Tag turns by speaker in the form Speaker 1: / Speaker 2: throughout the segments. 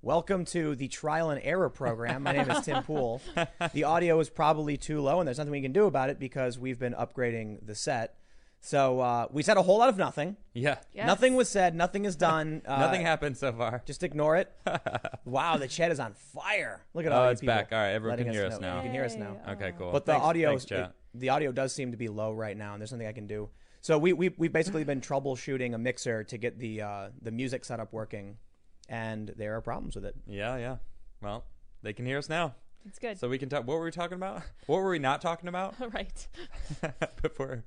Speaker 1: Welcome to the trial and error program. My name is Tim Poole. The audio is probably too low, and there's nothing we can do about it because we've been upgrading the set. So uh, we said a whole lot of nothing.
Speaker 2: Yeah.
Speaker 3: Yes.
Speaker 1: Nothing was said. Nothing is done. Uh,
Speaker 2: Nothing happened so far.
Speaker 1: Just ignore it. wow, the chat is on fire. Look at
Speaker 2: Oh,
Speaker 1: all these
Speaker 2: it's
Speaker 1: people
Speaker 2: back. All right, everyone
Speaker 1: letting
Speaker 2: can hear us
Speaker 1: know.
Speaker 2: now.
Speaker 1: You can hear us now.
Speaker 2: Okay, cool.
Speaker 1: But the
Speaker 2: Thanks-
Speaker 1: audio,
Speaker 2: thanks,
Speaker 1: is-
Speaker 2: chat.
Speaker 1: it- the audio does seem to be low right now, and there's nothing I can do. So we we we've basically been troubleshooting a mixer to get the uh, the music setup working, and there are problems with it.
Speaker 2: Yeah, yeah. Well, they can hear us now.
Speaker 3: It's good.
Speaker 2: So we can talk. What were we talking about? What were we not talking about
Speaker 3: right.
Speaker 2: before?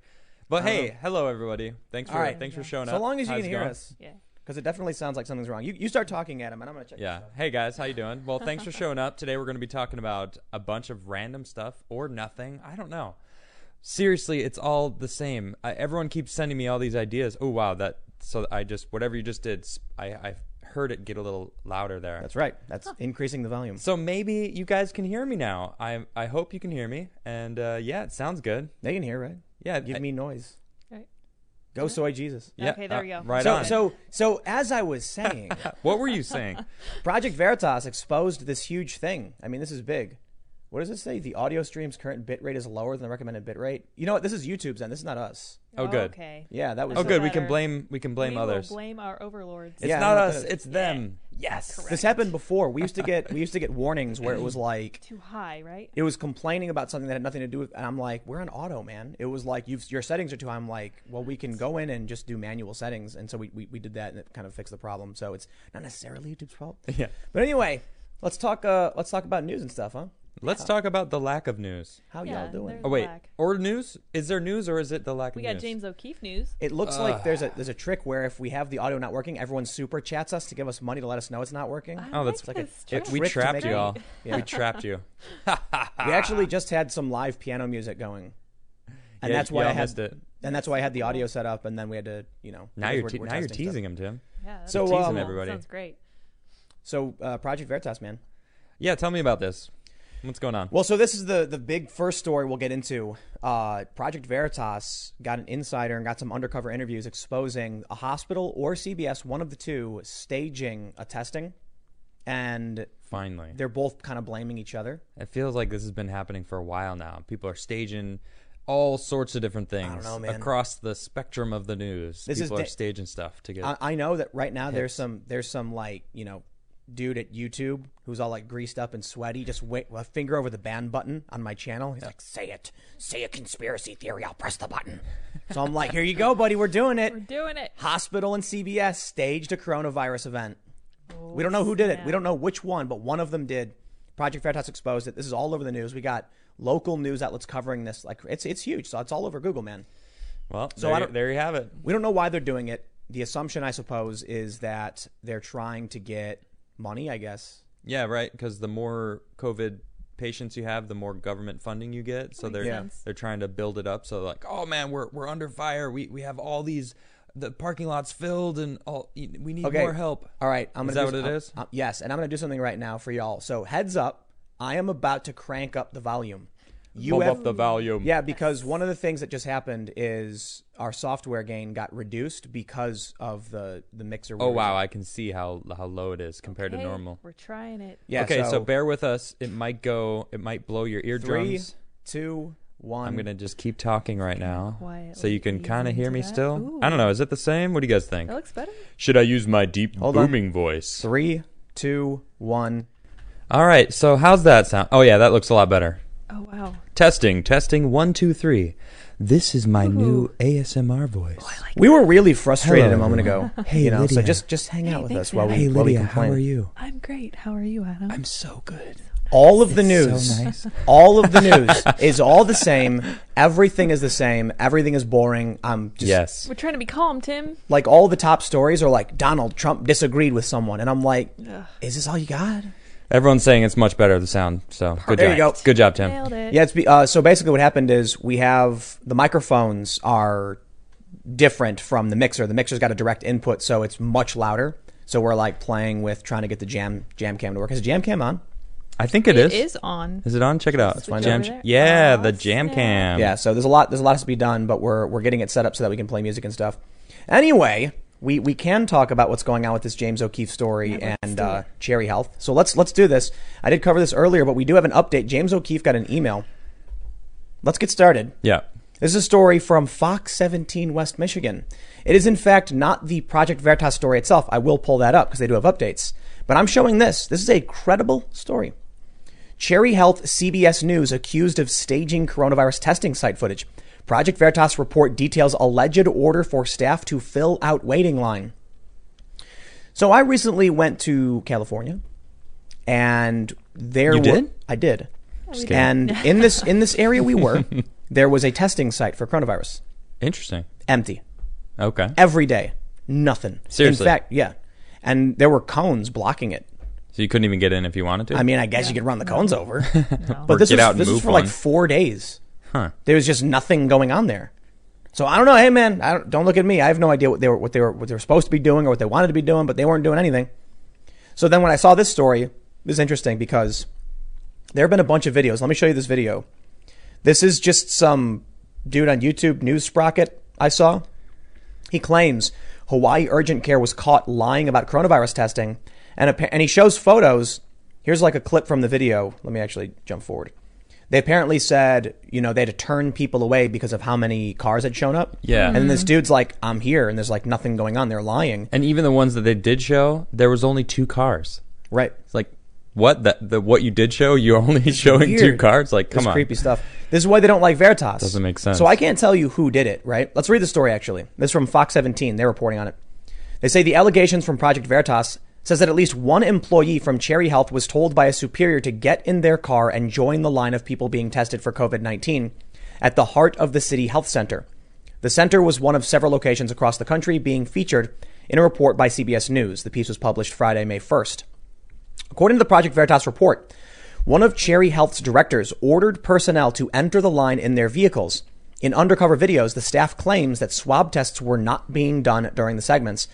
Speaker 2: But hey, hello everybody. Thanks for
Speaker 1: Uh, All right.
Speaker 2: thanks for showing up.
Speaker 1: So long as you
Speaker 2: How's
Speaker 1: can
Speaker 2: it
Speaker 1: hear
Speaker 2: going?
Speaker 1: us,
Speaker 3: Yeah.
Speaker 1: because it definitely sounds like something's wrong. You you start talking, Adam, and I'm gonna check.
Speaker 2: Yeah. Hey guys, how you doing? Well, thanks for showing up. Today we're going to be talking about a bunch of random stuff or nothing. I don't know. Seriously, it's all the same. I, everyone keeps sending me all these ideas. Oh wow, that so I just whatever you just did, s- I I heard it get a little louder there.
Speaker 1: That's right. That's increasing the volume.
Speaker 2: so maybe you guys can hear me now. I I hope you can hear me. And uh, yeah, it sounds good.
Speaker 1: They can hear, right?
Speaker 2: Yeah,
Speaker 1: Give
Speaker 2: I-
Speaker 1: me noise.
Speaker 3: Right.
Speaker 1: Go soy Jesus.
Speaker 2: yeah.
Speaker 3: Okay, there
Speaker 2: uh,
Speaker 3: we go.
Speaker 2: Right
Speaker 1: so
Speaker 2: on.
Speaker 1: so so as I was saying,
Speaker 2: what were you saying?
Speaker 1: Project Veritas exposed this huge thing. I mean, this is big. What does it say? The audio stream's current bitrate is lower than the recommended bitrate. You know what? This is YouTube's end. This is not us.
Speaker 2: Oh, good.
Speaker 3: Okay.
Speaker 1: Yeah, that was.
Speaker 2: Oh,
Speaker 3: So
Speaker 2: good. We
Speaker 3: better.
Speaker 2: can blame we can blame
Speaker 3: we
Speaker 2: others.
Speaker 3: Will blame our overlords.
Speaker 2: it's
Speaker 1: Yeah,
Speaker 2: not
Speaker 1: no,
Speaker 2: us.
Speaker 1: that-
Speaker 2: It's them. Yes.
Speaker 1: This happened before. We used to get we used to get warnings where it was like
Speaker 3: Too high, right?
Speaker 1: it was complaining about something that had nothing to do with. And I'm like, we're on auto, man. It was like you've, your settings are too. high. I'm like, well, we can go in and just do manual settings. And so we, we we did that, and it kind of fixed the problem. So it's not necessarily YouTube's fault.
Speaker 2: Yeah.
Speaker 1: But anyway, let's talk. Uh, let's talk about news and stuff, huh?
Speaker 2: Let's talk about the lack of news.
Speaker 1: How
Speaker 3: Yeah,
Speaker 1: y'all doing?
Speaker 3: there's-
Speaker 2: Oh wait,
Speaker 3: Black.
Speaker 2: or news? Is there news or is it the lack
Speaker 3: We
Speaker 2: of
Speaker 3: got
Speaker 2: news?
Speaker 3: James O'Keefe news.
Speaker 1: It looks like there's a there's a trick where if we have the audio not working, everyone super chats us to give us money to let us know it's not working.
Speaker 3: I
Speaker 2: Oh, that's
Speaker 3: like
Speaker 1: like a-
Speaker 3: this
Speaker 2: It-
Speaker 3: trick.
Speaker 2: we
Speaker 1: Trick to
Speaker 2: trapped
Speaker 1: make
Speaker 2: you
Speaker 1: it-
Speaker 2: all.
Speaker 1: Yeah.
Speaker 2: We trapped you.
Speaker 1: we actually just had some live piano music going, and
Speaker 2: Ah. Yeah,
Speaker 1: that's why
Speaker 2: y'all
Speaker 1: I
Speaker 2: missed
Speaker 1: had
Speaker 2: it.
Speaker 1: and that's why I had the audio set up, and then we had to you know
Speaker 2: Now
Speaker 1: because
Speaker 2: you're
Speaker 1: we're-
Speaker 2: te-
Speaker 1: we're
Speaker 2: now you're
Speaker 1: testing stuff.
Speaker 2: teasing him, Tim.
Speaker 3: yeah, that's
Speaker 1: So,
Speaker 3: cool.
Speaker 1: um,
Speaker 2: everybody.
Speaker 3: Sounds great.
Speaker 1: So uh, Project Veritas, man.
Speaker 2: Yeah, tell me about this. What's going on?
Speaker 1: Well, so this is the the big first story we'll get into. Uh, Project Veritas got an insider and got some undercover interviews exposing a hospital or CBS, one of the two, staging a testing, and
Speaker 2: Finally,
Speaker 1: they're both kind of blaming each other.
Speaker 2: it feels like this has been happening for a while now. People are staging all sorts of different things
Speaker 1: know, man.
Speaker 2: across the spectrum of the news.
Speaker 1: This is
Speaker 2: People are
Speaker 1: da-
Speaker 2: staging stuff to get.
Speaker 1: I, I know that right now there's some there's some like you know dude at YouTube who's all like greased up and sweaty, just wait a finger over the ban button on my channel. He's like, "Say it, say a conspiracy theory. I'll press the button." so I'm like, "Here you go, buddy. We're doing it."
Speaker 3: We're doing it.
Speaker 1: Hospital and CBS staged a coronavirus event. we don't know who did it. We don't know which one, but one of them did. Project Veritas exposed it. This is all over the news. We got local news outlets covering this. Like it's it's huge. So it's all over Google, man.
Speaker 2: well,
Speaker 1: so
Speaker 2: there,
Speaker 1: I
Speaker 2: you-
Speaker 1: don't-
Speaker 2: there you have it.
Speaker 1: We don't know why they're doing it. The assumption, I suppose, is that they're trying to get money, I guess.
Speaker 2: Yeah, right. Because the more COVID patients you have, the more government funding you get. So they're
Speaker 1: Yeah. sense.
Speaker 2: they're trying to build it up. So like, oh man, we're we're under fire. We we have all these the parking lots filled and all. We need more help.
Speaker 1: All right, I'm
Speaker 2: Is
Speaker 1: gonna.
Speaker 2: that
Speaker 1: do,
Speaker 2: what it
Speaker 1: I'm-
Speaker 2: is?
Speaker 1: I'm- yes, and I'm gonna do something right now for y'all. So heads up, I am about to crank up the volume. You
Speaker 2: Bump
Speaker 1: have-
Speaker 2: up the volume.
Speaker 1: Yeah, because one of the things that just happened is our software gain got reduced because of the the mixer. we
Speaker 2: Oh
Speaker 1: were
Speaker 2: wow,
Speaker 1: using.
Speaker 2: I can see how how low it is compared
Speaker 3: Hey,
Speaker 2: to normal.
Speaker 3: We're trying it.
Speaker 1: Yeah.
Speaker 2: okay, so,
Speaker 1: so
Speaker 2: bear with us. It might go. It might blow your
Speaker 1: three,
Speaker 2: eardrums.
Speaker 1: two, one.
Speaker 2: I'm gonna just keep talking right now, so
Speaker 3: quietly
Speaker 2: you can kind of
Speaker 3: ease
Speaker 2: hear
Speaker 3: into
Speaker 2: me
Speaker 3: that.
Speaker 2: still.
Speaker 3: Ooh. Oh.
Speaker 2: I don't know. Is it the same? What do you guys think?
Speaker 3: That looks better.
Speaker 2: Should I use my deep
Speaker 1: on.
Speaker 2: booming voice?
Speaker 1: Three, two, one.
Speaker 2: All right. So how's that sound? Oh yeah, that looks a lot better.
Speaker 3: Oh wow.
Speaker 2: Testing, testing, one, two, three. This is my new ASMR voice.
Speaker 3: Oh,
Speaker 1: We were really frustrated
Speaker 2: Hello,
Speaker 1: a moment ago.
Speaker 2: everyone. Hey,
Speaker 1: you know, so
Speaker 2: Lydia.
Speaker 1: just just hang out with
Speaker 3: thanks,
Speaker 1: us while we
Speaker 3: Adam.
Speaker 2: hey,
Speaker 1: while we
Speaker 2: Lydia, how
Speaker 1: complain.
Speaker 2: are you?
Speaker 3: I'm great. How are you, Adam?
Speaker 2: I'm so good.
Speaker 1: All of the
Speaker 2: It's
Speaker 1: news,
Speaker 2: so nice.
Speaker 1: all of the news is all the same. Everything is the same. Everything is boring. I'm just
Speaker 2: Yes.
Speaker 3: we're trying to be calm, Tim.
Speaker 1: like all the top stories are like Donald Trump disagreed with someone, and I'm like, is this all you got?
Speaker 2: Everyone's saying it's much better the sound. So good
Speaker 1: There you
Speaker 2: job.
Speaker 1: go.
Speaker 2: Good job, Tim.
Speaker 3: Nailed it.
Speaker 1: Yeah, it's be, uh, so basically what happened is we have the microphones are different from the mixer. The mixer's got a direct input, so it's much louder. So we're like playing with trying to get the jam jam cam to work. Is jam cam on?
Speaker 2: I think it
Speaker 3: It
Speaker 2: is.
Speaker 3: is on.
Speaker 2: Is it on? Check it out.
Speaker 3: Switch
Speaker 2: Jam-
Speaker 3: over there.
Speaker 2: yeah,
Speaker 3: Oh,
Speaker 2: the jam
Speaker 3: snap.
Speaker 2: cam.
Speaker 1: Yeah. So there's a lot there's a lot to be done, but we're we're getting it set up so that we can play music and stuff. Anyway, we we can talk about what's going on with this James O'Keefe story and uh, Cherry Health. So let's let's do this. I did cover this earlier, but we do have an update. James O'Keefe got an email. Let's get started.
Speaker 2: Yeah.
Speaker 1: This is a story from Fox 17 West Michigan. It is, in fact, not the Project Veritas story itself. I will pull that up because they do have updates. But I'm showing this. This is a credible story. Cherry Health CBS News accused of staging coronavirus testing site footage. Project Veritas report details alleged order for staff to fill out waiting line. So I recently went to California, and there
Speaker 2: You
Speaker 1: were-
Speaker 2: did?
Speaker 1: I did.
Speaker 3: Just
Speaker 2: kidding.
Speaker 1: And in this in this area we were, there was a testing site for coronavirus.
Speaker 2: Interesting.
Speaker 1: Empty
Speaker 2: Okay.
Speaker 1: every day, nothing.
Speaker 2: Seriously?
Speaker 1: in fact, yeah. And there were cones blocking it.
Speaker 2: So you couldn't even get in if you wanted to.
Speaker 1: I mean, I guess you could run the cones over,
Speaker 2: Or
Speaker 1: but this
Speaker 2: get
Speaker 1: was
Speaker 2: out and
Speaker 1: this was
Speaker 2: move
Speaker 1: for like
Speaker 2: one.
Speaker 1: four days.
Speaker 2: huh.
Speaker 1: There was just nothing going on there. So I don't know. Hey, man, I don't, don't look at me. I have no idea what they were what they were what they were supposed to be doing or what they wanted to be doing, but they weren't doing anything. So then when I saw this story, it was interesting because there have been a bunch of videos. Let me show you this video. This is just some dude on YouTube, News Sprocket, I saw. He claims Hawaii Urgent Care was caught lying about coronavirus testing, and, appa- and he shows photos. Here's like a clip from the video. Let me actually jump forward. They apparently said, you know, they had to turn people away because of how many cars had shown up.
Speaker 2: Yeah.
Speaker 1: And this dude's like, I'm here, and there's like nothing going on. They're lying.
Speaker 2: And even the ones that they did show, there was only two cars.
Speaker 1: Right.
Speaker 2: It's like what that the what you did show, you're only showing two
Speaker 1: weird.
Speaker 2: cars. Like come
Speaker 1: It's
Speaker 2: on.
Speaker 1: creepy stuff. This is why they don't like Veritas.
Speaker 2: Doesn't make sense.
Speaker 1: So I can't tell you who did it, right? Let's read the story actually. This is from Fox 17. They're reporting on it. They say the allegations from Project Veritas says that at least one employee from Cherry Health was told by a superior to get in their car and join the line of people being tested for COVID-19 at the heart of the city health center. The center was one of several locations across the country being featured in a report by CBS News. The piece was published Friday, May 1st. According to the Project Veritas report, one of Cherry Health's directors ordered personnel to enter the line in their vehicles. In undercover videos, the staff claims that swab tests were not being done during the segments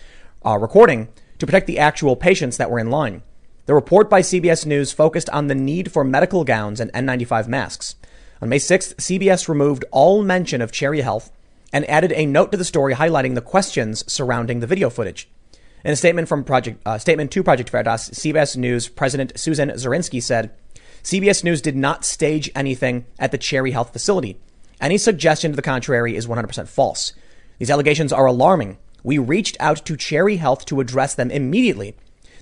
Speaker 1: uh, recording to protect the actual patients that were in line. The report by CBS News focused on the need for medical gowns and N95 masks. On May 6th, CBS removed all mention of Cherry Health and added a note to the story highlighting the questions surrounding the video footage. In a statement from Project uh, Statement to Project Veritas, CBS News President Susan Zerinsky said, "CBS News did not stage anything at the Cherry Health facility. Any suggestion to the contrary is 100% false. These allegations are alarming. We reached out to Cherry Health to address them immediately.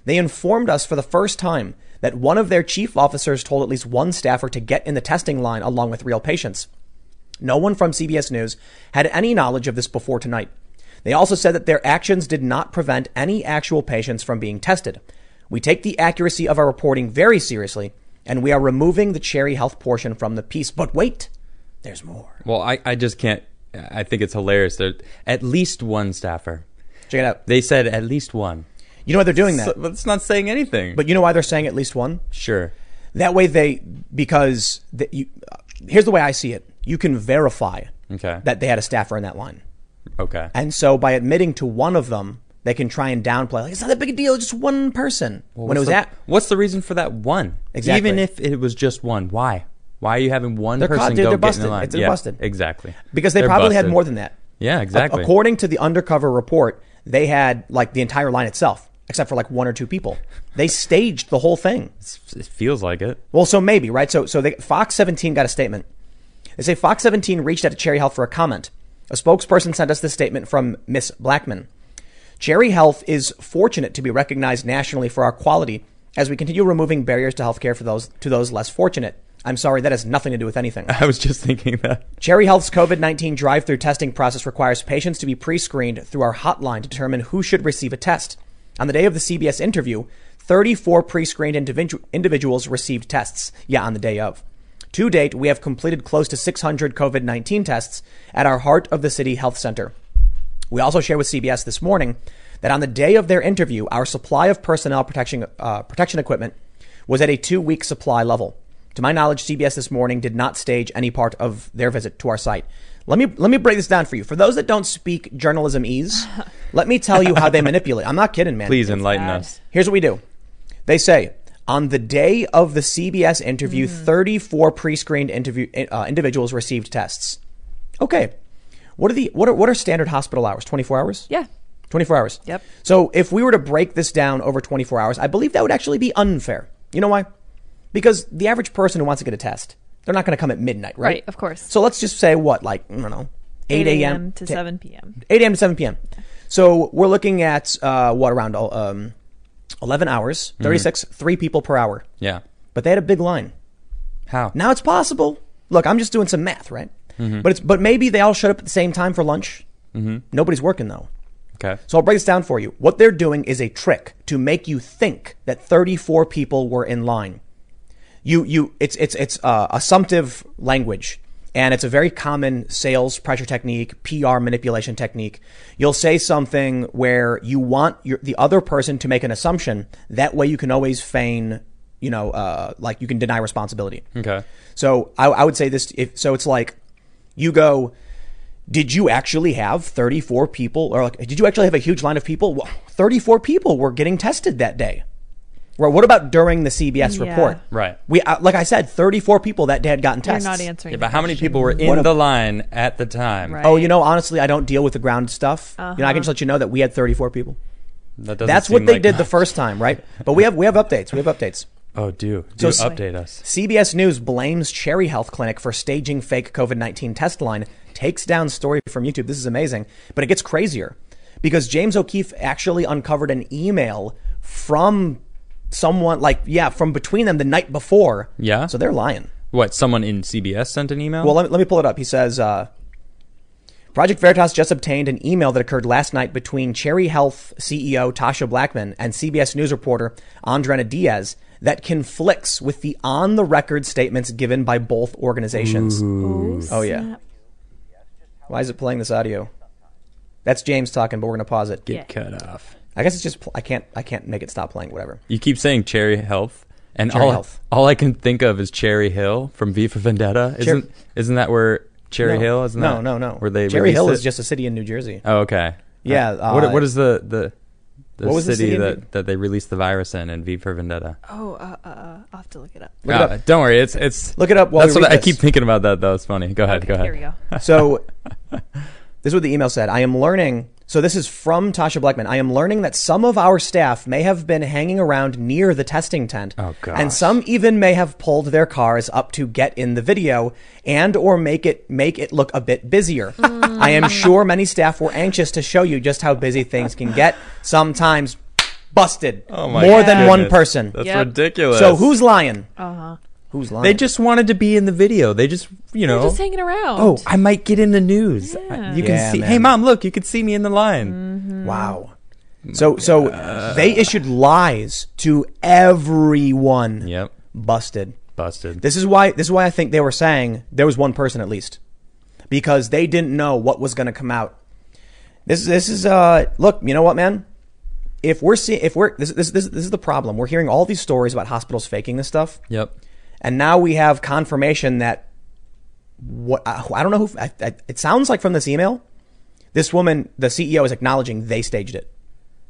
Speaker 1: They informed us for the first time that one of their chief officers told at least one staffer to get in the testing line along with real patients. No one from CBS News had any knowledge of this before tonight. They also said that their actions did not prevent any actual patients from being tested. We take the accuracy of our reporting very seriously, and we are removing the Cherry Health portion from the piece. But wait, there's more.
Speaker 2: Well, I, I just can't I think it's hilarious. There at least one staffer.
Speaker 1: Check it out.
Speaker 2: They said at least one.
Speaker 1: You know why they're doing that.
Speaker 2: So, but it's not saying anything.
Speaker 1: but you know why they're saying at least one?
Speaker 2: sure.
Speaker 1: That way they, because the, you, here's the way I see it you can verify
Speaker 2: Okay.
Speaker 1: that they had a staffer in that line.
Speaker 2: okay.
Speaker 1: And so by admitting to one of them, they can try and downplay like it's not that big a deal, it's just one person. when it was
Speaker 2: What's the-
Speaker 1: at
Speaker 2: What's the reason for that one?
Speaker 1: Exactly.
Speaker 2: Even if it was just one, why? Why are you having one
Speaker 1: They're
Speaker 2: person
Speaker 1: caught, dude.
Speaker 2: go
Speaker 1: They're
Speaker 2: get in
Speaker 1: busted.
Speaker 2: the line?
Speaker 1: It's- they're
Speaker 2: yeah,
Speaker 1: busted.
Speaker 2: Exactly.
Speaker 1: because they
Speaker 2: They're
Speaker 1: probably had
Speaker 2: busted.
Speaker 1: more than that.
Speaker 2: Yeah,
Speaker 1: A-
Speaker 2: exactly.
Speaker 1: According to the undercover report, they had like the entire line itself, except for like one or two people. They staged the whole thing.
Speaker 2: It's- it feels like it.
Speaker 1: Well, so maybe, right? So, so they, Fox 17 got a statement. They say Fox 17 reached out to Cherry Health for a comment. A spokesperson sent us this statement from Miss Blackman. Cherry Health is fortunate to be recognized nationally for our quality as we continue removing barriers to healthcare for those to those less fortunate. I'm sorry, that has nothing to do with anything.
Speaker 2: I was just thinking that.
Speaker 1: Cherry Health's COVID 19 drive through testing process requires patients to be pre screened through our hotline to determine who should receive a test. On the day of the CBS interview, 34 pre screened individu- individuals received tests. Yeah, on the day of. To date, we have completed close to 600 COVID 19 tests at our Heart of the City Health Center. We also shared with CBS this morning that on the day of their interview, our supply of personnel protection, uh, protection equipment was at a two week supply level. To my knowledge, CBS this morning did not stage any part of their visit to our site. Let me let me break this down for you. For those that don't speak journalism ease, let me tell you how they manipulate. I'm not kidding, man.
Speaker 2: Please enlighten
Speaker 3: bad.
Speaker 2: us.
Speaker 1: Here's what we do. They say on the day of the CBS interview,
Speaker 3: Mm-hmm.
Speaker 1: 34 pre-screened interview uh, individuals received tests. Okay, what are the what are what are standard hospital hours? 24 hours.
Speaker 3: Yeah.
Speaker 1: 24 hours.
Speaker 3: Yep.
Speaker 1: So if we were to break this down over 24 hours, I believe that would actually be unfair. You know why? Because the average person who wants to get a test, they're not going to come at midnight, right?
Speaker 3: Right, of course.
Speaker 1: So let's just say what, like, I don't know, 8, a.m.
Speaker 3: to
Speaker 1: to
Speaker 3: 7 p.m.
Speaker 1: 8 a.m. to 7 p.m. So we're looking at uh, what around um, 11 hours, 36, three people per hour.
Speaker 2: Yeah.
Speaker 1: But they had a big line.
Speaker 2: How?
Speaker 1: Now it's possible. Look, I'm just doing some math, right? But it's but maybe they all showed up at the same time for lunch. Mm-hmm. Nobody's working though.
Speaker 2: Okay.
Speaker 1: So I'll break this down for you. What they're doing is a trick to make you think that 34 people were in line. You you it's it's it's uh, assumptive language. And it's a very common sales pressure technique, PR manipulation technique. You'll say something where you want your, the other person to make an assumption. That way, you can always feign, you know, uh, like you can deny responsibility.
Speaker 2: Okay.
Speaker 1: So I, I would say this. If, so it's like you go, did you actually have 34 people or like, did you actually have a huge line of people? Well, 34 people were getting tested that day. Well, what about during the CBS
Speaker 3: Yeah.
Speaker 1: report?
Speaker 2: Right.
Speaker 1: We, uh, like I said, 34 people that day had gotten
Speaker 3: You're
Speaker 1: tested.
Speaker 3: not answering.
Speaker 2: Yeah,
Speaker 3: the
Speaker 2: but how many
Speaker 3: question.
Speaker 2: people were in
Speaker 1: What a-
Speaker 2: the line at the time?
Speaker 3: Right. Uh-huh.
Speaker 1: Oh, you know, honestly, I don't deal with the ground stuff. You know, I can just let you know that we had 34 people.
Speaker 2: That doesn't
Speaker 1: That's
Speaker 2: seem
Speaker 1: what they
Speaker 2: like
Speaker 1: did the
Speaker 2: much.
Speaker 1: first time, right? But we have we have updates. We have updates.
Speaker 2: Oh, do
Speaker 1: So
Speaker 2: do
Speaker 1: s-
Speaker 2: update us.
Speaker 1: CBS News blames Cherry Health Clinic for staging fake COVID 19 test line, takes down story from YouTube. This is amazing, but it gets crazier because James O'Keefe actually uncovered an email from someone, like, yeah, from between them the night before.
Speaker 2: Yeah?
Speaker 1: So they're lying.
Speaker 2: What? Someone in CBS sent an email.
Speaker 1: Well, let me, let me pull it up. He says, uh, Project Veritas just obtained an email that occurred last night between Cherry Health CEO Tasha Blackman and CBS News reporter Andrena Diaz that conflicts with the on the record statements given by both organizations.
Speaker 3: Oh,
Speaker 1: Oh, yeah.
Speaker 3: snap.
Speaker 1: Why is it playing this audio? That's James talking, but we're going to pause it.
Speaker 2: get cut off.
Speaker 1: I guess it's just pl- I can't I can't make it stop playing whatever.
Speaker 2: You keep saying Cherry Health, and
Speaker 1: Cherry
Speaker 2: all
Speaker 1: Health.
Speaker 2: all I can think of is Cherry Hill from V for Vendetta. Isn't isn't that where Cherry
Speaker 1: No.
Speaker 2: Hill? Isn't
Speaker 1: no,
Speaker 2: that
Speaker 1: no, no.
Speaker 2: Where they
Speaker 1: Cherry Hill
Speaker 2: is
Speaker 1: is just a city in New Jersey.
Speaker 2: Oh, okay.
Speaker 1: Yeah,
Speaker 2: Uh, what
Speaker 1: uh,
Speaker 2: what is the the the
Speaker 1: what was the
Speaker 2: city
Speaker 1: city in V-
Speaker 2: that, that they released the virus in in V for Vendetta?
Speaker 3: Oh, uh, uh, uh, I'll have to look it up.
Speaker 1: Look it
Speaker 2: Oh,
Speaker 1: up.
Speaker 2: Don't worry, it's it's
Speaker 1: Look it up while
Speaker 2: that's
Speaker 1: we
Speaker 2: what
Speaker 1: read
Speaker 2: I
Speaker 1: this.
Speaker 2: keep thinking about that though. It's funny. Go ahead, go ahead.
Speaker 3: Here we go.
Speaker 1: So this is what the email said. I am learning. So this is from Tasha Blackman. I am learning that some of our staff may have been hanging around near the testing tent.
Speaker 2: Oh,
Speaker 1: And
Speaker 2: gosh.
Speaker 1: some even may have pulled their cars up to get in the video and or make it make it look a bit busier. I am sure many staff were anxious to show you just how busy things can get. Sometimes busted.
Speaker 2: Oh my
Speaker 1: More than one
Speaker 2: goodness.
Speaker 1: person.
Speaker 2: That's
Speaker 3: Yep.
Speaker 2: ridiculous.
Speaker 1: So who's lying?
Speaker 3: Uh huh.
Speaker 1: Who's lying?
Speaker 2: They just wanted to be in the video. They just you know.
Speaker 3: Just hanging around.
Speaker 2: Oh, I might get in the news. I-
Speaker 3: Yeah.
Speaker 2: You can
Speaker 1: Yeah,
Speaker 2: see.
Speaker 1: man.
Speaker 2: Hey, mom, look, you can see me in the line.
Speaker 1: Wow. So so they issued lies to
Speaker 3: Mm-hmm.
Speaker 1: everyone.
Speaker 2: Yep,
Speaker 1: Busted.
Speaker 2: busted.
Speaker 1: This is why this is why I think they were saying there was one person at least. Because they didn't know what was going to come out. This this is uh look, you know what, man? If we're seeing if we're this this this, this is the problem. We're hearing all these stories about hospitals faking this stuff.
Speaker 2: Yep.
Speaker 1: And now we have confirmation that what I, I don't know who I, I, it sounds like from this email, this woman, the CEO is acknowledging they staged it.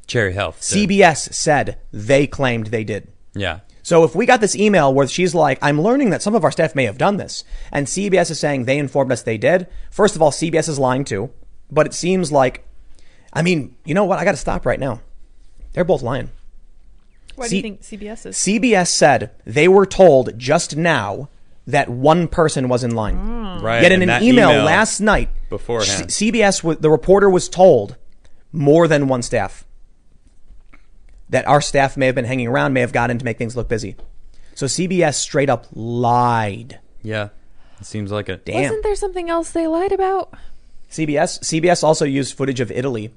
Speaker 2: Cherry Health. did.
Speaker 1: CBS said they claimed they did.
Speaker 2: yeah.
Speaker 1: So if we got this email where she's like, I'm learning that some of our staff may have done this, and CBS is saying they informed us they did, first of all, CBS is lying too. But it seems like, I mean, you know what? I got to stop right now. They're both lying.
Speaker 3: Why do
Speaker 1: C-
Speaker 3: you think CBS is?
Speaker 1: CBS said they were told just now that one person was in line.
Speaker 2: Right.
Speaker 1: Yet in
Speaker 2: and
Speaker 1: an
Speaker 2: that
Speaker 1: email, last night,
Speaker 2: beforehand.
Speaker 1: C- CBS, was, the reporter was told more than one staff that our staff may have been hanging around, may have gotten to make things look busy. So CBS straight up lied.
Speaker 2: Yeah. It seems like it.
Speaker 1: Damn.
Speaker 3: Wasn't there something else they lied about?
Speaker 1: CBS CBS also used footage of Italy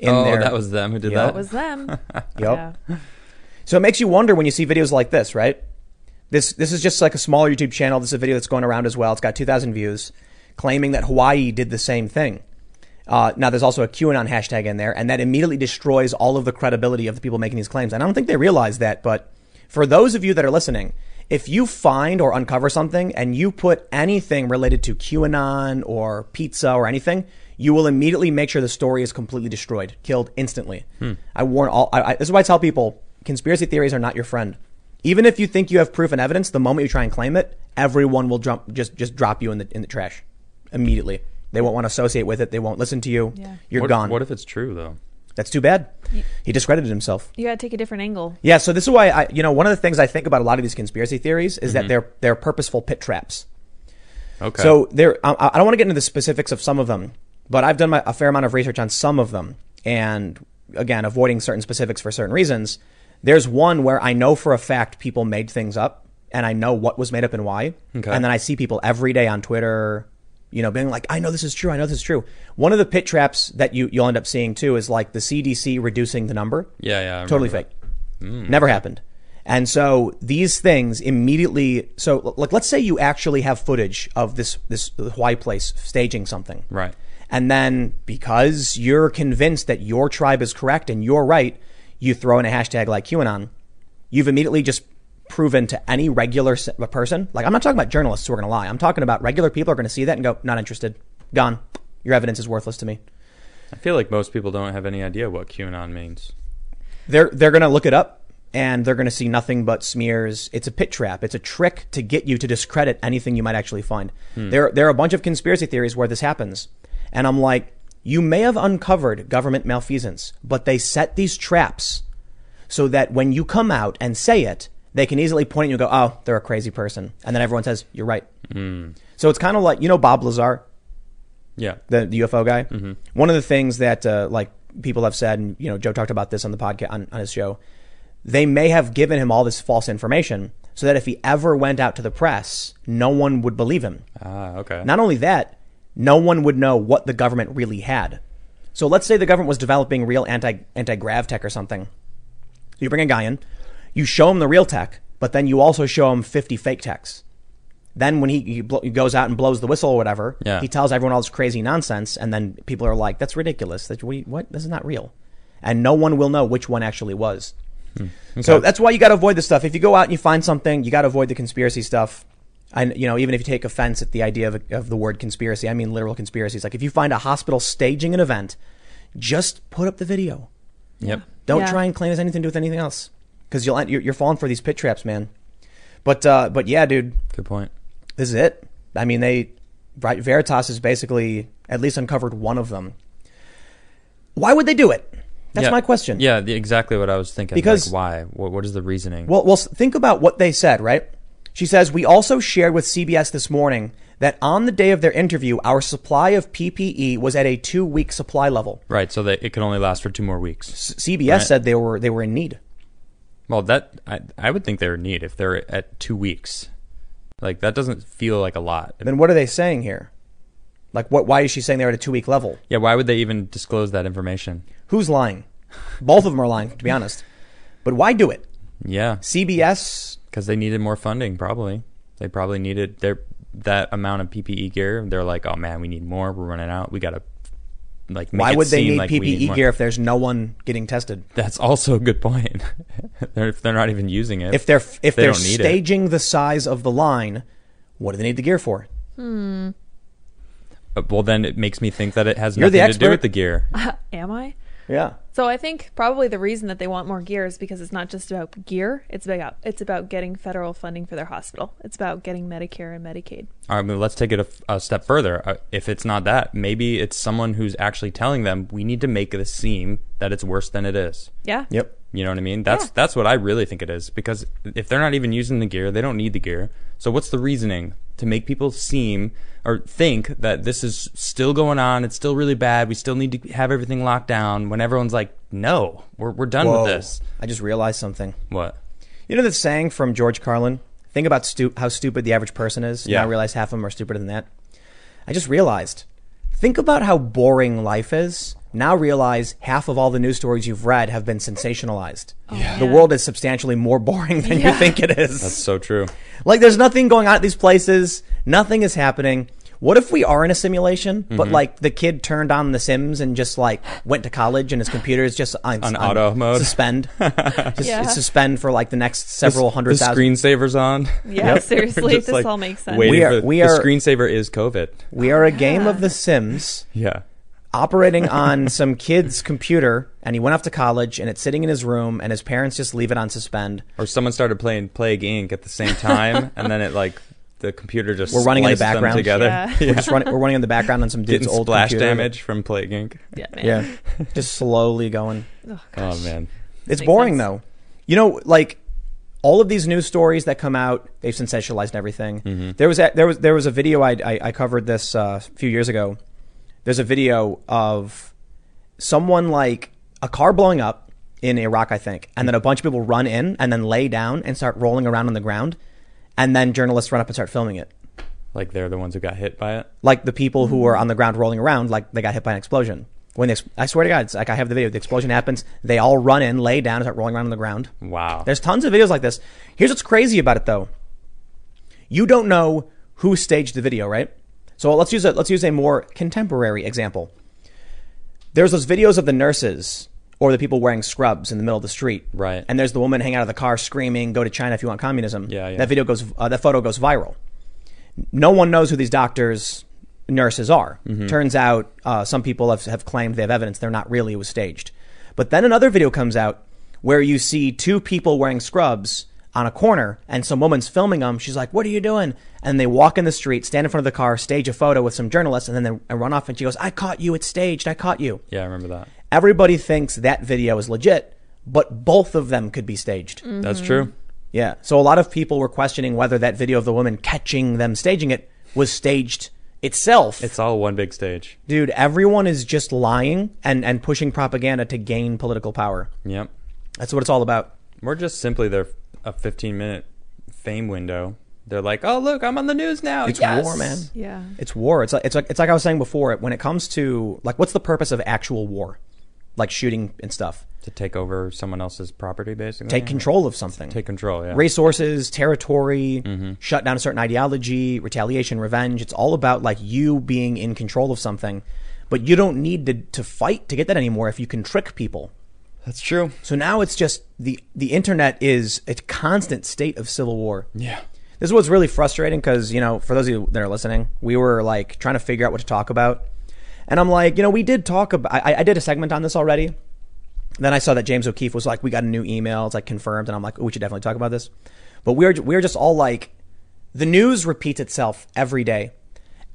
Speaker 1: in
Speaker 2: oh,
Speaker 1: there.
Speaker 2: that was them who did
Speaker 1: Yeah.
Speaker 2: that.
Speaker 3: It was them.
Speaker 1: Yep.
Speaker 3: Yeah.
Speaker 1: So it makes you wonder when you see videos like this, right? This this is just like a small YouTube channel. This is a video that's going around as well. It's got 2,000 views, claiming that Hawaii did the same thing. Uh, now there's also a QAnon hashtag in there, and that immediately destroys all of the credibility of the people making these claims. And I don't think they realize that. But for those of you that are listening, if you find or uncover something and you put anything related to QAnon or pizza or anything, you will immediately make sure the story is completely destroyed, killed instantly. I warn all. I, I, this is why I tell people conspiracy theories are not your friend. Even if you think you have proof and evidence, the moment you try and claim it, everyone will jump, just just drop you in the in the trash immediately. They won't want to associate with it. They won't listen to you.
Speaker 3: Yeah.
Speaker 1: You're
Speaker 2: what,
Speaker 1: gone.
Speaker 2: What if it's true though?
Speaker 1: That's too bad. He discredited himself.
Speaker 3: You gotta take a different angle.
Speaker 1: Yeah, so this is why I, you know, one of the things I think about a lot of these conspiracy theories is
Speaker 2: Mm-hmm.
Speaker 1: that they're they're purposeful pit traps.
Speaker 2: Okay.
Speaker 1: So there, I, I don't want to get into the specifics of some of them, but I've done my, a fair amount of research on some of them, and again, avoiding certain specifics for certain reasons. There's one where I know for a fact people made things up, and I know what was made up and why.
Speaker 2: Okay.
Speaker 1: And then I see people every day on Twitter, you know, being like, "I know this is true. I know this is true." One of the pit traps that you you'll end up seeing too is like the CDC reducing the number.
Speaker 2: yeah, yeah. I
Speaker 1: Totally
Speaker 2: remember
Speaker 1: fake. Never happened. And so these things immediately. So l- like, let's say you actually have footage of this this Hawaii place staging something,
Speaker 2: that. Right.
Speaker 1: and then because you're convinced that your tribe is correct and you're right, you throw in a hashtag like QAnon. You've immediately just proven to any regular s- person. Like I'm not talking about journalists who are going to lie. I'm talking about regular people are going to see that and go, not interested, gone. Your evidence is worthless to me.
Speaker 2: I feel like most people don't have any idea what QAnon means.
Speaker 1: they're they're going to look it up and they're going to see nothing but smears. It's a pit trap. It's a trick to get you to discredit anything you might actually find. There there are a bunch of conspiracy theories where this happens. And I'm like, you may have uncovered government malfeasance, but they set these traps so that when you come out and say it, they can easily point at you and go, "Oh, they're a crazy person." And then everyone says, "You're right." So it's kind of like, you know Bob Lazar,
Speaker 2: Yeah.
Speaker 1: the, the UFO guy. One of the things that uh, like people have said, and you know, Joe talked about this on the podcast on, on his show. They may have given him all this false information so that if he ever went out to the press, no one would believe him.
Speaker 2: Ah, okay.
Speaker 1: Not only that, no one would know what the government really had. So let's say the government was developing real anti anti grav tech or something. You bring a guy in, you show him the real tech, but then you also show him fifty fake techs. Then when he, he, blo- he goes out and blows the whistle or whatever,
Speaker 2: Yeah.
Speaker 1: he tells everyone all this crazy nonsense, and then people are like, "That's ridiculous. That we what? This is not real," and no one will know which one actually was. So that's why you got to avoid this stuff. If you go out and you find something, you got to avoid the conspiracy stuff. And you know, even if you take offense at the idea of, of the word conspiracy, I mean literal conspiracies. Like if you find a hospital staging an event, just put up the video.
Speaker 2: Yep.
Speaker 1: Don't
Speaker 3: Yeah.
Speaker 1: try and claim it has anything to do with anything else, because you'll end- you're, you're falling for these pit traps, man. But uh, but yeah, dude,
Speaker 2: Good point.
Speaker 1: this is it. I mean, they right, Veritas has basically at least uncovered one of them. Why would they do it? That's
Speaker 2: Yeah.
Speaker 1: my question.
Speaker 2: Yeah, the, exactly what I was thinking.
Speaker 1: Because-
Speaker 2: like, why? What, what is the reasoning?
Speaker 1: Well, well, think about what they said, right? She says, We also shared with CBS this morning that on the day of their interview, our supply of PPE was at a two week supply level.
Speaker 2: right. So that it can only last for two more weeks.
Speaker 1: S- CBS said they were, they were in need.
Speaker 2: Well, that I, I would think they're in need if they're at two weeks. Like that doesn't feel like a lot.
Speaker 1: Then what are they saying here? Like, what, why is she saying they're at a two week level?
Speaker 2: Yeah. Why would they even disclose that information?
Speaker 1: Who's lying? Both of them are lying, to be honest. But why do it?
Speaker 2: Yeah.
Speaker 1: CBS,
Speaker 2: because they needed more funding probably they probably needed their that amount of ppe gear they're like oh man we need more we're running out we gotta like make
Speaker 1: why
Speaker 2: it
Speaker 1: would they
Speaker 2: seem
Speaker 1: need
Speaker 2: like we
Speaker 1: PPE
Speaker 2: more."
Speaker 1: gear if there's no one getting tested?
Speaker 2: that's also a good point they're, if they're not even using it
Speaker 1: If they're, if
Speaker 2: They
Speaker 1: they are
Speaker 2: don't need it.
Speaker 1: staging the size of the line, what do they need the gear for?
Speaker 2: Uh, well then it makes me think that it has
Speaker 1: You're the
Speaker 2: nothing to do
Speaker 1: expert.
Speaker 2: with the gear
Speaker 3: Am I?
Speaker 1: Yeah.
Speaker 3: So I think probably the reason that they want more gear is because it's not just about gear. It's about it's about getting federal funding for their hospital. It's about getting Medicare and Medicaid.
Speaker 2: all right well, let's take it a, a step further uh, if it's not that maybe it's someone who's actually telling them we need to make this seem that it's worse than it is
Speaker 3: Yeah.
Speaker 1: Yep.
Speaker 2: You know what I mean? That's
Speaker 3: Yeah.
Speaker 2: that's what I really think it is because if they're not even using the gear, they don't need the gear. So what's the reasoning to make people seem or think that this is still going on? It's still really bad. We still need to have everything locked down. When everyone's like, "No, we're we're done
Speaker 1: Whoa.
Speaker 2: with this."
Speaker 1: I just realized something.
Speaker 2: What?
Speaker 1: You know that saying from George Carlin? Think about stu- how stupid the average person is.
Speaker 2: Yeah.
Speaker 1: Now I realize half of them are stupider than that. I just realized. Think about how boring life is. Now realize half of all the news stories you've read have been sensationalized.
Speaker 2: Oh,
Speaker 3: Yeah.
Speaker 1: The world is substantially more boring than you
Speaker 3: Yeah.
Speaker 1: think it is.
Speaker 2: That's so true.
Speaker 1: Like there's nothing going on at these places. Nothing is happening. What if we are in a simulation, but
Speaker 2: Mm-hmm.
Speaker 1: like the kid turned on The Sims and just like went to college and his computer is just on,
Speaker 2: On auto mode.
Speaker 1: Suspend. just,
Speaker 3: Yeah.
Speaker 1: Suspend for like the next several hundred
Speaker 2: the
Speaker 1: thousand.
Speaker 2: screensavers on.
Speaker 3: Yeah, seriously,
Speaker 2: Just,
Speaker 3: this
Speaker 2: like,
Speaker 3: all makes sense.
Speaker 2: Waiting
Speaker 1: We are-
Speaker 2: for,
Speaker 1: we
Speaker 2: the
Speaker 1: are-
Speaker 2: screensaver is COVID.
Speaker 1: We are a game of The Sims
Speaker 2: Yeah.
Speaker 1: operating on some kid's computer and he went off to college and it's sitting in his room and his parents just leave it on suspend.
Speaker 2: Or someone started playing Plague Inc. at the same time, and then it like the computer just
Speaker 1: We're running in the
Speaker 2: spliced them
Speaker 1: background.
Speaker 2: together.
Speaker 3: Yeah.
Speaker 1: We're just running. We're running in the background on some dude's
Speaker 2: Getting
Speaker 1: old
Speaker 2: splash
Speaker 1: computer.
Speaker 2: damage from Plague Inc.
Speaker 3: Yeah, man.
Speaker 1: Yeah, just slowly going.
Speaker 3: Oh,
Speaker 2: Oh
Speaker 3: gosh.
Speaker 2: man,
Speaker 1: It's
Speaker 3: Makes
Speaker 1: boring
Speaker 3: sense.
Speaker 1: though. You know, like all of these news stories that come out, they've sensationalized everything.
Speaker 3: Mm-hmm.
Speaker 1: There was a, there was there was a video I I, I covered this uh, a few years ago. There's a video of someone like a car blowing up in Iraq, I think, and then a bunch of people run in and then lay down and start rolling around on the ground, and then journalists run up and start filming it.
Speaker 2: like they're the ones who got hit by it.
Speaker 1: Like the people who were on the ground rolling around, like they got hit by an explosion. When they, I swear to God, it's like I have the video. The explosion happens. They all run in, lay down, and start rolling around on the ground.
Speaker 2: Wow.
Speaker 1: There's tons of videos like this. Here's what's crazy about it though. You don't know who staged the video, right? So let's use a let's use a more contemporary example. There's those videos of the nurses or the people wearing scrubs in the middle of the street.
Speaker 2: Right.
Speaker 1: And there's the woman hanging out of the car screaming, "Go to China if you want communism."
Speaker 2: Yeah, yeah.
Speaker 1: That video goes uh, that photo goes viral. No one knows who these doctors nurses are.
Speaker 2: Mm-hmm.
Speaker 1: Turns out uh, some people have, have claimed they have evidence they're not really it was staged. But then another video comes out where you see two people wearing scrubs on a corner and some woman's filming them. She's like, "What are you doing?" And they walk in the street, stand in front of the car, stage a photo with some journalists, and then they and run off. And she goes, "I caught you. It's staged. I caught you."
Speaker 2: yeah, I remember that.
Speaker 1: Everybody thinks that video is legit, but both of them could be staged.
Speaker 2: That's
Speaker 3: Mm-hmm.
Speaker 2: true.
Speaker 1: Yeah. So a lot of people were questioning whether that video of the woman catching them staging it was staged itself.
Speaker 2: It's all one big stage.
Speaker 1: Dude, everyone is just lying and, and pushing propaganda to gain political power.
Speaker 2: Yep.
Speaker 1: That's what it's all about.
Speaker 2: We're just simply their a 15 minute fame window. They're like, oh look, I'm on the news now.
Speaker 1: It's
Speaker 2: Yes!"
Speaker 1: war, man.
Speaker 3: Yeah.
Speaker 1: It's war. It's like it's like it's like I was saying before. When it comes to like, what's the purpose of actual war, like shooting and stuff?
Speaker 2: To take over someone else's property, basically.
Speaker 1: Take control of something.
Speaker 2: Take control. Yeah.
Speaker 1: resources, territory, shut down a certain ideology, retaliation, revenge. It's all about like you being in control of something, but you don't need to, to fight to get that anymore if you can trick people.
Speaker 2: That's true.
Speaker 1: So now it's just the the internet is a constant state of civil war.
Speaker 2: Yeah.
Speaker 1: This is what's really frustrating because you know, for those of you that are listening, we were like trying to figure out what to talk about, and I'm like, you know, we did talk about. I, I did a segment on this already. Then I saw that James O'Keefe was like, we got a new email. It's like confirmed, and I'm like, oh, we should definitely talk about this. But we're we're just all like, the news repeats itself every day.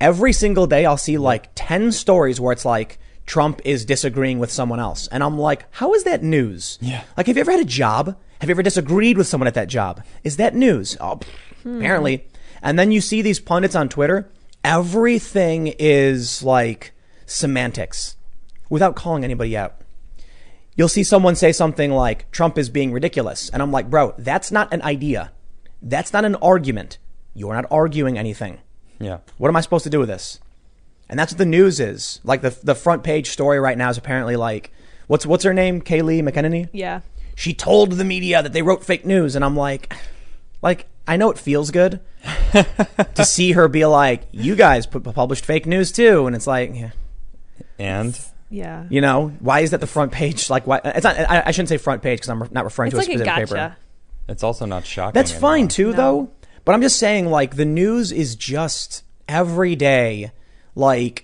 Speaker 1: Every single day, I'll see like ten stories where it's like Trump is disagreeing with someone else, and I'm like, how is that news?
Speaker 2: Yeah.
Speaker 1: Like, have you ever had a job? Have you ever disagreed with someone at that job? Is that news? Oh, pff, apparently. And then you see these pundits on Twitter. Everything is like semantics without calling anybody out. You'll see someone say something like, Trump is being ridiculous. And I'm like, bro, that's not an idea. That's not an argument. You're not arguing anything.
Speaker 2: Yeah.
Speaker 1: What am I supposed to do with this? And that's what the news is. Like the, the front page story right now is apparently like, what's, what's her name? Kaylee McEnany?
Speaker 3: Yeah.
Speaker 1: she told the media that they wrote fake news and i'm like like i know it feels good to see her be like you guys pu- published fake news too and it's like yeah.
Speaker 2: And
Speaker 3: Yeah.
Speaker 1: you know why is that the front page like why it's not i, I shouldn't say front page because i'm re- not referring
Speaker 3: It's
Speaker 1: to a
Speaker 3: like a
Speaker 1: specific
Speaker 3: gotcha.
Speaker 1: paper
Speaker 2: it's also not shocking. uh,
Speaker 1: that's
Speaker 2: anymore.
Speaker 1: fine too
Speaker 3: No.
Speaker 1: though but i'm just saying like the news is just every day like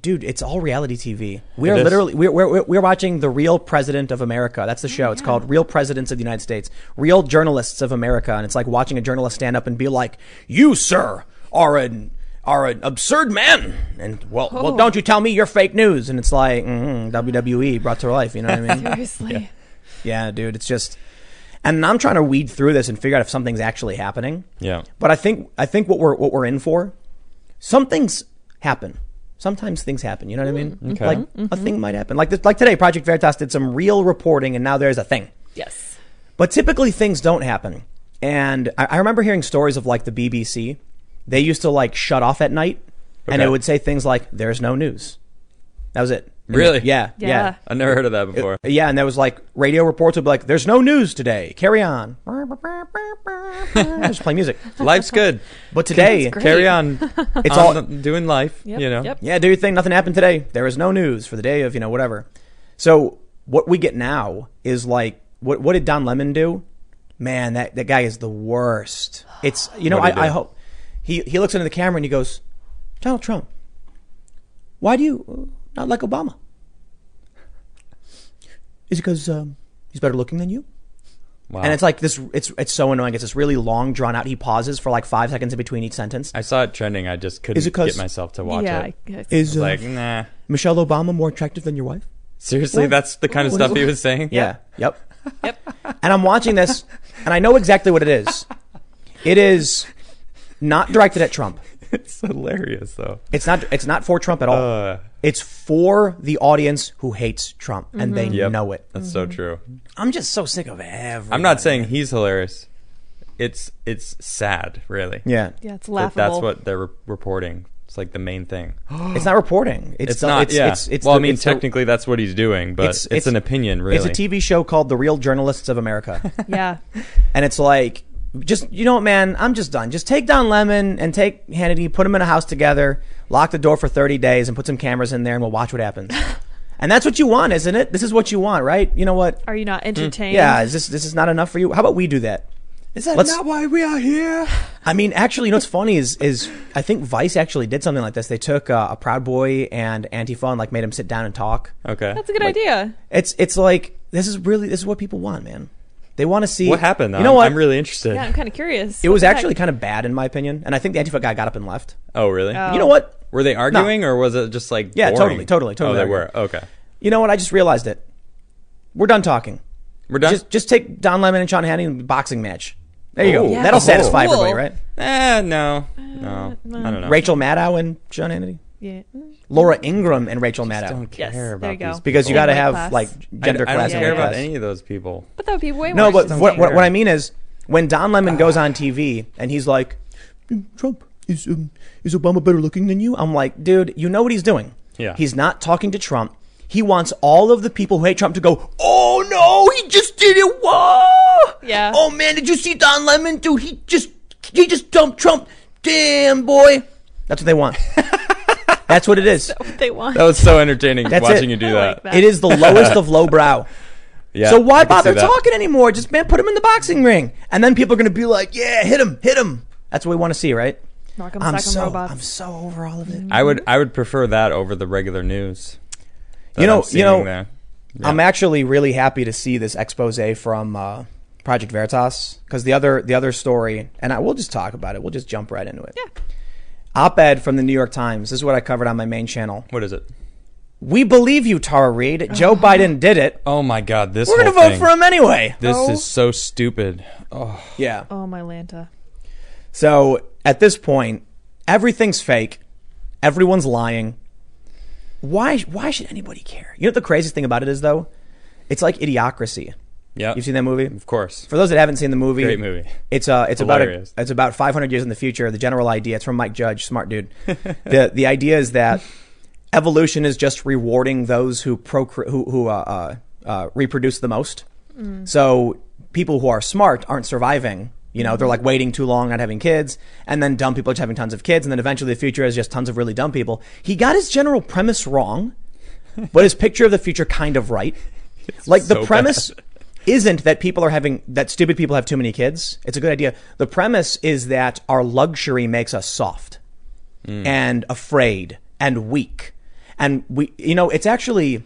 Speaker 1: dude it's all reality tv we
Speaker 2: It
Speaker 1: are
Speaker 2: is.
Speaker 1: literally we're, we're, we're watching the real president of america that's the show it's called real presidents of the united states real journalists of america and it's like watching a journalist stand up and be like you sir are an are an absurd man and well, well don't you tell me you're fake news and it's like mm, wwe brought to life you know what i mean
Speaker 3: Seriously.
Speaker 1: yeah, dude, it's just and I'm trying to weed through this and figure out if something's actually happening.
Speaker 2: Yeah.
Speaker 1: But I think I think what we're what we're in for, some things happen. Sometimes things happen. You know what I mean?
Speaker 2: Mm, Okay.
Speaker 1: Like a thing might happen. Like this, like today, Project Veritas did some real reporting, and now there's a thing.
Speaker 3: Yes.
Speaker 1: But typically things don't happen. And I, I remember hearing stories of like the BBC. They used to like shut off at night, and
Speaker 2: Okay.
Speaker 1: it would say things like "There's no news." That was it. And
Speaker 2: Really?
Speaker 1: it- Yeah.
Speaker 3: Yeah.
Speaker 1: yeah.
Speaker 2: I never heard of that before.
Speaker 1: Yeah, and there was like radio reports would be like, "There's no news today. Carry on." Just play music.
Speaker 2: Life's good.
Speaker 1: But today,
Speaker 3: That's great.
Speaker 2: Carry on.
Speaker 1: it's
Speaker 2: on
Speaker 1: all
Speaker 2: the- doing life.
Speaker 3: Yep.
Speaker 2: You know.
Speaker 3: Yep.
Speaker 1: yeah. Do your thing. Nothing happened today. There is no news for the day of you know whatever. So what we get now is like, what what did Don Lemon do? Man, that that guy is the worst. It's you know
Speaker 2: What'd he
Speaker 1: I, I
Speaker 2: do?
Speaker 1: hope he he looks into the camera and he goes, Donald Trump, why do you uh, not like Obama? Is it because um, he's better looking than you?
Speaker 2: Wow.
Speaker 1: And it's like this. It's it's so annoying. It's this really long, drawn out. He pauses for like five seconds in between each sentence.
Speaker 2: I saw it trending. I just couldn't
Speaker 1: 'cause-
Speaker 2: get myself to watch
Speaker 3: yeah,
Speaker 2: it.
Speaker 3: I guess.
Speaker 1: Is uh,
Speaker 2: Like, nah.
Speaker 1: Michelle Obama more attractive than your wife?
Speaker 2: Seriously, that's the kind of stuff he was saying.
Speaker 1: Yeah. Yep. Yep. And I'm watching this, and I know exactly what it is. It is not directed at Trump.
Speaker 2: it's hilarious though.
Speaker 1: It's not. It's not for Trump at all.
Speaker 2: Uh,
Speaker 1: it's for the audience who hates Trump, and they
Speaker 2: Yep.
Speaker 1: know it.
Speaker 2: that's
Speaker 3: Mm-hmm.
Speaker 2: so true.
Speaker 1: I'm just so sick of everyone.
Speaker 2: I'm not saying he's hilarious. It's it's sad, really.
Speaker 1: Yeah.
Speaker 3: yeah, it's
Speaker 2: That
Speaker 3: laughable.
Speaker 2: that's what they're re- reporting. It's like the main thing.
Speaker 1: It's not reporting. It's,
Speaker 2: It's
Speaker 1: the-
Speaker 2: not.
Speaker 1: It's,
Speaker 2: yeah.
Speaker 1: It's, it's
Speaker 2: well, I
Speaker 1: the-
Speaker 2: mean,
Speaker 1: it's the-
Speaker 2: technically, that's what he's doing, but
Speaker 1: It's-
Speaker 2: it's,
Speaker 1: it's-
Speaker 2: an opinion, really.
Speaker 1: it's a TV show called The Real Journalists of America.
Speaker 3: yeah,
Speaker 1: and it's like just you know what man i'm just done just take down lemon and take hannity put them in a house together lock the door for 30 days and put some cameras in there and we'll watch what happens and that's what you want isn't it this is what you want right you know what
Speaker 3: are you
Speaker 2: Hmm.
Speaker 3: not entertained?
Speaker 1: yeah is this this is not enough for you how about we do that
Speaker 2: Is that
Speaker 1: Let's-
Speaker 2: not why we are here?
Speaker 1: i mean actually you know what's funny is is i think vice actually did something like this they took uh, a proud boy and antifa and like made him sit down and talk
Speaker 2: Okay.
Speaker 3: that's a good idea.
Speaker 1: it's it's like this is really this is what people want man they want to see
Speaker 2: What happened? Though?
Speaker 1: you know what
Speaker 2: I'm really interested.
Speaker 3: Yeah, I'm kind of curious.
Speaker 1: it was actually kind of bad in my opinion and i think the antifa guy got up and left
Speaker 2: Oh, really?
Speaker 3: Oh.
Speaker 1: you know what
Speaker 2: Were they arguing, or was it just like
Speaker 1: Yeah,
Speaker 2: boring?
Speaker 1: totally, totally, totally
Speaker 2: Oh, they
Speaker 1: arguing.
Speaker 2: were. Okay,
Speaker 1: You know what? I just realized it. We're done talking.
Speaker 2: we're done.
Speaker 1: Just just take Don Lemon and Sean Hannity and boxing match. There you go.
Speaker 2: Oh. Yeah.
Speaker 1: That'll satisfy
Speaker 3: Cool.
Speaker 1: everybody, right?
Speaker 2: Eh, no, no, I don't know.
Speaker 1: Uh, Rachel Maddow and Sean Hannity.
Speaker 3: Yeah.
Speaker 1: Laura Ingram and Rachel Maddow.
Speaker 2: don't
Speaker 3: Yes,
Speaker 2: care
Speaker 3: there
Speaker 2: about
Speaker 3: you go.
Speaker 2: these
Speaker 1: Because you got to
Speaker 3: Weight
Speaker 1: have
Speaker 3: class.
Speaker 1: like gender
Speaker 2: I, I
Speaker 1: class.
Speaker 2: don't
Speaker 1: and
Speaker 2: care
Speaker 1: weight
Speaker 2: about
Speaker 1: class.
Speaker 2: any of those people.
Speaker 3: But that would be way
Speaker 1: No,
Speaker 3: more.
Speaker 1: but what, what,
Speaker 3: interesting.
Speaker 1: what I mean is when Don Lemon goes on TV and he's like, "Mm, Trump is um, is Obama better looking than you? I'm like, dude, you know what he's doing.
Speaker 2: Yeah.
Speaker 1: He's not talking to Trump. He wants all of the people who hate Trump to go, oh no, he just did it. Whoa.
Speaker 3: Yeah.
Speaker 1: Oh man, did you see Don Lemon? Dude, he just he just dumped Trump. Damn boy. That's what they want. That's what Oh, it is.
Speaker 3: What they want.
Speaker 2: That was so entertaining
Speaker 1: That's
Speaker 2: watching
Speaker 1: it.
Speaker 2: you do
Speaker 3: I
Speaker 2: that.
Speaker 3: like that.
Speaker 1: It is the lowest of lowbrow.
Speaker 2: Yeah,
Speaker 1: So why
Speaker 2: I can see
Speaker 1: bother
Speaker 2: that.
Speaker 1: talking anymore? Just man, put him in the boxing ring, and then people are gonna be like, "Yeah, hit him, hit him." That's what we want to see, right?
Speaker 3: Knock 'em,
Speaker 1: I'm
Speaker 3: sock 'em,
Speaker 1: so
Speaker 3: robots.
Speaker 1: I'm so over all of it.
Speaker 2: I would I would prefer that over the regular news. that
Speaker 1: You know-
Speaker 2: I'm
Speaker 1: you
Speaker 2: seeing
Speaker 1: know-
Speaker 2: there. Mm-hmm.
Speaker 1: I'm actually really happy to see this expose from uh, Project Veritas because the other the other story, and I will just talk about it. We'll just jump right into it.
Speaker 3: Yeah.
Speaker 1: Op-ed from the New York Times. This is what I covered on my main channel.
Speaker 2: What is it?
Speaker 1: We believe you, Tara Reid. Joe
Speaker 3: Uh-huh.
Speaker 1: Biden did it.
Speaker 2: Oh my God! This
Speaker 1: We're gonna
Speaker 2: whole
Speaker 1: vote
Speaker 2: thing.
Speaker 1: for him anyway.
Speaker 2: This
Speaker 3: Oh.
Speaker 2: is so stupid. Oh,
Speaker 1: Yeah.
Speaker 3: Oh my Lanta.
Speaker 1: So at this point, everything's fake. Everyone's lying. Why? Why should anybody care? You know what the craziest thing about it is though, it's like Idiocracy.
Speaker 2: yeah.
Speaker 1: You've seen that movie?
Speaker 2: of course.
Speaker 1: For those that haven't seen the movie,
Speaker 2: Great movie.
Speaker 1: It's uh, it's about a,
Speaker 2: Hilarious.
Speaker 1: it's about 500 years in the future. The general idea. It's from Mike Judge, smart dude. the The idea is that evolution is just rewarding those who procre- who who uh, uh, uh, reproduce the most. So people who are smart aren't surviving. You know, they're like waiting too long, not having kids, and then dumb people are just having tons of kids, and then eventually the future is just tons of really dumb people. He got his general premise wrong, but his picture of the future kind of right. like
Speaker 2: so
Speaker 1: the
Speaker 2: bad.
Speaker 1: premise isn't that people are having that stupid people have too many kids. It's a good idea. The premise is that our luxury makes us soft
Speaker 2: Hmm.
Speaker 1: and afraid and weak. And we you know, it's actually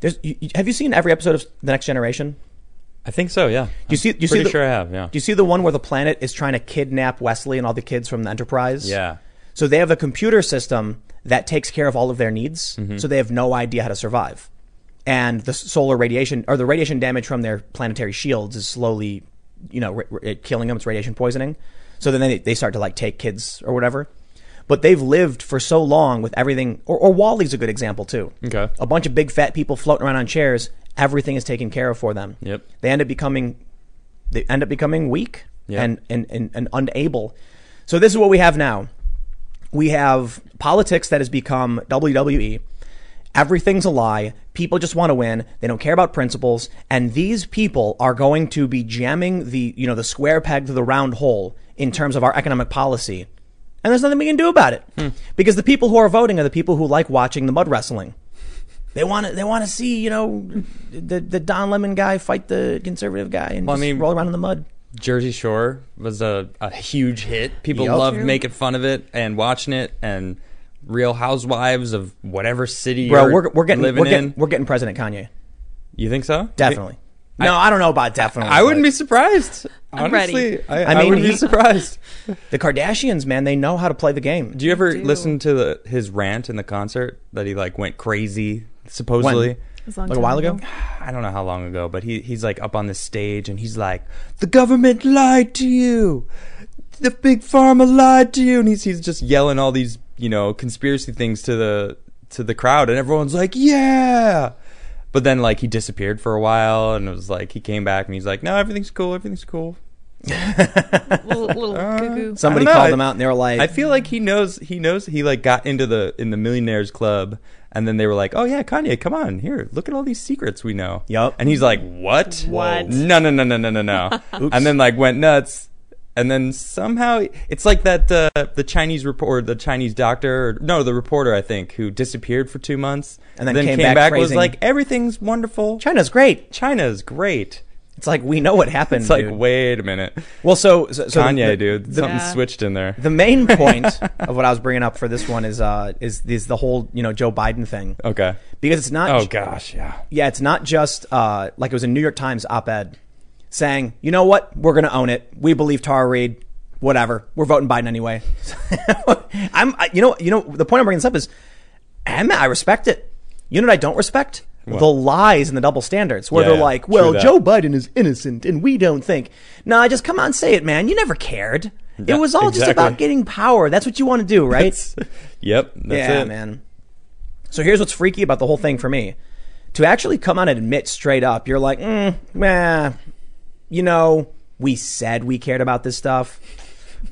Speaker 1: there's you, you- have you seen every episode of The Next Generation?
Speaker 2: I think so. Yeah.
Speaker 1: Do you see do you see
Speaker 2: Pretty
Speaker 1: the,
Speaker 2: sure I have. Yeah.
Speaker 1: Do you see the one where the planet is trying to kidnap Wesley and all the kids from the Enterprise?
Speaker 2: Yeah.
Speaker 1: So they have a computer system that takes care of all of their needs.
Speaker 2: Mm-hmm.
Speaker 1: So they have no idea how to survive. And the solar radiation or the radiation damage from their planetary shields is slowly, you know, r- r- killing them. It's radiation poisoning. So then they, they start to like take kids or whatever. But they've lived for so long with everything. Or, or Wally's a good example too.
Speaker 2: Okay.
Speaker 1: A bunch of big fat people floating around on chairs. Everything is taken care of for them.
Speaker 2: Yep.
Speaker 1: They end up becoming they end up becoming weak
Speaker 2: Yeah.
Speaker 1: and, and, and, and unable. So this is what we have now. We have politics that has become WWE. Everything's a lie. People just want to win. They don't care about principles. And these people are going to be jamming the you know the square peg to the round hole in terms of our economic policy. And there's nothing we can do about it.
Speaker 2: Hmm.
Speaker 1: Because the people who are voting are the people who like watching the mud wrestling. They want to. They want to see you know the the Don Lemon guy fight the conservative guy and
Speaker 2: Well, I
Speaker 1: just
Speaker 2: mean-
Speaker 1: roll around in the mud.
Speaker 2: Jersey Shore was a, a huge hit. People
Speaker 1: Yup.
Speaker 2: loved
Speaker 1: True.
Speaker 2: making fun of it and watching it and Real Housewives of whatever city
Speaker 1: Bro,
Speaker 2: you're
Speaker 1: we're, we're getting
Speaker 2: living
Speaker 1: we're getting,
Speaker 2: in.
Speaker 1: we're getting President Kanye
Speaker 2: You think so?
Speaker 1: definitely. No, I, don't know about definitely.
Speaker 2: I wouldn't
Speaker 1: but
Speaker 2: be surprised.
Speaker 3: I'm ready.
Speaker 2: Honestly, I,
Speaker 1: I
Speaker 2: I
Speaker 1: mean,
Speaker 2: wouldn't be
Speaker 1: he-
Speaker 2: surprised.
Speaker 1: The Kardashians, man, they know how to play the game.
Speaker 2: Do you ever
Speaker 3: do.
Speaker 2: listen to the, his rant in the concert that he like went crazy supposedly?
Speaker 3: It was long
Speaker 1: Like a
Speaker 3: time
Speaker 1: while ago?
Speaker 2: I don't know how long ago, but he he's like up on the stage and he's like, "The government lied to you. The big pharma lied to you." And he's he's just yelling all these, you know, conspiracy things to the to the crowd and everyone's like, "Yeah." But then like he disappeared for a while and it was like he came back and he's like, "No, everything's cool. Everything's cool."
Speaker 3: Little, little
Speaker 1: Uh,
Speaker 3: goo-goo.
Speaker 1: Somebody
Speaker 2: I don't know,
Speaker 1: called
Speaker 2: I-
Speaker 1: them out and they were like,
Speaker 2: I feel like he knows he knows he like got into the in the millionaires club and then they were like, "Oh yeah, Kanye, come on. Here, look at all these secrets we know."
Speaker 1: Yup.
Speaker 2: And he's like, "What?
Speaker 3: What?
Speaker 2: No, no, no, no, no, no, no." and then like went nuts. And then somehow it's like that uh, the Chinese reporter, the Chinese doctor, or, no, the reporter I think who disappeared for 2 months
Speaker 1: And then came back
Speaker 2: was
Speaker 1: praising-
Speaker 2: like, "Everything's wonderful.
Speaker 1: China's great.
Speaker 2: China's great."
Speaker 1: It's like we know what happened.
Speaker 2: It's like,
Speaker 1: dude.
Speaker 2: "Wait a minute.
Speaker 1: well, so, so, so the-
Speaker 2: Kanye,
Speaker 1: the-
Speaker 2: dude, something
Speaker 3: Yeah.
Speaker 2: switched in there."
Speaker 1: The main point of what I was bringing up for this one is uh is is the whole you know Joe Biden thing
Speaker 2: okay.
Speaker 1: because it's not
Speaker 2: Oh gosh, yeah.
Speaker 1: yeah it's not just uh like it was a New York Times op-ed saying you know what we're gonna own it we believe Tara Reid whatever we're voting Biden anyway I'm I, you know you know the point I'm bringing this up is I'm, I respect it you know what I don't respect the lies and the double standards where
Speaker 2: Yeah,
Speaker 1: they're
Speaker 2: yeah.
Speaker 1: like
Speaker 2: True
Speaker 1: well
Speaker 2: that.
Speaker 1: Joe Biden is innocent and we don't think nah just come on say it man you never cared.
Speaker 2: Yeah,
Speaker 1: it was all just
Speaker 2: exactly.
Speaker 1: about getting power. That's what you want to do, right?
Speaker 2: yep. That's
Speaker 1: yeah,
Speaker 2: it.
Speaker 1: man. So here's what's freaky about the whole thing for me. To actually come out and admit straight up, you're like, mm, meh, you know, we said we cared about this stuff.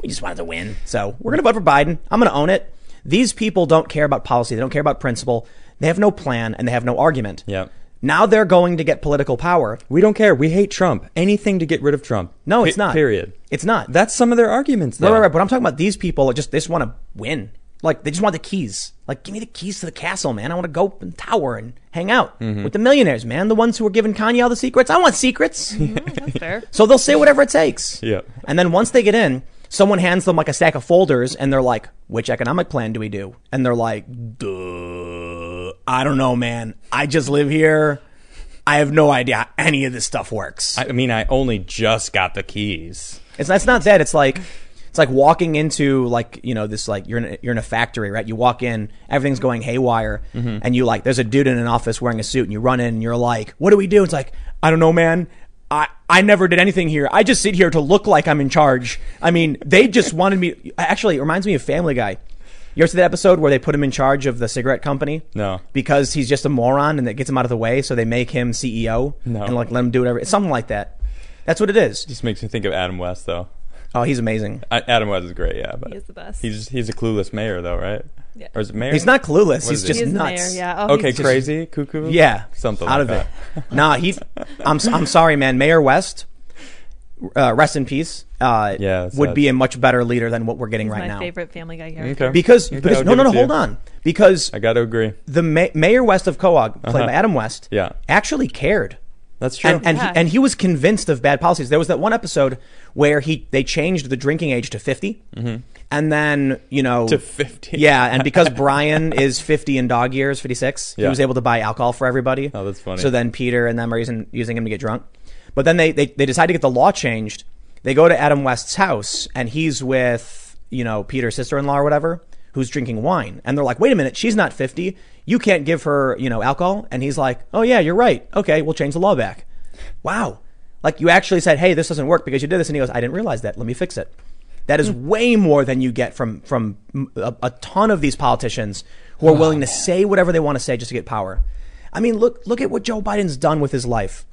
Speaker 1: We just wanted to win. So we're going to vote for Biden. I'm going to own it. These people don't care about policy. They don't care about principle. They have no plan and they have no argument.
Speaker 2: Yep.
Speaker 1: Now they're going to get political power.
Speaker 2: We don't care. We hate Trump. Anything to get rid of Trump.
Speaker 1: No,
Speaker 2: Pe-
Speaker 1: it's not.
Speaker 2: Period.
Speaker 1: It's not.
Speaker 2: That's some of their arguments. Though.
Speaker 1: Right, right, right. But I'm talking about these people. that Just they just want to win. Like they just want the keys. Like give me the keys to the castle, man. I want to go up in the tower and hang out with the millionaires, man. The ones who are giving Kanye all the secrets. I want secrets.
Speaker 3: Oh, That's fair.
Speaker 1: so they'll say whatever it takes.
Speaker 2: Yeah.
Speaker 1: And then once they get in, someone hands them like a stack of folders, and they're like, "Which economic plan do we do?" And they're like, "Duh, I don't know, man. I just live here. I have no idea how any of this stuff works."
Speaker 2: I mean, I only just got the keys.
Speaker 1: It's that's not that. It's like it's like walking into like you know this like you're in a, you're in a factory, right? You walk in, everything's going haywire,
Speaker 2: Mm-hmm.
Speaker 1: and you like there's a dude in an office wearing a suit, and you run in, and you're like, "What do we do?" It's like I don't know, man. I, I never did anything here. I just sit here to look like I'm in charge. I mean, they just wanted me. Actually, it reminds me of Family Guy. You ever see that episode where they put him in charge of the cigarette company?
Speaker 2: No.
Speaker 1: Because he's just a moron and that gets him out of the way, so they make him CEO
Speaker 2: No.
Speaker 1: and like let him do whatever. It's something like that. That's what it is.
Speaker 2: Just makes me think of Adam West, though.
Speaker 1: Oh, he's amazing.
Speaker 2: I, Adam West is great. Yeah, but
Speaker 3: He's the best.
Speaker 2: he's he's a clueless mayor, though, right?
Speaker 3: Yeah.
Speaker 2: Or is it mayor?
Speaker 1: He's not clueless.
Speaker 2: What
Speaker 1: He's
Speaker 2: is he?
Speaker 1: just
Speaker 3: He is the mayor,
Speaker 1: nuts.
Speaker 3: yeah. Oh,
Speaker 2: Okay,
Speaker 3: he's just-
Speaker 2: crazy cuckoo.
Speaker 1: Yeah.
Speaker 2: something
Speaker 1: out
Speaker 2: like
Speaker 1: of
Speaker 2: that.
Speaker 1: it. Nah, he's. I'm. I'm sorry, man. Mayor West, uh, rest in peace. Uh,
Speaker 2: Yeah, that's
Speaker 1: would
Speaker 2: sad.
Speaker 1: be a much better leader than what we're getting
Speaker 3: He's
Speaker 1: right
Speaker 3: my
Speaker 1: now.
Speaker 3: favorite Family Guy character.
Speaker 2: Okay.
Speaker 1: Because,
Speaker 2: Okay,
Speaker 1: because
Speaker 2: I'll
Speaker 1: no,
Speaker 2: give
Speaker 1: no,
Speaker 2: it
Speaker 1: no.
Speaker 2: to
Speaker 1: Hold
Speaker 2: you.
Speaker 1: on. Because
Speaker 2: I got to agree.
Speaker 1: the Ma- Mayor West of Coag, played by Adam West,
Speaker 2: Yeah.
Speaker 1: actually cared.
Speaker 2: That's true.
Speaker 1: And, and,
Speaker 3: Yeah.
Speaker 1: he, and he was convinced of bad policies. There was that one episode where he they changed the drinking age to 50. And then, you know.
Speaker 2: Mm-hmm. To 50.
Speaker 1: Yeah. And because Brian is 50 in dog years, 56, he
Speaker 2: Yeah.
Speaker 1: was able to buy alcohol for everybody.
Speaker 2: Oh, that's funny.
Speaker 1: So then Peter and them are using, using him to get drunk. But then they, they, they decide to get the law changed. They go to Adam West's house, and he's with, you know, Peter's sister in law or whatever, who's drinking wine. And they're like, wait a minute, she's not 50. You can't give her, you know, alcohol. And he's like, oh, yeah, you're right. Okay, we'll change the law back. Wow. Like you actually said, hey, this doesn't work because you did this. And he goes, I didn't realize that. Let me fix it. That is
Speaker 2: Hmm.
Speaker 1: way more than you get from from mm, a, a ton of these politicians who are willing to say whatever they want to say just to get power. I mean, look look at what Joe Biden's done with his life.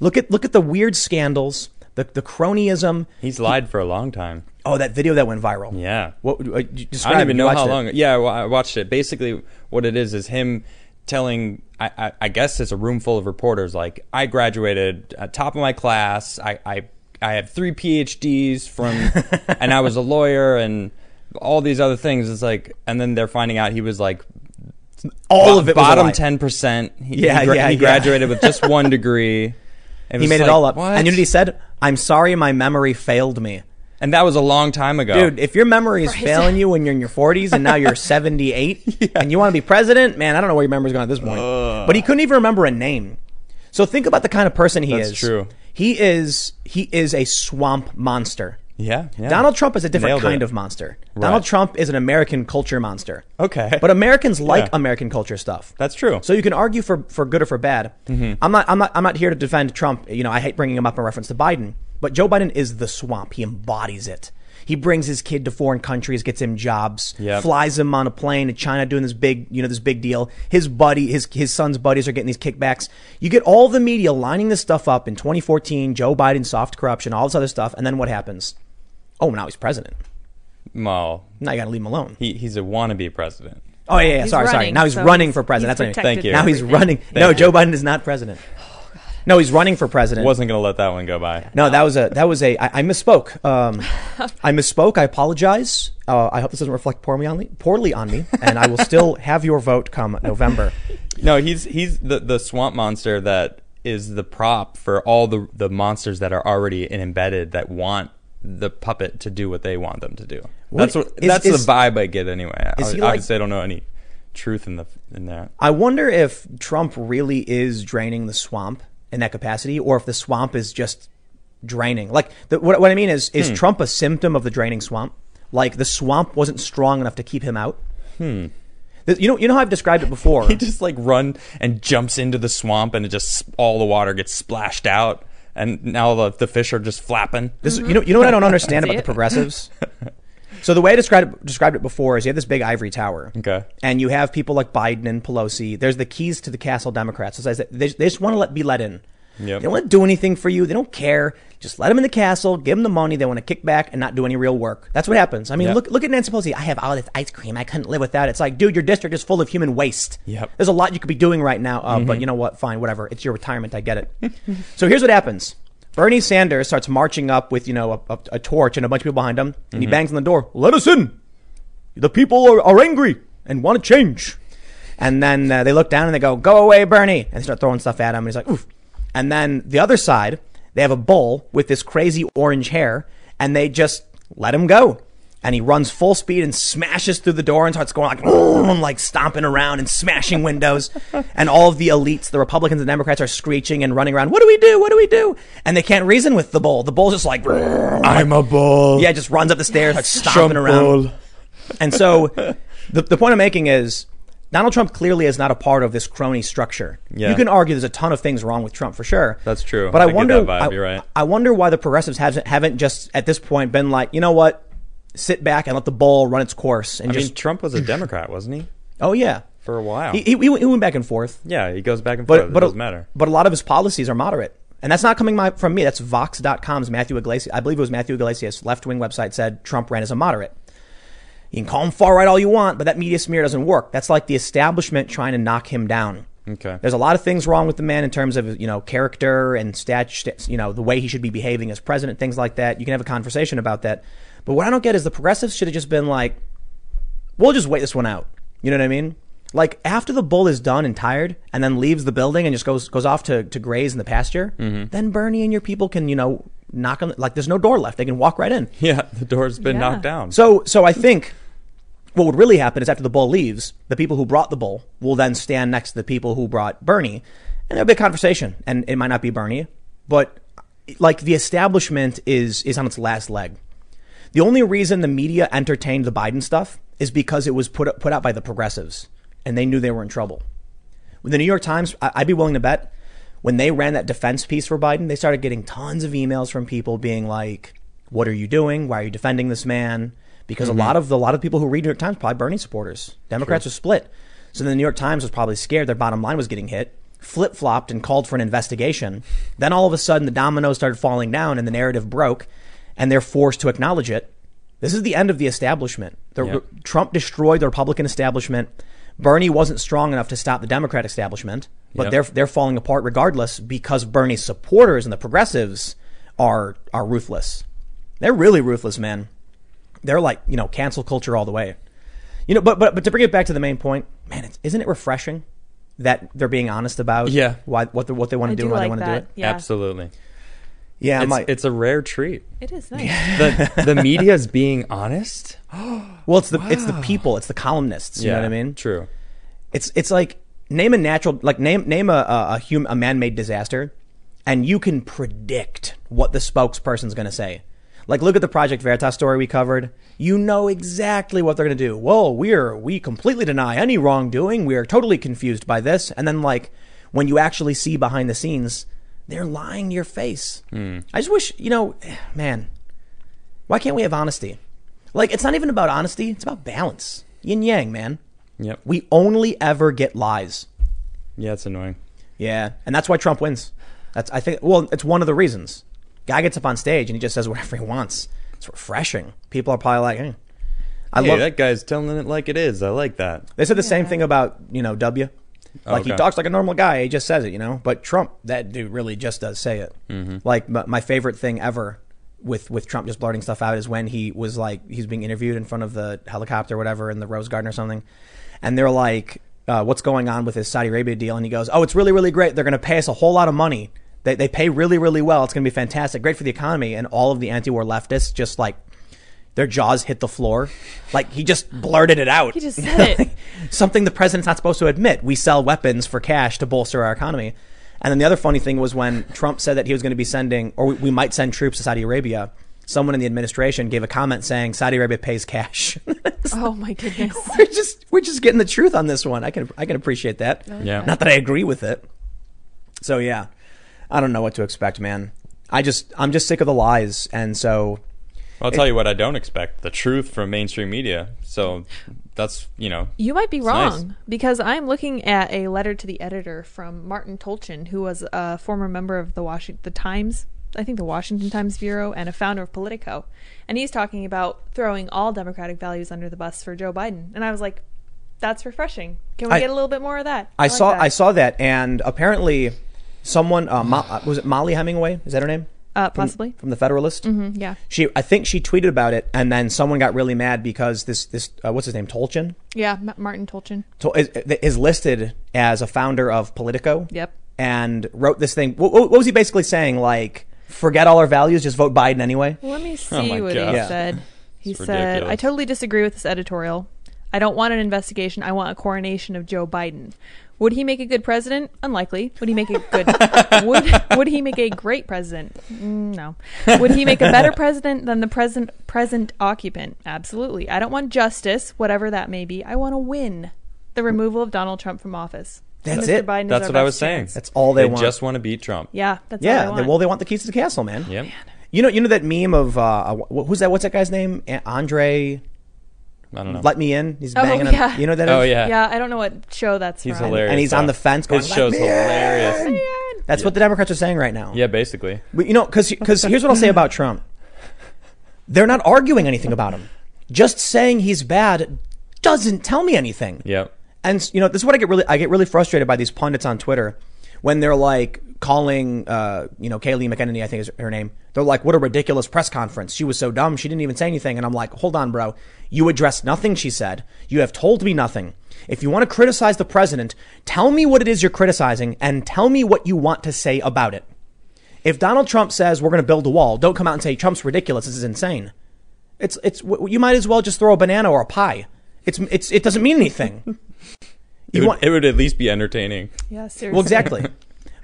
Speaker 1: Look at look at the weird scandals, the the cronyism.
Speaker 2: he's lied for a long time.
Speaker 1: Oh, that video that went viral.
Speaker 2: Yeah.
Speaker 1: What? Uh, j- describe
Speaker 2: I don't
Speaker 1: it.
Speaker 2: even
Speaker 1: You
Speaker 2: know
Speaker 1: watched
Speaker 2: how
Speaker 1: it.
Speaker 2: long. Yeah, well, I watched it. Basically, what it is is him telling. I, I, I guess it's a room full of reporters. Like I graduated at top of my class. I I, I have three PhDs from, and I was a lawyer and all these other things. It's like, and then they're finding out he was like
Speaker 1: All
Speaker 2: bo-
Speaker 1: of it. was a
Speaker 2: bottom
Speaker 1: lie.
Speaker 2: ten percent.
Speaker 1: Yeah,
Speaker 2: he,
Speaker 1: yeah, yeah.
Speaker 2: He graduated with just one degree. It
Speaker 1: He
Speaker 2: was
Speaker 1: made it
Speaker 2: like,
Speaker 1: all up.
Speaker 2: What?
Speaker 1: And Unity said, "I'm sorry, my memory failed me."
Speaker 2: and that was a long time ago,
Speaker 1: Dude, if your memory is failing you when you're in your 40s and now you're 78 and you want to be president, man, I don't know where your memory's going at this point. But he couldn't even remember a name. So think about the kind of person he
Speaker 2: That's
Speaker 1: is.
Speaker 2: true.
Speaker 1: He is he is a swamp monster.
Speaker 2: Yeah. yeah.
Speaker 1: Donald Trump is a different
Speaker 2: Nailed
Speaker 1: kind
Speaker 2: it.
Speaker 1: of monster.
Speaker 2: Right.
Speaker 1: Donald Trump is an American culture monster.
Speaker 2: Okay.
Speaker 1: But Americans like
Speaker 2: Yeah.
Speaker 1: American culture stuff.
Speaker 2: That's true.
Speaker 1: So you can argue for, for good or for bad.
Speaker 2: Mm-hmm.
Speaker 1: I'm not I'm not I'm not here to defend Trump. You know, I hate bringing him up in reference to Biden, but Joe Biden is the swamp. He embodies it. He brings his kid to foreign countries, gets him jobs,
Speaker 2: Yep.
Speaker 1: flies him on a plane to China, doing this big, you know, this big deal. His buddy, his his son's buddies are getting these kickbacks. You get all the media lining this stuff up in 2014, Joe Biden, soft corruption, all this other stuff, and then what happens? Oh, now he's president.
Speaker 2: Well,
Speaker 1: Now you got to leave him alone.
Speaker 2: he, he's a wannabe president.
Speaker 1: Oh yeah, yeah.
Speaker 3: He's
Speaker 1: sorry, sorry.
Speaker 3: running,
Speaker 1: Now he's
Speaker 3: so
Speaker 1: running
Speaker 3: he's-
Speaker 1: for president.
Speaker 3: he's
Speaker 1: That's what I mean.
Speaker 3: protected
Speaker 2: Thank you.
Speaker 3: from
Speaker 2: Now
Speaker 1: Now he's
Speaker 3: everything.
Speaker 1: running. no, Joe Biden is not president. No, he's running for president.
Speaker 2: Wasn't going to let that one go by.
Speaker 1: no, that was a that was a I, I misspoke. Um, I misspoke. I apologize. Uh, I hope this doesn't reflect poorly on me, poorly on me, and I will still have your vote come November.
Speaker 2: No, he's he's the the swamp monster that is the prop for all the the monsters that are already in embedded that want the puppet to do what they want them to do. that's what
Speaker 1: is-
Speaker 2: that's
Speaker 1: is-
Speaker 2: the vibe I get anyway. I,
Speaker 1: is he like-
Speaker 2: obviously, I don't know any truth in the in that.
Speaker 1: I wonder if Trump really is draining the swamp in that capacity, or if the swamp is just draining. Like the, what, what I mean is,
Speaker 2: Hmm.
Speaker 1: is Trump a symptom of the draining swamp? Like the swamp wasn't strong enough to keep him out. Hmm. You know, you know how I've described it before.
Speaker 2: He just like run and jumps into the swamp, and it just all the water gets splashed out, and now the the fish are just flapping.
Speaker 1: This, you know, you know what I don't understand
Speaker 3: See
Speaker 1: about the
Speaker 3: it?
Speaker 1: progressives. so the way I described it, described it before is you have this big ivory tower,
Speaker 2: Okay.
Speaker 1: and you have people like Biden and Pelosi. There's the keys to the castle, Democrats. So it's like they, they just want to let be let in.
Speaker 2: Yep.
Speaker 1: They don't want to do anything for you. They don't care. Just let them in the castle. Give them the money. They want to kick back and not do any real work. That's what happens. I mean,
Speaker 2: Yep.
Speaker 1: look look at Nancy Pelosi. I have all this ice cream. I couldn't live without it. It's like, dude, your district is full of human waste.
Speaker 2: Yep.
Speaker 1: There's a lot you could be doing right now, uh, but you know what? Fine, whatever. It's your retirement. I get it. so here's what happens. Bernie Sanders starts marching up with, you know, a, a, a torch and a bunch of people behind him, and he bangs on the door. Let us in. The people are, are angry and want to change. And then uh, they look down and they go, go away, Bernie. And they start throwing stuff at him. And he's like, oof. And then the other side, they have a bull with this crazy orange hair, and they just let him go. And he runs full speed and smashes through the door and starts going like, "Vroom," like stomping around and smashing windows. and all of the elites, the Republicans and Democrats, are screeching and running around. What do we do? What do we do? And they can't reason with the bull. The bull's just like, "Vroom."
Speaker 2: I'm a bull.
Speaker 1: yeah, just runs up the stairs, like stomping
Speaker 2: Trump
Speaker 1: around.
Speaker 2: bull.
Speaker 1: And so the, the point I'm making is Donald Trump clearly is not a part of this crony structure.
Speaker 2: Yeah.
Speaker 1: You can argue there's a ton of things wrong with Trump for sure.
Speaker 2: That's true.
Speaker 1: But I,
Speaker 2: I get
Speaker 1: wonder
Speaker 2: that vibe,
Speaker 1: I,
Speaker 2: you're right.
Speaker 1: I wonder why the progressives haven't haven't just at this point been like, you know what? Sit back and let the ball run its course and
Speaker 2: I
Speaker 1: just
Speaker 2: mean, Trump was a Democrat, wasn't he?
Speaker 1: oh yeah.
Speaker 2: For a while.
Speaker 1: He, he, he went he went back and forth.
Speaker 2: yeah, he goes back and forth.
Speaker 1: But
Speaker 2: It
Speaker 1: but
Speaker 2: doesn't
Speaker 1: a,
Speaker 2: matter.
Speaker 1: but a lot of his policies are moderate. And that's not coming my, from me. That's Vox.com's Matthew Iglesias. I believe it was Matthew Iglesias' left wing website said Trump ran as a moderate. You can call him far right all you want, but that media smear doesn't work. That's like the establishment trying to knock him down.
Speaker 2: Okay.
Speaker 1: There's a lot of things wrong with the man in terms of you know character and stature, you know the way he should be behaving as president, things like that. You can have a conversation about that. But what I don't get is the progressives should have just been like, "We'll just wait this one out." You know what I mean? Like after the bull is done and tired, and then leaves the building and just goes goes off to to graze in the pasture, then Bernie and your people can you know knock on like there's no door left. They can walk right in.
Speaker 2: Yeah, the door's been
Speaker 3: Yeah.
Speaker 2: knocked down.
Speaker 1: So, so I think what would really happen is after the bull leaves, the people who brought the bull will then stand next to the people who brought Bernie, and there'll be a conversation. And it might not be Bernie, but like the establishment is is on its last leg. The only reason the media entertained the Biden stuff is because it was put put out by the progressives, and they knew they were in trouble. When the New York Times, I, I'd be willing to bet, when they ran that defense piece for Biden, they started getting tons of emails from people being like, "What are you doing? Why are you defending this man?" Because a lot of a lot of people who read New York Times probably Bernie supporters. Democrats are split, so the New York Times was probably scared their bottom line was getting hit. Flip flopped and called for an investigation. Then all of a sudden, the dominoes started falling down, and the narrative broke, and they're forced to acknowledge it. This is the end of the establishment. The,
Speaker 2: Yep.
Speaker 1: Trump destroyed the Republican establishment. Bernie wasn't strong enough to stop the Democrat establishment, but
Speaker 2: Yep.
Speaker 1: they're they're falling apart regardless because Bernie's supporters and the progressives are are ruthless. They're really ruthless, man. They're like you know cancel culture all the way. You know, but but but to bring it back to the main point, man, it's, isn't it refreshing that they're being honest about
Speaker 2: Yeah.
Speaker 1: why what they what they want
Speaker 3: I
Speaker 1: to do
Speaker 3: do
Speaker 1: and why they
Speaker 3: like
Speaker 1: want to do it?
Speaker 3: that. Yeah,
Speaker 2: Absolutely.
Speaker 1: Yeah,
Speaker 2: It's,
Speaker 1: my-
Speaker 2: it's a rare treat.
Speaker 3: it is nice.
Speaker 2: The the media's being honest.
Speaker 1: well, it's the it's the people, it's the columnists. You know what I mean?
Speaker 2: True.
Speaker 1: It's it's like name a natural like name name a a, a, hum, a man-made disaster and you can predict what the spokesperson's going to say like look at the project veritas story we covered you know exactly what they're going to do well we're we completely deny any wrongdoing we are totally confused by this and then like when you actually see behind the scenes they're lying to your face i just wish you know man why can't we have honesty like it's not even about honesty it's about balance yin yang man
Speaker 2: Yep.
Speaker 1: we only ever get lies
Speaker 2: Yeah, it's annoying.
Speaker 1: yeah, and that's why Trump wins. That's I think. Well, it's one of the reasons. Guy gets up on stage and he just says whatever he wants. It's refreshing. People are probably like, eh. I
Speaker 2: Hey,
Speaker 1: love.
Speaker 2: that guy's telling it like it is. I like that.
Speaker 1: they said the same thing about you know W. Like he
Speaker 2: okay.
Speaker 1: talks like a normal guy. He just says it, you know. But Trump, that dude really just does say it. Like my, my favorite thing ever with with Trump just blurting stuff out is when he was like he's being interviewed in front of the helicopter, or whatever, in the Rose Garden or something, and they're like, uh, "What's going on with his Saudi Arabia deal?" And he goes, "Oh, it's really really great. They're going to pay us a whole lot of money. They they pay really really well. It's going to be fantastic, great for the economy." And all of the anti-war leftists just like their jaws hit the floor, like he just blurted it out
Speaker 3: He just said it.
Speaker 1: something the president's not supposed to admit. We sell weapons for cash to bolster our economy. And then the other funny thing was when Trump said that he was going to be sending, or we, we might send troops to Saudi Arabia. Someone in the administration gave a comment saying Saudi Arabia pays cash.
Speaker 3: Oh my goodness.
Speaker 1: we're just we're just getting the truth on this one. I can I can appreciate that.
Speaker 3: Oh,
Speaker 2: Yeah.
Speaker 1: Not that I agree with it. So yeah, I don't know what to expect, man. I just I'm just sick of the lies, and so
Speaker 2: I'll tell you what I don't expect: the truth from mainstream media. So that's you know
Speaker 3: You might be
Speaker 2: nice.
Speaker 3: wrong because I'm looking at a letter to the editor from Martin Tolchin, who was a former member of the Washington the Times, I think the Washington Times Bureau, and a founder of Politico, and he's talking about throwing all Democratic values under the bus for Joe Biden, and I was like, "That's refreshing. Can we
Speaker 1: I-
Speaker 3: get a little bit more of that?"
Speaker 1: I,
Speaker 3: like
Speaker 1: saw
Speaker 3: that.
Speaker 1: I saw that, and apparently someone uh, Mo- uh, was it Molly Hemingway? Is that her name?
Speaker 3: uh, possibly,
Speaker 1: from the Federalist.
Speaker 3: Mm, yeah,
Speaker 1: She, I think she tweeted about it, and then someone got really mad because this, this, uh, what's his name, Tolchin,
Speaker 3: yeah, Ma- Martin Tolchin.
Speaker 1: Tol- is, is listed as a founder of Politico.
Speaker 3: Yep.
Speaker 1: And wrote this thing. What, what was he basically saying? Like, forget all our values, just vote Biden anyway.
Speaker 3: Let me see
Speaker 2: Oh my
Speaker 3: what
Speaker 2: God.
Speaker 3: he
Speaker 1: Yeah.
Speaker 3: said. He
Speaker 2: It's
Speaker 3: said, "I
Speaker 2: ridiculous.
Speaker 3: totally disagree with this editorial. I don't want an investigation. I want a coronation of Joe Biden. Would he make a good president? Unlikely. Would he make a good? would Would he make a great president? Mm, No. Would he make a better president than the present present occupant? Absolutely. I don't want justice, whatever that may be. I want to win. The removal of Donald Trump from office.
Speaker 1: That's
Speaker 3: Mr.
Speaker 1: it.
Speaker 3: Biden is
Speaker 2: that's
Speaker 3: our
Speaker 2: what I
Speaker 3: best
Speaker 2: was saying.
Speaker 3: chance.
Speaker 1: That's all they want.
Speaker 2: just want to beat Trump.
Speaker 3: Yeah, that's all
Speaker 1: yeah.
Speaker 3: I
Speaker 1: they-
Speaker 3: want.
Speaker 1: well, they want the keys to the castle, man.
Speaker 2: Yep.
Speaker 1: You know, you know that meme of uh, wh- who's that? What's that guy's name? A- Andre,
Speaker 2: I don't know.
Speaker 1: let me in. He's
Speaker 3: Oh,
Speaker 1: banging.
Speaker 3: yeah.
Speaker 1: On, you know that?
Speaker 2: oh
Speaker 1: is?
Speaker 2: yeah.
Speaker 3: yeah, I don't know what show that's
Speaker 2: He's
Speaker 3: from.
Speaker 2: hilarious.
Speaker 1: And he's on
Speaker 2: though.
Speaker 1: the fence going,
Speaker 2: His
Speaker 1: "Let
Speaker 2: show's
Speaker 1: me in."
Speaker 2: hilarious.
Speaker 1: That's what the Democrats are saying right now.
Speaker 2: Yeah, basically.
Speaker 1: But you know, because here's what I'll say about Trump. They're not arguing anything about him. Just saying he's bad doesn't tell me anything.
Speaker 2: Yep.
Speaker 1: And you know, this is what I get really I get really frustrated by these pundits on Twitter when they're like calling uh, you know, Kaylee McEnany, I think is her name. They're like, "What a ridiculous press conference. She was so dumb. She didn't even say anything." And I'm like, "Hold on, bro. You addressed nothing she said. You have told me nothing. If you want to criticize the president, tell me what it is you're criticizing and tell me what you want to say about it." If Donald Trump says we're going to build a wall, don't come out and say Trump's ridiculous. This is insane. It's it's w- you might as well just throw a banana or a pie. It's it's it doesn't mean anything.
Speaker 2: It
Speaker 1: You
Speaker 2: would,
Speaker 1: want-
Speaker 2: it would at least be entertaining.
Speaker 3: Yeah, seriously.
Speaker 1: well exactly,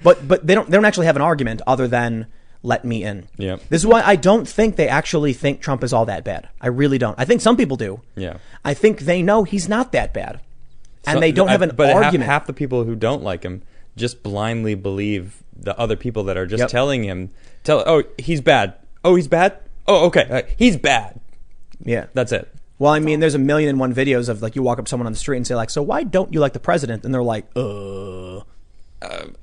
Speaker 1: but but they don't they don't actually have an argument other than let me in.
Speaker 2: Yep.
Speaker 1: This is why I don't think they actually think Trump is all that bad. I really don't. I think some people do.
Speaker 2: Yeah.
Speaker 1: I think they know he's not that bad, and
Speaker 2: So-
Speaker 1: they don't
Speaker 2: I-
Speaker 1: have an
Speaker 2: but half-
Speaker 1: argument.
Speaker 2: Half, the people who don't like him just blindly believe the other people that are just
Speaker 1: Yep.
Speaker 2: telling him, "Tell oh he's bad. Oh he's bad. Oh okay, Uh, he's bad."
Speaker 1: yeah.
Speaker 2: That's it.
Speaker 1: Well, I mean, there's a million and one videos of like you walk up to someone on the street and say like, "So why don't you like the president?" And they're like, "Uh."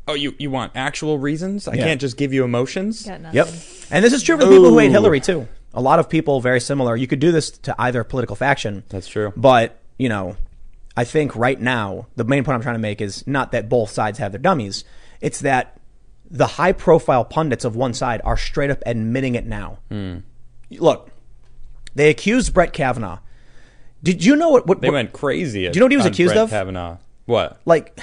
Speaker 2: Oh, you you want actual reasons? I
Speaker 1: Yeah.
Speaker 2: can't just give you emotions.
Speaker 3: Got nothing.
Speaker 1: Yep. And this is true for the people who hate
Speaker 2: Ooh.
Speaker 1: Hillary too. A lot of people very similar. You could do this to either political faction.
Speaker 2: That's true.
Speaker 1: But, you know, I think right now the main point I'm trying to make is not that both sides have their dummies. It's that the high profile pundits of one side are straight up admitting it now.
Speaker 2: Hmm.
Speaker 1: Look, they accused Brett Kavanaugh. Did you know what, what,
Speaker 2: They
Speaker 1: what-
Speaker 2: went crazy. Do
Speaker 1: you know what he was accused
Speaker 2: Brett
Speaker 1: of?
Speaker 2: Kavanaugh. What?
Speaker 1: like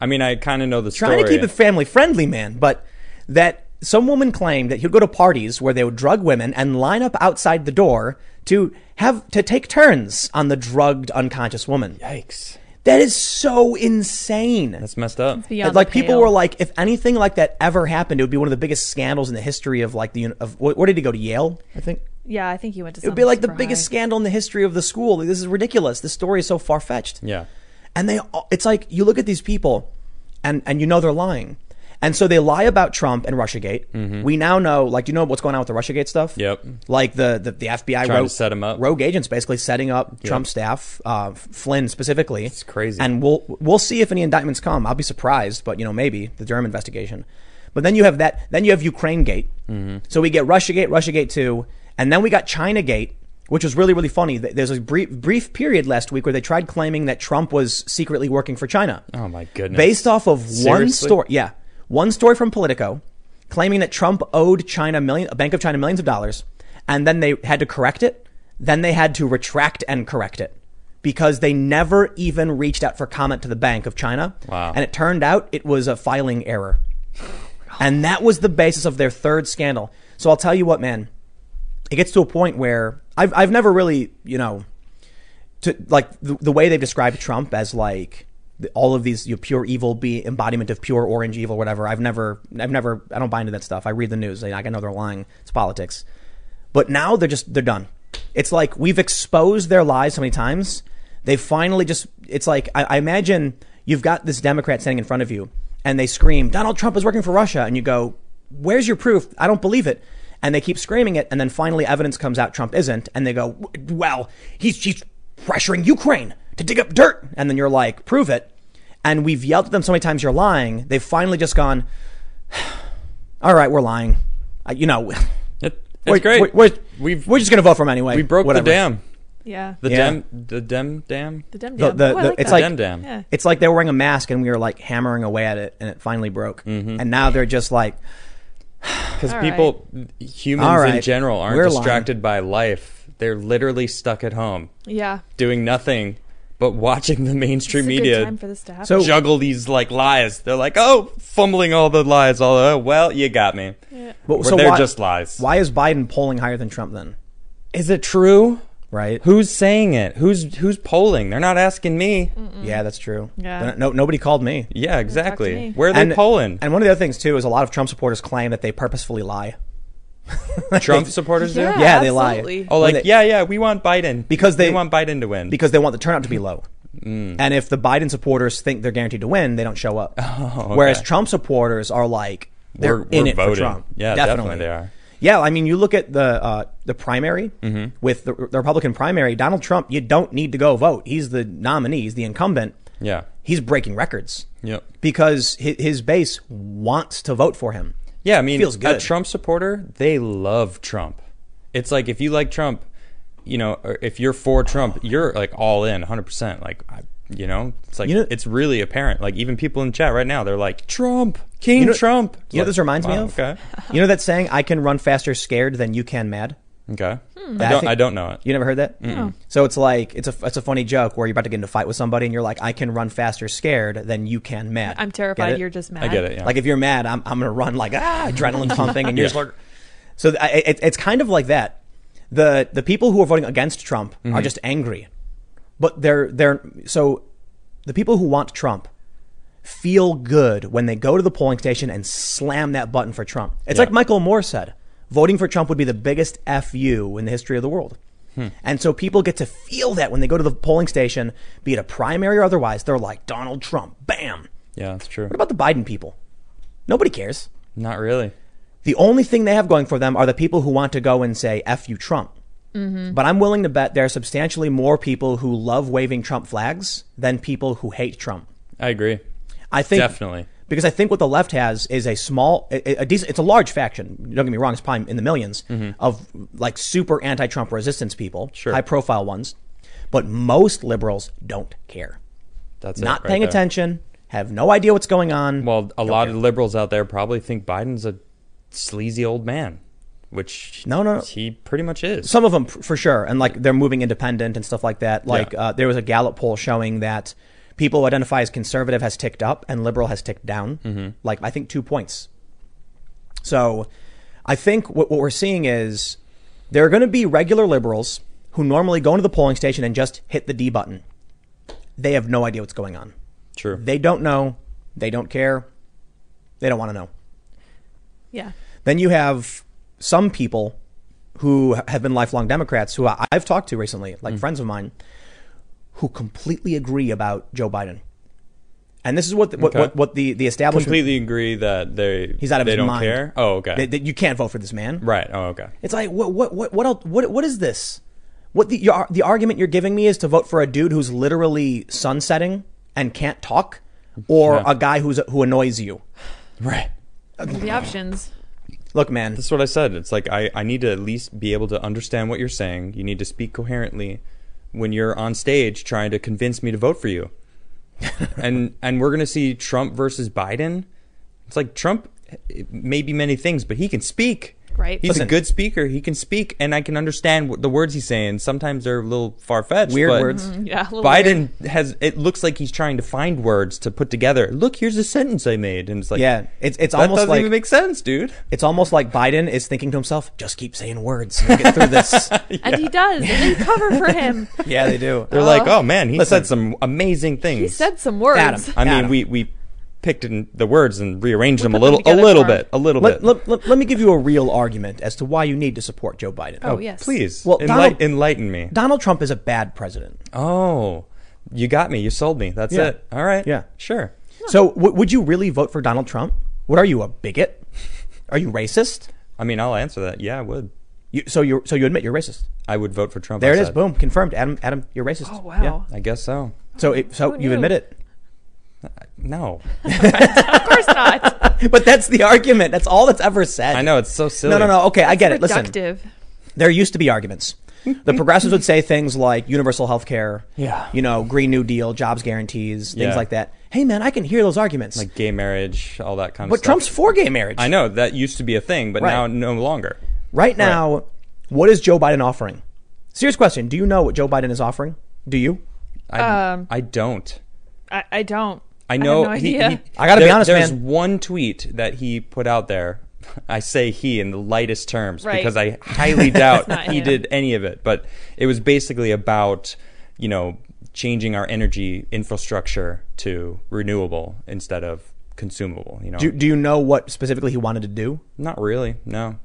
Speaker 2: I mean, I kind of know the story.
Speaker 1: trying to keep it family friendly, man. But that some woman claimed that he'd go to parties where they would drug women and line up outside the door to have to take turns on the drugged unconscious woman.
Speaker 2: Yikes!
Speaker 1: That is so insane.
Speaker 2: That's messed up.
Speaker 3: Beyond
Speaker 1: like
Speaker 3: the
Speaker 1: people
Speaker 3: pale.
Speaker 1: were like, if anything like that ever happened, it would be one of the biggest scandals in the history of like the uni- of wh- where did he go to Yale? I think
Speaker 3: yeah, I think he went to.
Speaker 1: it would be like the biggest scandal in the history of the school. Like, this is ridiculous. This story is so far fetched.
Speaker 2: Yeah.
Speaker 1: and they all- it's like you look at these people and and you know they're lying and so they lie about trump and russiagate we now know like do you know what's going on with the russiagate stuff
Speaker 2: Mm-hmm. Yep.
Speaker 1: like the the, the fbi
Speaker 2: Trying
Speaker 1: rogue,
Speaker 2: to set 'em up.
Speaker 1: rogue agents basically setting up trump staff uh, flynn specifically it's
Speaker 2: crazy.
Speaker 1: and we'll we'll see if any indictments come i'll be surprised but you know maybe the durham investigation but then you have that then you have ukraine gate
Speaker 2: Mm-hmm.
Speaker 1: so we get russiagate russiagate 2 and then we got china gate which was really really funny Th- there's a brief, brief period last week where they tried claiming that trump was secretly working for china
Speaker 2: Oh my goodness.
Speaker 1: based off of one
Speaker 2: Seriously?
Speaker 1: story. Yeah, one story from Politico, claiming that Trump owed China million, a Bank of China millions of dollars, and then they had to correct it. Then they had to retract and correct it because they never even reached out for comment to the Bank of China.
Speaker 2: Wow.
Speaker 1: And it turned out it was a filing error, and that was the basis of their third scandal. So I'll tell you what, man, it gets to a point where I've I've never really you know to like the, the way they've described Trump as like the, all of these you know, pure evil be embodiment of pure orange evil whatever I've never I've never I don't buy into that stuff I read the news I, I know they're lying it's politics but now they're just they're done it's like we've exposed their lies so many times they finally just it's like I, I imagine you've got this Democrat standing in front of you and they scream Donald Trump is working for Russia and you go where's your proof I don't believe it and they keep screaming it and then finally evidence comes out Trump isn't and they go well he's he's pressuring Ukraine to dig up dirt. And then you're like, prove it. And we've yelled at them so many times, you're lying. They've finally just gone, all right, we're lying. Uh, you know,
Speaker 2: It, it's
Speaker 1: we're,
Speaker 2: great.
Speaker 1: We're, we're,
Speaker 2: We've-
Speaker 1: we're just going to vote for him anyway.
Speaker 2: we broke
Speaker 1: Whatever.
Speaker 2: the dam.
Speaker 3: Yeah,
Speaker 2: The
Speaker 1: Yeah.
Speaker 2: dem. The dem dam.
Speaker 3: the dem
Speaker 1: The-
Speaker 3: dam.
Speaker 1: the-
Speaker 3: Oh, I
Speaker 1: the-
Speaker 3: like
Speaker 1: it's
Speaker 3: that.
Speaker 1: like-
Speaker 2: Dem dam.
Speaker 3: yeah.
Speaker 1: It's like they were wearing a mask and we were like hammering away at it and it finally broke.
Speaker 2: Mm-hmm.
Speaker 1: And now they're just like,
Speaker 2: Because
Speaker 3: All
Speaker 2: people, humans
Speaker 1: All
Speaker 2: in
Speaker 1: right.
Speaker 2: general, aren't
Speaker 1: We're lying.
Speaker 2: distracted by life. They're literally stuck at home
Speaker 3: yeah.
Speaker 2: doing nothing but watching the mainstream
Speaker 3: It's a
Speaker 2: media
Speaker 3: Good time for this to happen.
Speaker 1: So-
Speaker 2: juggle these like lies. They're like, oh, fumbling all the lies. All oh, well, you got me.
Speaker 1: but,
Speaker 2: Well,
Speaker 1: so
Speaker 2: they're
Speaker 1: why,
Speaker 2: just lies.
Speaker 1: why is Biden polling higher than Trump then?
Speaker 2: Is it true?
Speaker 1: Right?
Speaker 2: Who's saying it? Who's who's polling? They're not asking me.
Speaker 3: Mm.
Speaker 1: Yeah, that's true.
Speaker 3: Yeah.
Speaker 1: They're not- No, nobody called me.
Speaker 2: Yeah,
Speaker 3: to me.
Speaker 2: exactly. Where are they
Speaker 1: And-
Speaker 2: polling?
Speaker 1: And one of the other things too is a lot of Trump supporters claim that they purposefully lie.
Speaker 2: Trump supporters do.
Speaker 1: Yeah, they lie.
Speaker 3: absolutely.
Speaker 2: Oh,
Speaker 1: When
Speaker 2: like
Speaker 1: they-
Speaker 2: yeah, yeah. We want Biden
Speaker 1: Because they-
Speaker 2: we want Biden to win.
Speaker 1: because they want the turnout to be low.
Speaker 2: Mm.
Speaker 1: And if the Biden supporters think they're guaranteed to win, they don't show up. Whereas Trump supporters are like they're
Speaker 2: Oh, We're-
Speaker 1: in
Speaker 2: we're
Speaker 1: it for
Speaker 2: voting.
Speaker 1: Trump.
Speaker 2: Yeah, definitely they are.
Speaker 1: Yeah, I mean, you look at the uh, the primary
Speaker 2: Mm-hmm.
Speaker 1: with the, the Republican primary. Donald Trump, you don't need to go vote. He's the nominee. He's the incumbent.
Speaker 2: yeah.
Speaker 1: He's breaking records.
Speaker 2: Yep.
Speaker 1: Because his, his base wants to vote for him.
Speaker 2: Yeah, I mean,
Speaker 1: Feels
Speaker 2: a
Speaker 1: good.
Speaker 2: Trump supporter, they love Trump. It's like if you like Trump, you know, or if you're for Trump, you're like all in, hundred percent. Like, I, you know, it's like
Speaker 1: You know-
Speaker 2: it's really apparent. Like even people in chat right now, they're like Trump, King
Speaker 1: know-
Speaker 2: Trump.
Speaker 1: you know what this reminds me
Speaker 2: wow,
Speaker 1: of?
Speaker 2: Okay,
Speaker 1: You know that saying, "I can run faster scared than you can mad."
Speaker 2: okay.
Speaker 1: I
Speaker 2: I don't,
Speaker 1: think-
Speaker 2: I don't know it.
Speaker 1: Hmm. You never heard that? So it's like it's a it's a funny joke where you're about to get into a fight with somebody and you're like, I can run faster scared than you can mad.
Speaker 3: I'm
Speaker 1: Get
Speaker 3: terrified.
Speaker 1: it?
Speaker 3: You're just mad.
Speaker 2: I get it. Yeah.
Speaker 1: Like if you're mad, I'm I'm gonna run like ah adrenaline pumping and you're just
Speaker 2: Yeah.
Speaker 1: like. So th- I- it, it's kind of like that. The the people who are voting against Trump
Speaker 2: Mm-hmm.
Speaker 1: are just angry, but they're they're so the people who want Trump feel good when they go to the polling station and slam that button for Trump. It's like Michael Moore said, voting for Trump would be the biggest fu in the history of the world.
Speaker 2: Hmm.
Speaker 1: And so people get to feel that when they go to the polling station, be it a primary or otherwise, they're like Donald Trump, bam.
Speaker 2: yeah, that's true.
Speaker 1: What about the Biden people? Nobody cares.
Speaker 2: Not really.
Speaker 1: The only thing they have going for them are the people who want to go and say "f you, Trump." But I'm willing to bet there are substantially more people who love waving Trump flags than people who hate Trump.
Speaker 2: I agree.
Speaker 1: I think
Speaker 2: Definitely.
Speaker 1: because I think what the left has is a small, a, a decent. It's a large faction. Don't get me wrong; it's probably in the 1000000s of like super anti-Trump resistance people,
Speaker 2: Mm-hmm. Sure.
Speaker 1: high-profile ones. But most liberals don't care,
Speaker 2: That's it
Speaker 1: not
Speaker 2: right
Speaker 1: paying
Speaker 2: there.
Speaker 1: attention, have no idea what's going on.
Speaker 2: Well, a lot of liberals out there probably think Biden's a sleazy old man, which
Speaker 1: No, no, no.
Speaker 2: he pretty much is.
Speaker 1: some of them f- for sure and like they're moving independent and stuff like that like uh, there was a gallup poll showing that people who identify as conservative has ticked up and liberal has ticked down like i think two points so i think what, what we're seeing is there are going to be regular liberals who normally go into the polling station and just hit the d button they have no idea what's going on.
Speaker 2: True.
Speaker 1: They don't know. They don't care. They don't want to know.
Speaker 3: Yeah.
Speaker 1: Then you have some people who have been lifelong Democrats who I- I've talked to recently,
Speaker 2: Mm.
Speaker 1: like friends of mine, who completely agree about Joe Biden. And this is what the, what,
Speaker 2: Okay.
Speaker 1: what, what the, the establishment
Speaker 2: Completely agree that they
Speaker 1: He's out of
Speaker 2: they
Speaker 1: his
Speaker 2: don't
Speaker 1: mind.
Speaker 2: care. Oh, okay.
Speaker 1: that, that you can't vote for this man.
Speaker 2: right. Oh, okay.
Speaker 1: It's like what what what what else, what what is this? What the your, the argument you're giving me is to vote for a dude who's literally sunsetting and can't talk, or
Speaker 2: Yeah.
Speaker 1: a guy who's who annoys you.
Speaker 2: Right.
Speaker 3: The options.
Speaker 1: Look, man,
Speaker 2: That's what I said. It's like I, I need to at least be able to understand what you're saying. You need to speak coherently when you're on stage trying to convince me to vote for you. and and we're gonna see Trump versus Biden. It's like Trump may be many things, but he can speak.
Speaker 3: Right.
Speaker 2: He's
Speaker 1: Listen.
Speaker 2: a good speaker. He can speak, and I can understand what the words he's saying. Sometimes they're a little far fetched.
Speaker 1: Weird words.
Speaker 3: Yeah. a little weird.
Speaker 2: Biden has. It looks like he's trying to find words to put together. Look, here's a sentence I made, and it's like,
Speaker 1: yeah, it's it's
Speaker 2: that
Speaker 1: almost
Speaker 2: doesn't
Speaker 1: like
Speaker 2: even make sense, dude.
Speaker 1: it's almost like Biden is thinking to himself, just keep saying words, we'll get through this.
Speaker 3: And he does. And they cover for him.
Speaker 1: yeah, they do.
Speaker 2: They're like, oh man, he said some amazing things.
Speaker 3: Uh-huh. He said some words.
Speaker 1: Adam.
Speaker 2: I mean,
Speaker 1: Adam.
Speaker 2: we we picked in the words and rearranged them a
Speaker 3: put them
Speaker 2: little, a
Speaker 3: together
Speaker 2: little
Speaker 3: for him.
Speaker 2: bit, a little
Speaker 1: Let,
Speaker 2: bit.
Speaker 1: let, let, let me give you a real argument as to why you need to support Joe Biden.
Speaker 3: Oh, yes.
Speaker 2: Please,
Speaker 1: Well,
Speaker 2: enlight-
Speaker 1: Donald-
Speaker 2: enlighten me.
Speaker 1: Donald Trump is a bad president.
Speaker 2: Oh, you got me. You sold me. That's
Speaker 1: Yeah.
Speaker 2: it. All right.
Speaker 1: Yeah.
Speaker 2: Sure.
Speaker 1: So, w- would you really vote for Donald Trump? What are you, a bigot? Are you racist?
Speaker 2: I mean, I'll answer that. Yeah, I would.
Speaker 1: You, so you so you admit you're racist.
Speaker 2: I would vote for Trump.
Speaker 1: There
Speaker 2: I
Speaker 1: it is.
Speaker 2: said.
Speaker 1: Boom. Confirmed. Adam. Adam, you're racist.
Speaker 3: Oh,
Speaker 1: Yeah.
Speaker 3: wow.
Speaker 2: I guess so.
Speaker 1: So it, so
Speaker 3: Who
Speaker 1: you
Speaker 3: knew?
Speaker 1: admit it.
Speaker 2: No,
Speaker 3: Of course not.
Speaker 1: But that's the argument. That's all that's ever said.
Speaker 2: I know it's so silly.
Speaker 1: No, no, no. Okay, I get it. Listen,
Speaker 3: Reductive.
Speaker 1: there used to be arguments. The progressives would say things like universal health care,
Speaker 2: Yeah.
Speaker 1: you know, Green New Deal, jobs guarantees, things
Speaker 2: Yeah.
Speaker 1: like that. Hey, man, I can hear those arguments.
Speaker 2: Like gay marriage, all that kind of
Speaker 1: but
Speaker 2: stuff.
Speaker 1: Trump's for gay marriage.
Speaker 2: I know that used to be a thing, but
Speaker 1: Right.
Speaker 2: now no longer.
Speaker 1: Right now, what is Joe Biden offering? Serious question. Do you know what Joe Biden is offering? Do you?
Speaker 2: I
Speaker 3: Um,
Speaker 2: I don't.
Speaker 3: I, I don't.
Speaker 2: I know.
Speaker 3: I have no
Speaker 2: he,
Speaker 3: idea.
Speaker 2: he-
Speaker 1: I gotta be
Speaker 2: there-
Speaker 1: honest,
Speaker 2: There's
Speaker 1: man.
Speaker 2: one tweet that he put out there. I say he in the lightest terms
Speaker 3: Right.
Speaker 2: because I highly doubt
Speaker 3: not
Speaker 2: he
Speaker 3: him.
Speaker 2: did any of it. But it was basically about you know changing our energy infrastructure to renewable instead of consumable. You know,
Speaker 1: Do, do you know what specifically he wanted to do?
Speaker 2: not really. No.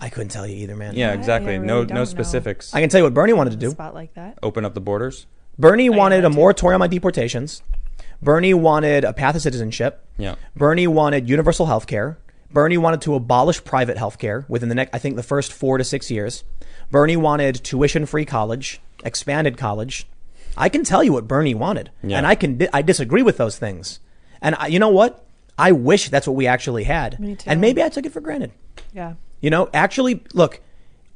Speaker 1: I couldn't tell you either, man.
Speaker 2: Yeah,
Speaker 3: I
Speaker 2: exactly.
Speaker 3: really
Speaker 2: no,
Speaker 3: don't
Speaker 2: no
Speaker 3: know.
Speaker 2: specifics.
Speaker 1: I can tell you what Bernie wanted to do.
Speaker 3: Spot like that.
Speaker 2: Open up the borders.
Speaker 1: Bernie wanted
Speaker 3: that
Speaker 1: a
Speaker 3: too.
Speaker 1: moratorium on deportations. Bernie wanted a path to citizenship.
Speaker 2: Yeah.
Speaker 1: Bernie wanted universal health care. Bernie wanted to abolish private health care within the next, I think, the first four to six years. Bernie wanted tuition free college, expanded college. I can tell you what Bernie wanted,
Speaker 2: Yeah.
Speaker 1: and I can di- I disagree with those things. And I, you know what? I wish that's what we actually had.
Speaker 3: Me too.
Speaker 1: And maybe I took it for granted.
Speaker 3: Yeah.
Speaker 1: You know, actually, look,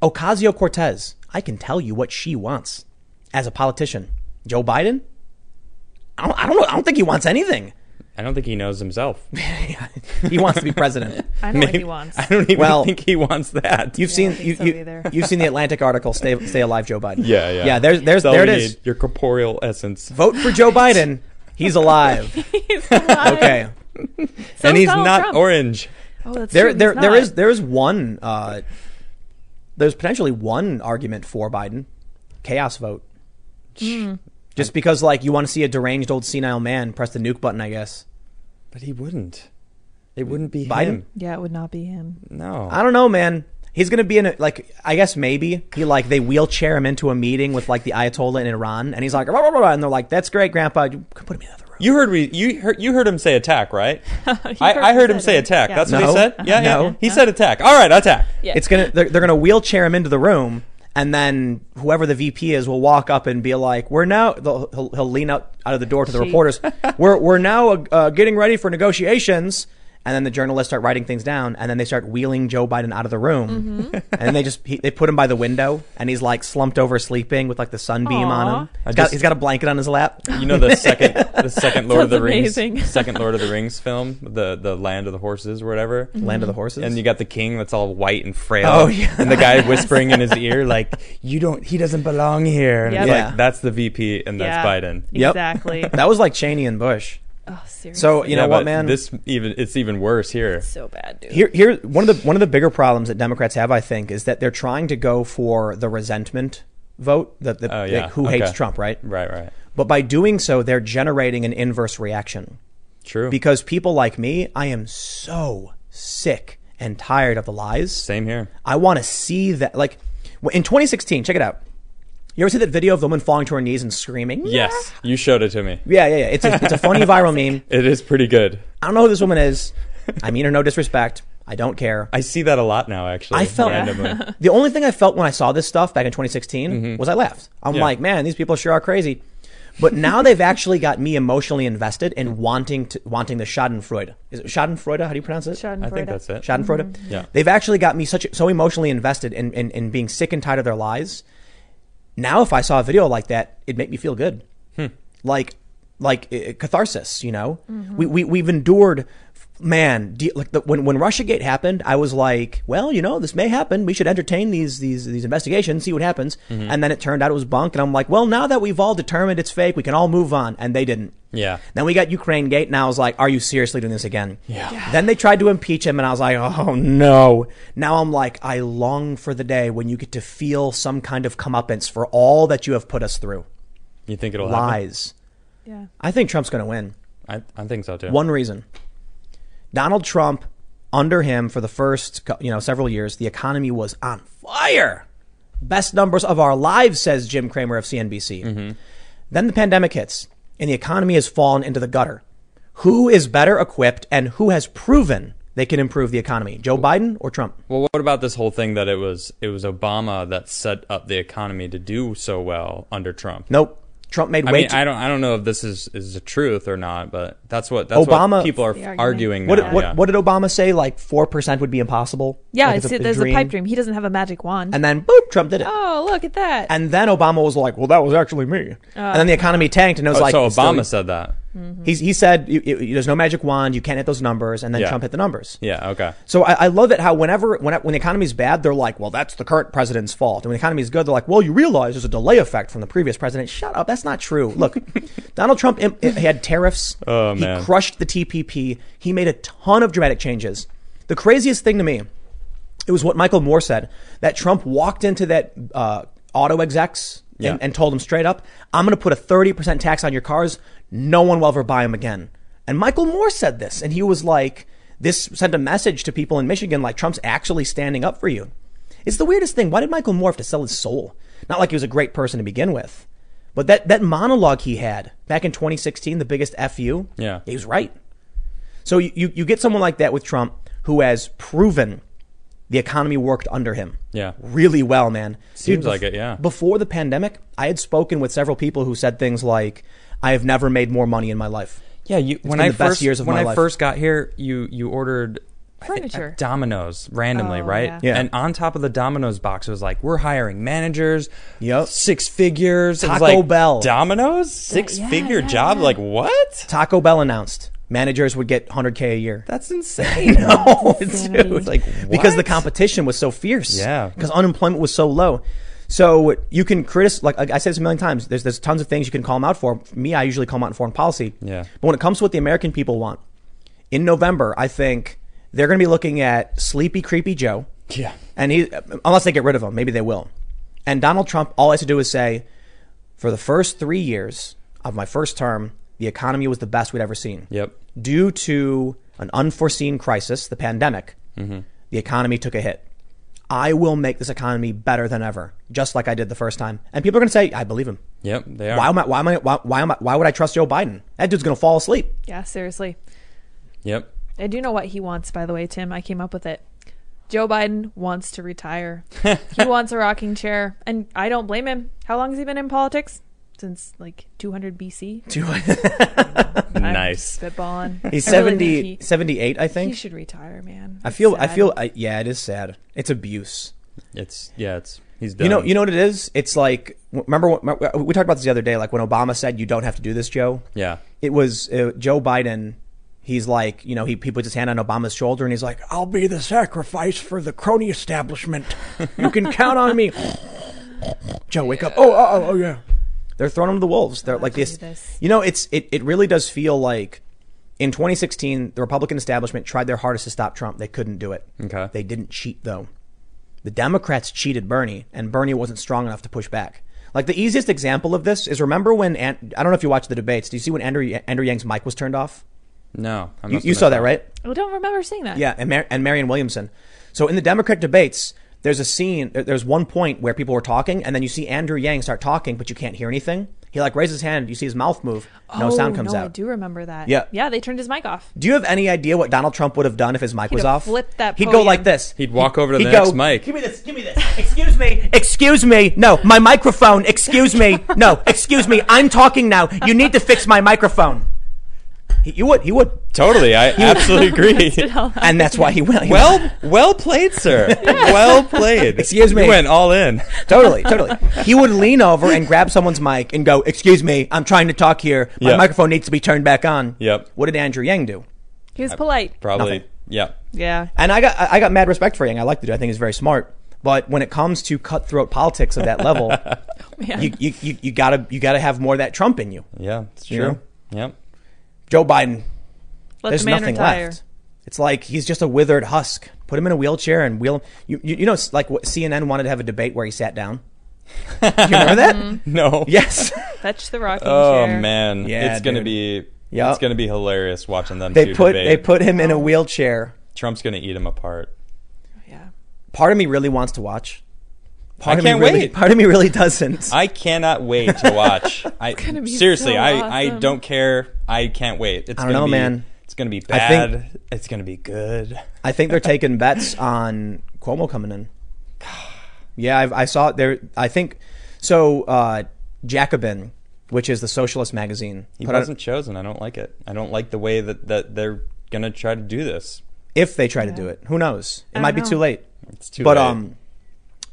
Speaker 1: Ocasio Cortez, I can tell you what she wants as a politician. Joe Biden, I don't, I don't know. I don't think he wants anything.
Speaker 2: I don't think he knows himself.
Speaker 1: he wants to be president.
Speaker 3: I know what he wants.
Speaker 2: I don't even
Speaker 1: Well-
Speaker 2: think he wants that.
Speaker 1: You've
Speaker 3: Yeah, I
Speaker 1: seen
Speaker 3: don't think
Speaker 1: you,
Speaker 3: so
Speaker 1: you,
Speaker 3: either.
Speaker 1: you've seen the Atlantic article. Stay, stay alive, Joe Biden.
Speaker 2: yeah, yeah.
Speaker 1: Yeah, there's- there's-
Speaker 2: That's all
Speaker 1: there
Speaker 2: we
Speaker 1: it is.
Speaker 2: need, Your corporeal essence.
Speaker 1: Vote for Joe Biden. He's alive.
Speaker 3: He's alive.
Speaker 1: Okay.
Speaker 3: So
Speaker 2: and
Speaker 3: is
Speaker 2: he's
Speaker 3: Donald
Speaker 2: not
Speaker 3: Trump.
Speaker 2: orange.
Speaker 3: Oh, that's
Speaker 1: There,
Speaker 3: true,
Speaker 1: there,
Speaker 3: he's
Speaker 1: there
Speaker 3: not.
Speaker 1: is there is one. Uh, there's potentially one argument for Biden, chaos vote.
Speaker 3: Hmm.
Speaker 1: Just because, like, you want to see a deranged old senile man press the nuke button, I guess.
Speaker 2: But he wouldn't. It wouldn't be
Speaker 1: Biden?
Speaker 2: him.
Speaker 3: Yeah, it would not be him.
Speaker 2: No.
Speaker 1: I don't know, man. He's gonna be in a like. I guess maybe he like they wheelchair him into a meeting with like the Ayatollah in Iran, and he's like, "Rah, rah, rah," and they're like, "That's great, Grandpa. You can put him in the other room."
Speaker 2: you heard me. You heard, you heard him say attack, right? I,
Speaker 3: heard
Speaker 2: I
Speaker 3: him
Speaker 2: heard him
Speaker 3: say
Speaker 2: say
Speaker 3: it.
Speaker 2: attack.
Speaker 3: Yeah.
Speaker 2: That's what
Speaker 1: No.
Speaker 2: he said. Yeah, yeah.
Speaker 1: No.
Speaker 2: He said attack. All right, attack.
Speaker 3: Yeah.
Speaker 1: It's gonna they're, they're gonna wheelchair him into the room, and then whoever the VP is will walk up and be like, "We're now." They'll, he'll, he'll lean out out of the door to the
Speaker 3: She.
Speaker 1: reporters. we're we're now uh, uh, getting ready for negotiations. And then the journalists start writing things down, and then they start wheeling Joe Biden out of the
Speaker 3: Mm-hmm.
Speaker 1: room, and they just he, they put him by the window, and he's like slumped over, sleeping with like the sunbeam on him.
Speaker 3: Aw. Mm-hmm.
Speaker 1: He's
Speaker 2: I
Speaker 1: got,
Speaker 2: just-
Speaker 1: he's got a blanket on his lap.
Speaker 2: You know the second the second Lord of
Speaker 3: Sounds
Speaker 2: the Rings
Speaker 3: amazing.
Speaker 2: second Lord of the Rings film, the the Land of the Horses or whatever.
Speaker 1: Land of the Horses.
Speaker 2: And you got the king that's all white and frail.
Speaker 1: Oh, yeah.
Speaker 2: And the guy whispering in his ear like, "You don't. He doesn't belong here." And it's
Speaker 3: Yep.
Speaker 1: Yeah.
Speaker 2: like that's the VP and that's
Speaker 3: yeah,
Speaker 2: Biden.
Speaker 1: Yep.
Speaker 3: Exactly.
Speaker 1: that was like Cheney and Bush.
Speaker 3: oh, seriously.
Speaker 1: So you know
Speaker 2: Yeah,
Speaker 1: what,
Speaker 2: but
Speaker 1: man?
Speaker 2: This even it's even worse here.
Speaker 3: so bad, dude.
Speaker 1: here, here, one of the one of the bigger problems that Democrats have, I think, is that they're trying to go for the resentment vote, that the,
Speaker 2: Oh, yeah.
Speaker 1: like, who
Speaker 2: Okay.
Speaker 1: hates Trump, right?
Speaker 2: Right, right.
Speaker 1: But by doing so, they're generating an inverse reaction.
Speaker 2: True.
Speaker 1: Because people like me, I am so sick and tired of the lies.
Speaker 2: Same here.
Speaker 1: I want to see that. Like w- in 2016, check it out. You ever see that video of the woman falling to her knees and screaming?
Speaker 2: Yes, you showed it to me.
Speaker 1: Yeah, yeah, yeah. It's a, it's a funny viral meme.
Speaker 2: It is pretty good.
Speaker 1: I don't know who this woman is. I mean her no disrespect. I don't care.
Speaker 2: I see that a lot now, actually.
Speaker 1: I felt-
Speaker 2: randomly. Mm-hmm.
Speaker 1: The only thing I felt when I saw this stuff back in 2016 was I laughed. I'm
Speaker 2: Yeah.
Speaker 1: like, man, these people sure are crazy. But now they've actually got me emotionally invested in wanting to, wanting the Schadenfreude. Is it Schadenfreude? How do you pronounce it?
Speaker 2: I think that's it.
Speaker 1: Schadenfreude.
Speaker 2: Mm-hmm. Yeah.
Speaker 1: They've actually got me such so emotionally invested in, in, in being sick and tired of their lies. Now, if I saw a video like that, it'd make me feel good,
Speaker 2: Hmm.
Speaker 1: like like uh, catharsis. You know, we, we we've endured. Man, do you- like the, when when RussiaGate happened, I was like, well, you know, this may happen. We should entertain these these these investigations, see what happens.
Speaker 2: Mm-hmm.
Speaker 1: And then it turned out it was bunk, and I'm like, well, now that we've all determined it's fake, we can all move on. And they didn't.
Speaker 2: Yeah.
Speaker 1: Then we got Ukraine Gate, and I was like, "Are you seriously doing this again?" Yeah. Then they tried to impeach him, and I was like, "Oh no!" Now I'm like, I long for the day when you get to feel some kind of comeuppance for all that you have put us through.
Speaker 2: You think it'll
Speaker 1: Lies.
Speaker 3: Yeah.
Speaker 1: I think Trump's going to win.
Speaker 2: happen? I, I think so too.
Speaker 1: One reason: Donald Trump, under him for the first co- you know several years, the economy was on fire. Best numbers of our lives, says Jim Cramer of CNBC.
Speaker 2: Mm-hmm.
Speaker 1: Then the pandemic hits, and the economy has fallen into the gutter. Who is better equipped, and who has proven they can improve the economy? Joe Biden or Trump?
Speaker 2: Well, what about this whole thing that it was it was Obama that set up the economy to do so well under Trump?
Speaker 1: Nope. Trump made
Speaker 2: I
Speaker 1: way
Speaker 2: mean,
Speaker 1: too.
Speaker 2: I don't I don't know if this is is the truth or not, but that's what that's
Speaker 1: Obama-
Speaker 2: what people are
Speaker 3: The argument.
Speaker 2: arguing.
Speaker 1: what,
Speaker 2: now,
Speaker 1: what,
Speaker 2: yeah.
Speaker 1: what did Obama say? Like four percent would be impossible.
Speaker 3: Yeah,
Speaker 1: Like
Speaker 3: it's, there's a pipe dream. He doesn't have a magic wand.
Speaker 1: And then boop, Trump did it.
Speaker 3: oh, look at that.
Speaker 1: And then Obama was like, "Well, that was actually me." and then the economy tanked, and it was
Speaker 2: Oh,
Speaker 1: like,
Speaker 2: so
Speaker 1: it's still-
Speaker 2: Obama said that.
Speaker 1: he's, he said, "You- you- "There's no magic wand. You can't hit those numbers." And then
Speaker 2: Yeah.
Speaker 1: Trump hit the numbers.
Speaker 2: Yeah. Okay.
Speaker 1: So I, I love it how whenever when when the economy's bad, they're like, "Well, that's the current president's fault." And when the economy's good, they're like, "Well, you realize there's a delay effect from the previous president." Shut up. That's not true. Look, Donald Trump im- he had tariffs.
Speaker 2: Oh,
Speaker 1: he
Speaker 2: man.
Speaker 1: crushed the TPP. He made a ton of dramatic changes. The craziest thing to me, it was what Michael Moore said that Trump walked into that uh, auto execs
Speaker 2: Yeah.
Speaker 1: and, and told them straight up, "I'm going to put a 30% tax on your cars. No one will ever buy them again." And Michael Moore said this, and he was like, "This sent a message to people in Michigan, like Trump's actually standing up for you." It's the weirdest thing. Why did Michael Moore have to sell his soul? Not like he was a great person to begin with, but that that monologue he had back in 2016, the biggest fu.
Speaker 2: Yeah.
Speaker 1: he was right. So you, you, you get someone like that with Trump who has proven the economy worked under him.
Speaker 2: Yeah.
Speaker 1: Really well, man.
Speaker 2: Seems
Speaker 1: bef-
Speaker 2: like it, yeah.
Speaker 1: Before the pandemic, I had spoken with several people who said things like, I have never made more money in my life.
Speaker 2: Yeah, you, when
Speaker 1: been
Speaker 2: I
Speaker 1: the best
Speaker 2: first
Speaker 1: years of
Speaker 2: when
Speaker 1: my
Speaker 2: I
Speaker 1: life.
Speaker 2: first got here, you you ordered I think, uh,
Speaker 3: Furniture.
Speaker 2: Domino's randomly,
Speaker 3: Oh,
Speaker 2: right?
Speaker 3: yeah.
Speaker 1: Yeah.
Speaker 2: And on top of the Domino's box, it was like we're hiring managers,
Speaker 1: Yep.
Speaker 2: six figures. it was
Speaker 1: Taco
Speaker 2: like,
Speaker 1: Bell.
Speaker 2: Domino's six figure job. Like what?
Speaker 1: Taco Bell announced managers would get 100K a year.
Speaker 2: That's insane.
Speaker 1: no,
Speaker 3: Insanity.
Speaker 1: dude.
Speaker 2: Like,
Speaker 1: because the
Speaker 2: what?
Speaker 1: competition was so fierce.
Speaker 2: Yeah.
Speaker 1: Because unemployment was so low. So you can criticize, like I I said this a million times. There's there's tons of things you can call them out for. For me, I usually call them out in foreign policy.
Speaker 2: Yeah.
Speaker 1: But when it comes to what the American people want, in November, I think they're going to be looking at sleepy, creepy Joe.
Speaker 2: yeah.
Speaker 1: And he, unless they get rid of him, maybe they will. And Donald Trump, all he has to do is say, for the first three years of my first term, the economy was the best we'd ever seen.
Speaker 2: Yep.
Speaker 1: Due to an unforeseen crisis, the pandemic, the economy took a hit. I will make this economy better than ever, just like I did the first time. And people are going to say, I believe him.
Speaker 2: Yep. They are.
Speaker 1: Why am I? Why am I? Why, why am I? Why would I trust Joe Biden? That dude's going to fall asleep.
Speaker 3: yeah, seriously.
Speaker 2: Yep.
Speaker 3: I do know what he wants, by the way, Tim. I came up with it. Joe Biden wants to retire. he wants a rocking chair, and I don't blame him. How long has he been in politics? Since like 200 BC. I'm
Speaker 2: Nice.
Speaker 3: Spitballing.
Speaker 1: He's
Speaker 3: I really think
Speaker 1: 70,
Speaker 3: he-
Speaker 1: 78, I
Speaker 3: he,
Speaker 1: think.
Speaker 3: should retire, man.
Speaker 1: I
Speaker 3: It's
Speaker 1: feel. I
Speaker 3: sad.
Speaker 1: feel. I, yeah, it is sad. It's abuse.
Speaker 2: It's yeah. It's he's done.
Speaker 1: You know, you know what it is. It's like remember what, we talked about this the other day. Like when Obama said, "You don't have to do this, Joe."
Speaker 2: Yeah.
Speaker 1: It was uh, Joe Biden. He's like, you know, he, he puts his hand on Obama's shoulder and he's like, "I'll be the sacrifice for the crony establishment. You can count on me." Joe, wake up! Oh, oh, oh, oh, yeah. They're throwing him to the wolves. They're like
Speaker 3: do
Speaker 1: this.
Speaker 3: this.
Speaker 1: You know, it's it, it. really does feel like in 2016, the Republican establishment tried their hardest to stop Trump. They couldn't do it.
Speaker 2: Okay.
Speaker 1: They didn't cheat though. The Democrats cheated Bernie, and Bernie wasn't strong enough to push back. Like the easiest example of this is remember when An- I don't know if you watched the debates. Do you see when Andrew Andrew Yang's mic was turned off?
Speaker 2: No, I
Speaker 1: You,
Speaker 2: must
Speaker 1: you
Speaker 2: admit
Speaker 1: saw that, right?
Speaker 3: I don't remember seeing that.
Speaker 1: Yeah, and, Mar- and Marion Williamson. So in the Democrat debates, there's a scene. there- There's one point where people were talking, and then you see Andrew Yang start talking, but you can't hear anything. He like raises his hand. You see his mouth move. No
Speaker 3: Oh,
Speaker 1: sound comes
Speaker 3: no, I
Speaker 1: out.
Speaker 3: do remember that.
Speaker 1: Yeah.
Speaker 3: Yeah, they turned his mic off.
Speaker 1: Do you have any idea what Donald Trump would have done if his mic was
Speaker 3: have
Speaker 1: off?
Speaker 3: flipped that
Speaker 1: He'd go
Speaker 3: podium.
Speaker 1: like this.
Speaker 2: He'd walk over to
Speaker 1: He'd
Speaker 2: the
Speaker 1: go,
Speaker 2: next mic.
Speaker 1: Give me this. Give me this. Excuse me. Excuse me. No, my microphone. Excuse me. No, excuse me. I'm talking now. You need to fix my microphone. He, you would. He would.
Speaker 2: Totally, I absolutely agree.
Speaker 3: Oh,
Speaker 1: And that's why he went. He
Speaker 2: well, well played, sir. Well played.
Speaker 1: Excuse me.
Speaker 2: You went all in.
Speaker 1: Totally, totally. He would lean over and grab someone's mic and go, "Excuse me, I'm trying to talk here. My
Speaker 2: Yep.
Speaker 1: microphone needs to be turned back on."
Speaker 2: Yep.
Speaker 1: What did Andrew Yang do?
Speaker 3: He was polite.
Speaker 2: Probably.
Speaker 1: Nothing.
Speaker 2: Yeah.
Speaker 3: Yeah.
Speaker 1: And I got I I got mad respect for Yang. I like the dude. I think he's very smart. But when it comes to cutthroat politics of that level,
Speaker 3: Yeah.
Speaker 1: you, you, you, you gotta you gotta have more of that Trump in you.
Speaker 2: Yeah. It's
Speaker 1: You
Speaker 2: true. Yep.
Speaker 1: Joe Biden,
Speaker 3: Let
Speaker 1: there's
Speaker 3: the man
Speaker 1: nothing
Speaker 3: retire.
Speaker 1: left. It's like he's just a withered husk. Put him in a wheelchair and wheel him. You, you, you know, it's like what CNN wanted to have a debate where he sat down. Do you remember
Speaker 3: Mm-hmm.
Speaker 1: that?
Speaker 2: No.
Speaker 1: Yes.
Speaker 3: Fetch the rocking
Speaker 2: Oh
Speaker 3: chair.
Speaker 2: man.
Speaker 1: Yeah,
Speaker 2: it's gonna
Speaker 1: dude.
Speaker 2: be.
Speaker 1: Yep.
Speaker 2: It's gonna be hilarious watching them.
Speaker 1: they
Speaker 2: two
Speaker 1: put
Speaker 2: debate.
Speaker 1: they put him in a wheelchair
Speaker 2: Trump's gonna eat him apart.
Speaker 3: Yeah.
Speaker 1: part of me really wants to watch. Part
Speaker 2: I
Speaker 1: of me
Speaker 2: can't
Speaker 1: really-
Speaker 2: wait.
Speaker 1: Part of me really doesn't.
Speaker 2: I cannot wait to watch. I
Speaker 3: gonna be
Speaker 2: seriously,
Speaker 3: so
Speaker 2: I I
Speaker 3: awesome.
Speaker 2: don't care. I can't wait. It's
Speaker 1: I don't
Speaker 2: gonna
Speaker 1: know,
Speaker 2: be,
Speaker 1: man.
Speaker 2: It's gonna be
Speaker 1: I think-
Speaker 2: bad. it's gonna be good.
Speaker 1: I think they're taking bets on Cuomo coming in. Yeah, I, I saw it there. I think so. Uh, Jacobin, which is the socialist magazine,
Speaker 2: He
Speaker 1: put out-
Speaker 2: wasn't chosen. I don't like it. I don't like the way that that they're gonna try to do this.
Speaker 1: if they try to do it, who knows? It
Speaker 3: I
Speaker 1: might
Speaker 3: don't
Speaker 1: be
Speaker 3: know.
Speaker 1: too late.
Speaker 2: It's too
Speaker 1: but
Speaker 2: late.
Speaker 1: um,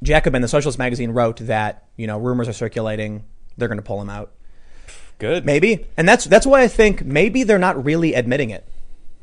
Speaker 1: Jacobin, the socialist magazine, wrote that you know rumors are circulating. They're going to pull him out.
Speaker 2: good.
Speaker 1: Maybe, and that's that's why I think maybe they're not really admitting it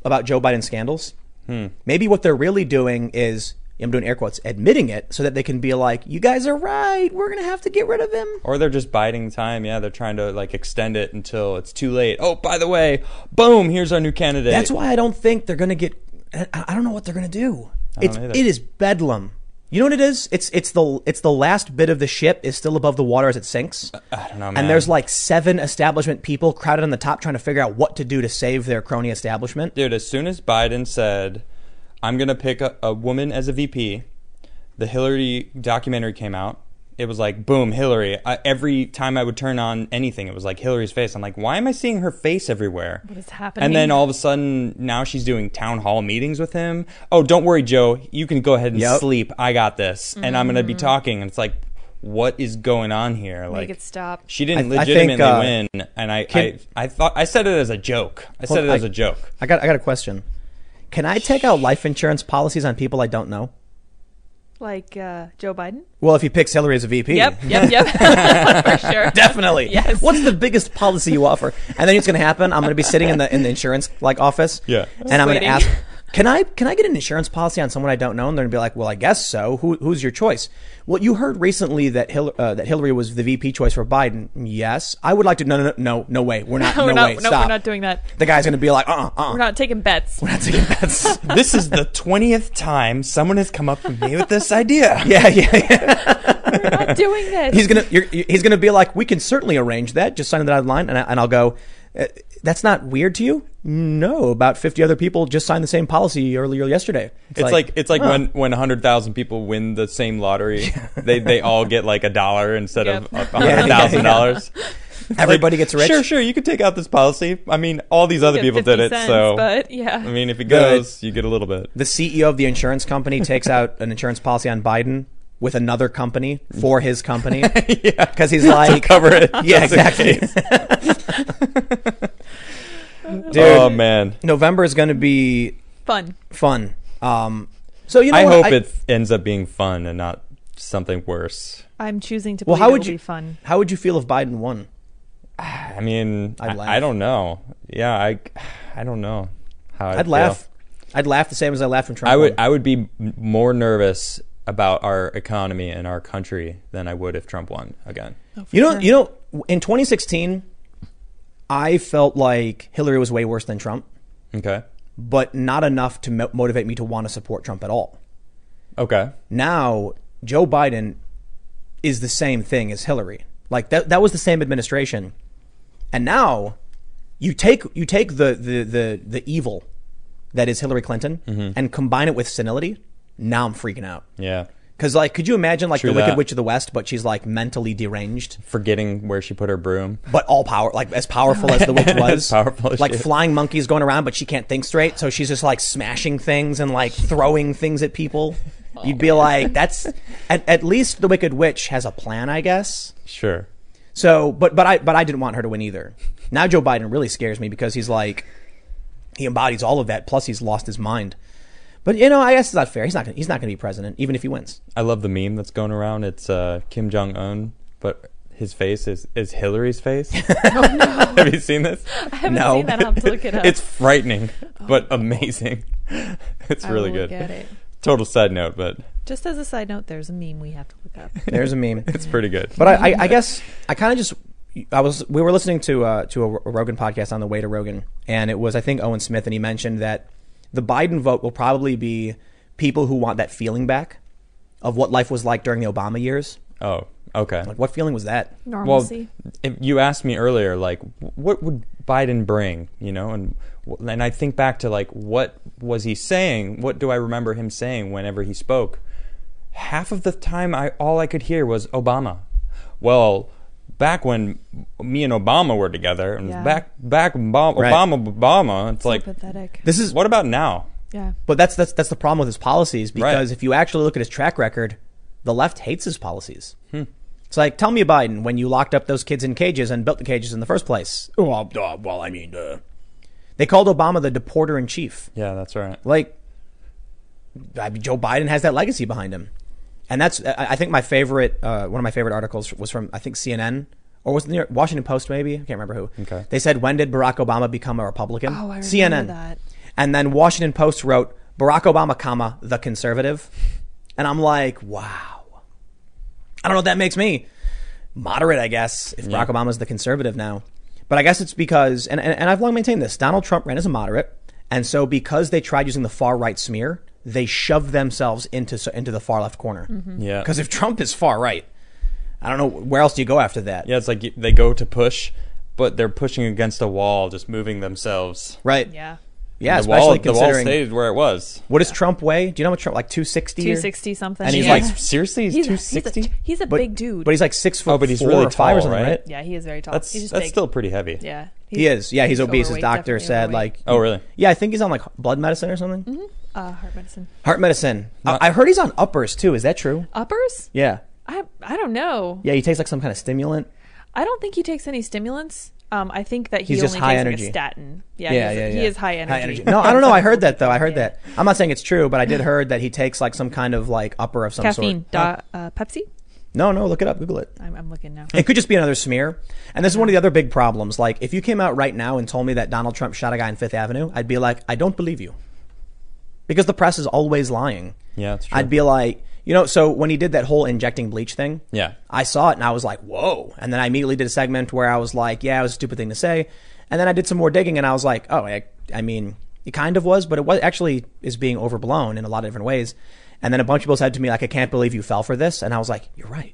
Speaker 1: about Joe Biden scandals.
Speaker 2: Hmm.
Speaker 1: Maybe what they're really doing is I'm doing air quotes, admitting it so that they can be like, "You guys are right. We're gonna have to get rid of him."
Speaker 2: Or they're just biding time. Yeah, they're trying to like extend it until it's too late. Oh, by the way, boom! Here's our new candidate.
Speaker 1: That's why I don't think they're gonna get. I I don't know what they're gonna do. It's
Speaker 2: either.
Speaker 1: it is bedlam. You know what it is? It's it's the it's the last bit of the ship is still above the water as it sinks.
Speaker 2: Uh, I don't know, man.
Speaker 1: And there's like seven establishment people crowded on the top trying to figure out what to do to save their crony establishment.
Speaker 2: dude. As soon as Biden said, "I'm gonna pick a, a woman as a VP," the Hillary documentary came out. It was like, boom, Hillary. I, every time I would turn on anything, it was like Hillary's face. I'm like, why am I seeing her face everywhere? What
Speaker 3: is happening?
Speaker 2: And then all of a sudden, now she's doing town hall meetings with him. Oh, don't worry, Joe. You can go ahead and
Speaker 1: Yep.
Speaker 2: sleep. I got this. And I'm going to be talking. And it's like, what is going on here? Like,
Speaker 3: Mm-hmm. Make it stop.
Speaker 2: She didn't
Speaker 1: I- I think,
Speaker 2: legitimately
Speaker 1: uh,
Speaker 2: win, and I,
Speaker 1: can-
Speaker 2: I, I thought I said it as a joke. I said
Speaker 1: Hold-
Speaker 2: it as
Speaker 1: I-
Speaker 2: a joke.
Speaker 1: I got I got a question. Can I take out life insurance policies on people I don't know?
Speaker 3: Like uh, Joe Biden?
Speaker 1: Well, if he picks Hillary as a VP,
Speaker 3: Yep, yep, yep. For sure.
Speaker 1: definitely.
Speaker 3: Yes.
Speaker 1: What's the biggest policy you offer? And then it's going to happen. I'm going to be sitting in the in the insurance like office.
Speaker 2: Yeah.
Speaker 1: And I'm going to ask,
Speaker 3: waiting.
Speaker 1: can I can I get an insurance policy on someone I don't know? And they're going to be like, well, I guess so. Who, who's your choice? Well, you heard recently that Hillary, uh, that Hillary was the VP choice for Biden. Yes, I would like to. No, no, no, no, no way. We're not.
Speaker 3: we're
Speaker 1: no
Speaker 3: not,
Speaker 1: way.
Speaker 3: no,
Speaker 1: Stop.
Speaker 3: we're not doing that.
Speaker 1: the guy's going to be like, uh, uh,
Speaker 3: We're not taking bets.
Speaker 1: We're not taking bets.
Speaker 2: this is the twentieth time someone has come up with me with this idea.
Speaker 1: yeah, yeah, yeah.
Speaker 3: We're not doing this.
Speaker 1: he's gonna you're, you're- he's gonna be like, we can certainly arrange that. Just sign that online, and, I, and I'll go. "Uh, That's not weird to you? No, about fifty other people just signed the same policy earlier yesterday.
Speaker 2: It's like, it's like when when hundred thousand people win the same lottery, they they all get like a dollar instead of
Speaker 3: Yep.
Speaker 2: of hundred thousand dollars.
Speaker 1: everybody gets rich.
Speaker 2: Sure, sure, you could take out this policy. I mean, all these other
Speaker 3: Get
Speaker 2: people
Speaker 3: 50
Speaker 2: did it,
Speaker 3: cents,
Speaker 2: so
Speaker 3: But yeah.
Speaker 2: I mean, if it goes, you get a little bit.
Speaker 1: The CEO of the insurance company takes out an insurance policy on Biden with another company for his company because he's like,
Speaker 2: Cover it.
Speaker 1: yeah,
Speaker 2: just in
Speaker 1: exactly.
Speaker 2: case.
Speaker 1: Dude,
Speaker 2: Oh man.
Speaker 1: November is gonna be
Speaker 3: fun.
Speaker 1: fun. Um, so you know,
Speaker 2: I
Speaker 1: what?
Speaker 2: hope it ends up being fun and not something worse.
Speaker 3: I'm choosing to
Speaker 1: Well,
Speaker 3: believe
Speaker 1: how
Speaker 3: it
Speaker 1: would
Speaker 3: will
Speaker 1: you-
Speaker 3: be fun.
Speaker 1: How would you feel if Biden won?
Speaker 2: I mean,
Speaker 1: I'd
Speaker 2: I,
Speaker 1: laugh.
Speaker 2: I don't know. Yeah, I, I don't know how I'd,
Speaker 1: I'd
Speaker 2: feel.
Speaker 1: laugh. I'd laugh the same as I laughed when Trump.
Speaker 2: I would.
Speaker 1: won.
Speaker 2: I would be m- more nervous about our economy and our country than I would if Trump won again.
Speaker 1: You know, you know, in 2016, I felt like Hillary was way worse than Trump,
Speaker 2: Okay.
Speaker 1: but not enough to mo- motivate me to want to support Trump at all.
Speaker 2: Okay.
Speaker 1: Now, Joe Biden is the same thing as Hillary. Like that that was the same administration. And now you take you take the the the, the evil that is Hillary Clinton and combine it with senility, now I'm freaking out.
Speaker 2: Mm-hmm. Yeah.
Speaker 1: Cause like, could you imagine like
Speaker 2: True
Speaker 1: the Wicked
Speaker 2: that.
Speaker 1: Witch of the West, but she's like mentally deranged,
Speaker 2: Forgetting where she put her broom.
Speaker 1: but all power, like as powerful as the witch was,
Speaker 2: powerful as
Speaker 1: like
Speaker 2: she is.
Speaker 1: flying monkeys going around, but she can't think straight, so she's just like smashing things and like throwing things at people. You'd be like, that's at, at least the Wicked Witch has a plan, I guess.
Speaker 2: Sure.
Speaker 1: So, but but I but I didn't want her to win either. Now Joe Biden really scares me because he's like he embodies all of that. Plus, he's lost his mind. But you know, I guess it's not fair. He's not gonna- he's not going to be president, even if he wins.
Speaker 2: I love the meme that's going around. It's uh, Kim Jong Un, but his face is is Hillary's face. Have you seen this?
Speaker 3: I haven't
Speaker 1: No. Oh.
Speaker 3: seen that. I'll have to look it up.
Speaker 2: It's frightening, but amazing. It's
Speaker 3: I
Speaker 2: really
Speaker 3: will look
Speaker 2: good.
Speaker 3: at it.
Speaker 2: Total side note, but
Speaker 3: Just as a side note, there's a meme we have to look up.
Speaker 1: There's a meme.
Speaker 2: it's pretty good.
Speaker 1: But I, I, I guess I kind of just I was we were listening to uh, to a Rogan podcast on the way to Rogan, and it was I think Owen Smith, and he mentioned that the Biden vote will probably be people who want that feeling back of what life was like during the Obama years.
Speaker 2: oh, okay.
Speaker 1: Like, what feeling was that?
Speaker 3: Normalcy.
Speaker 2: if you asked me earlier, like, what would Biden bring? You know, and and I think back to like, what was he saying? What do I remember him saying whenever he spoke? Half of the time, I all I could hear was Obama. Well, back when me and Obama were together, and
Speaker 3: Yeah.
Speaker 2: back back Obama,
Speaker 1: Right.
Speaker 2: Obama, Obama, it's like,
Speaker 3: so pathetic.
Speaker 1: This is
Speaker 2: what about now?
Speaker 3: yeah.
Speaker 1: But that's that's that's the problem with his policies because
Speaker 2: Right.
Speaker 1: if you actually look at his track record, the left hates his policies. It's like, tell me, Biden, when you locked up those kids in cages and built the cages in the first place. Well, uh, well I mean, uh, they called Obama the deporter in chief.
Speaker 2: Yeah, that's right.
Speaker 1: Like, I mean, Joe Biden has that legacy behind him, and that's I, I think my favorite uh, one of my favorite articles was from I think CNN or was it the New York, Washington Post maybe I can't remember who.
Speaker 2: Okay.
Speaker 1: They said when did Barack Obama become a Republican?
Speaker 3: Oh, I remember
Speaker 1: CNN.
Speaker 3: that.
Speaker 1: And then Washington Post wrote Barack Obama, comma the conservative, and I'm like, wow. I don't know what that makes me. Moderate, I guess, if Barack Obama's the conservative now. But I guess it's because, and, and, and I've long maintained this Donald Trump ran as a moderate. And so because they tried using the far right smear, they shoved themselves into, so- into the far left corner.
Speaker 3: Mm-hmm.
Speaker 2: Yeah,
Speaker 1: Because if Trump is far right, I don't know where else do you go after that.
Speaker 2: yeah, it's like you- they go to push, but they're pushing against a wall, just moving themselves.
Speaker 1: Right. Yeah,
Speaker 3: Yeah.
Speaker 2: the
Speaker 1: especially
Speaker 2: wall, the wall
Speaker 1: considering.
Speaker 2: stayed where it was.
Speaker 1: what does Trump weigh? Do you know what Trump, like 260? or-
Speaker 3: 260 something.
Speaker 1: And he's
Speaker 3: yeah.
Speaker 1: like-
Speaker 2: seriously,
Speaker 3: he's, a- he's, a, he's, a,
Speaker 1: But,
Speaker 3: big dude.
Speaker 1: But he's like six foot
Speaker 2: Oh, but he's
Speaker 1: four
Speaker 2: really
Speaker 1: or five or
Speaker 2: tall,
Speaker 1: something,
Speaker 2: right?
Speaker 1: right?
Speaker 3: yeah, he is very tall.
Speaker 2: That's
Speaker 3: he's just
Speaker 2: that's
Speaker 3: big.
Speaker 2: still pretty heavy.
Speaker 3: Yeah.
Speaker 1: He is. Yeah, he's obese. His
Speaker 3: overweight,
Speaker 1: doctor
Speaker 3: definitely
Speaker 1: said,
Speaker 3: overweight.
Speaker 1: like,
Speaker 2: Oh, really?
Speaker 1: yeah, I think he's on like blood medicine or something.
Speaker 3: uh, heart medicine.
Speaker 1: Heart medicine.
Speaker 2: Not-
Speaker 1: I, I heard he's on uppers too. Is that true?
Speaker 3: Uppers?
Speaker 1: Yeah.
Speaker 3: I I don't know.
Speaker 1: Yeah, he takes like some kind of stimulant.
Speaker 3: I don't think he takes any stimulants. Um, I think that he
Speaker 1: He's
Speaker 3: only
Speaker 1: just high
Speaker 3: takes
Speaker 1: energy.
Speaker 3: like a statin. Yeah,
Speaker 1: yeah,
Speaker 3: he's,
Speaker 1: yeah,
Speaker 3: he
Speaker 1: yeah.
Speaker 3: is high energy.
Speaker 1: No, I don't know. I heard that though. I heard that. I'm not saying it's true, but I did heard that he takes like some kind of like upper of some
Speaker 3: Caffeine,
Speaker 1: sort.
Speaker 3: da, uh, Pepsi.
Speaker 1: No, no, look it up. Google it.
Speaker 3: I'm, I'm looking now.
Speaker 1: It could just be another smear. And this is one of the other big problems. Like, if you came out right now and told me that Donald Trump shot a guy in Fifth Avenue, I'd be like, I don't believe you. Because the press is always lying.
Speaker 2: Yeah, that's true.
Speaker 1: I'd be like, you know, so when he did that whole injecting bleach thing,
Speaker 2: Yeah.
Speaker 1: I saw it and I was like, whoa. And then I immediately did a segment where I was like, yeah, it was a stupid thing to say. And then I did some more digging and I was like, oh, I, I mean, it kind of was, but it was actually is being overblown in a lot of different ways. And then a bunch of people said to me, like, I can't believe you fell for this. And I was like, you're right.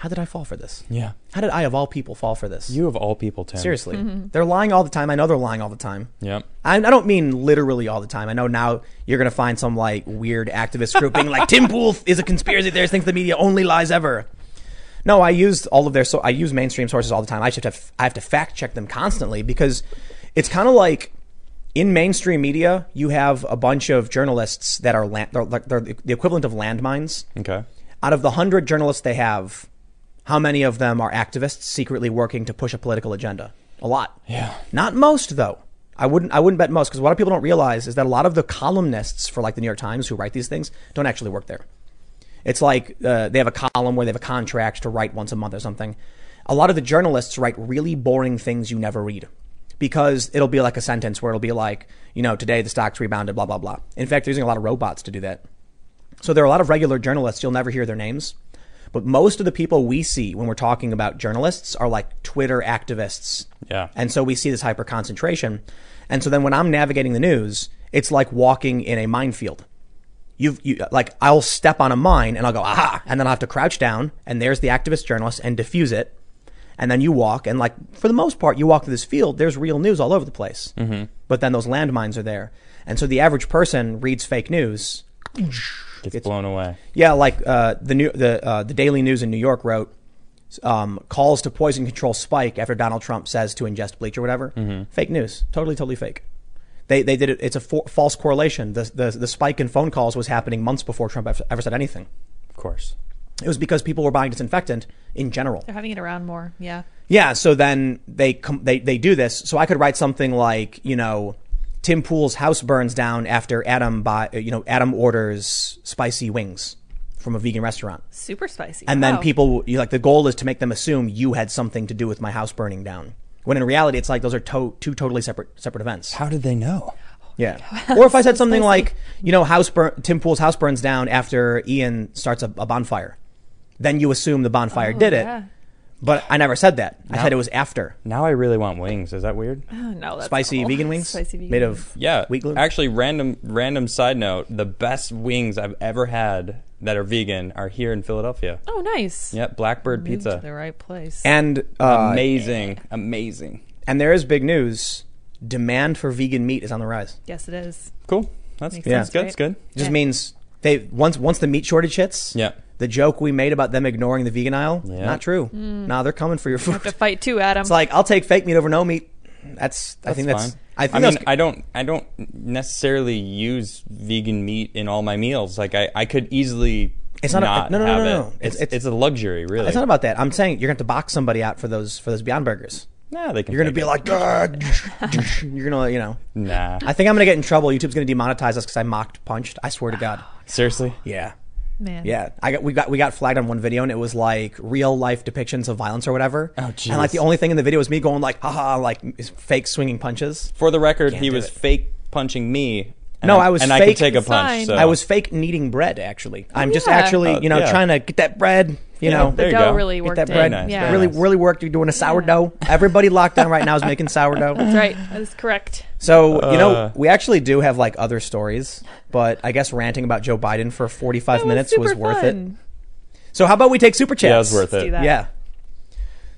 Speaker 1: How did I fall for this?
Speaker 2: Yeah.
Speaker 1: How did I, of all people, fall for this?
Speaker 2: You of all people, Tim.
Speaker 1: Seriously. They're lying all the time. I know they're lying all the time.
Speaker 2: Yep.
Speaker 1: I, I don't mean literally all the time. I know now you're going to find some like weird activist group being like, Tim Pool is a conspiracy theorist, thinks the media only lies ever. No, I use all of their, so I use mainstream sources all the time. I just have to, I have to fact check them constantly because it's kind of like in mainstream media, you have a bunch of journalists that are, land, they're, like- they're the equivalent of landmines.
Speaker 2: Okay.
Speaker 1: Out of the hundred journalists they have, how many of them are activists secretly working to push a political agenda? A lot.
Speaker 2: Yeah.
Speaker 1: Not most though. I wouldn't. I wouldn't bet most because what a lot of people don't realize is that a lot of the columnists for like the New York Times who write these things don't actually work there. It's like uh, they have a column where they have a contract to write once a month or something. A lot of the journalists write really boring things you never read because it'll be like a sentence where it'll be like, you know, today the stocks rebounded, blah blah blah. In fact, they're using a lot of robots to do that. So there are a lot of regular journalists. You'll never hear their names. But most of the people we see when we're talking about journalists are like Twitter activists.
Speaker 2: Yeah.
Speaker 1: And so we see this hyper concentration. And so then when I'm navigating the news, it's like walking in a minefield. you've you, like I'll step on a mine and I'll go aha, and then I'll have to crouch down, and there's the activist journalist and diffuse it, and then you walk, and like for the most part, you walk through this field. There's real news all over the place, mm-hmm. but then those landmines are there, and so the average person reads fake news.
Speaker 2: Gets blown away.
Speaker 1: Yeah, like uh, the new the uh, the Daily News in New York wrote um, calls to poison control spike after Donald Trump says to ingest bleach or whatever. Fake news, totally totally fake. They they did it. It's a fo- false correlation. The, the the spike in phone calls was happening months before Trump ever- ever said anything.
Speaker 2: Of course.
Speaker 1: It was because people were buying disinfectant in general.
Speaker 3: They're having it around more. Yeah.
Speaker 1: Yeah, so then they com- they they do this. So I could write something like, you know, Tim Pool's house burns down after Adam buy, you know, Adam orders spicy wings from a vegan restaurant.
Speaker 3: Super spicy.
Speaker 1: And then
Speaker 3: Wow.
Speaker 1: people you like the goal is to make them assume you had something to do with my house burning down. When in reality it's like those are to- two totally separate separate events.
Speaker 2: How did they know?
Speaker 1: Yeah. Or if I said something like, you know, house burn, Tim Pool's house burns down after Ian starts a, a bonfire. Then you assume the bonfire did it.
Speaker 3: Oh, yeah.
Speaker 1: But I never said that. I said it was after.
Speaker 2: Now I really want wings. Is that weird?
Speaker 3: Oh, no, that's
Speaker 1: Spicy
Speaker 3: awful.
Speaker 1: vegan wings?
Speaker 3: Spicy vegan
Speaker 1: Made
Speaker 3: wings.
Speaker 1: of
Speaker 2: Yeah.
Speaker 1: wheat gluten?
Speaker 2: Actually, random random side note: the best wings I've ever had that are vegan are here in Philadelphia.
Speaker 3: Oh, nice.
Speaker 2: Yep, Blackbird
Speaker 3: Moved
Speaker 2: Pizza.
Speaker 3: to the right place.
Speaker 1: and,
Speaker 2: um,
Speaker 1: uh,
Speaker 2: amazing, amazing.
Speaker 1: and there is big news. Demand for vegan meat is on the rise.
Speaker 3: yes, it is.
Speaker 2: Cool. That's
Speaker 3: Makes
Speaker 2: that's
Speaker 3: sense,
Speaker 2: good.
Speaker 3: right?
Speaker 2: That's good.
Speaker 1: It just
Speaker 3: Yeah.
Speaker 1: means they once once the meat shortage hits,
Speaker 2: Yeah.
Speaker 1: the joke we made about them ignoring the vegan aisle,
Speaker 2: Yeah.
Speaker 1: not true. Nah, they're coming for your food.
Speaker 3: To fight too, Adam.
Speaker 1: It's like I'll take fake meat over no meat. That's, I think that's
Speaker 2: fine.
Speaker 1: I think
Speaker 2: mean,
Speaker 1: that's,
Speaker 2: I don't, I don't necessarily use vegan meat in all my meals. Like, I, I could easily
Speaker 1: It's not a- no, no, no, no,
Speaker 2: have it.
Speaker 1: no. It's-
Speaker 2: It's,
Speaker 1: it's-
Speaker 2: it's, a luxury, really.
Speaker 1: It's not about that. I'm saying you're going to have to box somebody out for those for those Beyond Burgers.
Speaker 2: nah, they can.
Speaker 1: You're going to be
Speaker 2: take
Speaker 1: like, "Ugh," you're going to, you know.
Speaker 2: it. nah.
Speaker 1: I think I'm going to get in trouble. YouTube's going to demonetize us because I mocked, punched. I swear to God.
Speaker 2: Seriously,
Speaker 1: Yeah,
Speaker 3: Man.
Speaker 1: yeah. I got we got we got flagged on one video and it was like real life depictions of violence or whatever.
Speaker 2: Oh,
Speaker 1: And like
Speaker 2: jeez.
Speaker 1: the only thing in the video was me going like, haha, like fake swinging punches.
Speaker 2: for the record, he
Speaker 1: do
Speaker 2: was
Speaker 1: it.
Speaker 2: fake punching me. and
Speaker 1: No, I was
Speaker 2: and I
Speaker 1: fake-
Speaker 2: could take a punch.
Speaker 3: Fine.
Speaker 2: So.
Speaker 1: I was fake kneading bread. Actually, I'm just
Speaker 3: yeah.
Speaker 1: actually, you know,
Speaker 2: Uh, Oh. yeah.
Speaker 1: trying to get that bread. You
Speaker 2: Yeah,
Speaker 1: know,
Speaker 2: there
Speaker 3: The
Speaker 2: you
Speaker 3: dough
Speaker 2: go.
Speaker 3: really
Speaker 2: Get
Speaker 3: worked
Speaker 1: that
Speaker 3: in.
Speaker 1: bread.
Speaker 2: nice,
Speaker 3: yeah.
Speaker 2: very
Speaker 1: really
Speaker 2: nice.
Speaker 1: really worked. You're doing a sourdough. Everybody locked down right now is making sourdough.
Speaker 3: That's right. That is correct.
Speaker 1: So you know,
Speaker 2: Uh.
Speaker 1: we actually do have like other stories, but I guess ranting about Joe Biden for forty-five minutes was worth it. So how about we take super chats?
Speaker 2: Yeah, it was worth
Speaker 3: Let's do
Speaker 2: it.
Speaker 3: that.
Speaker 1: Yeah.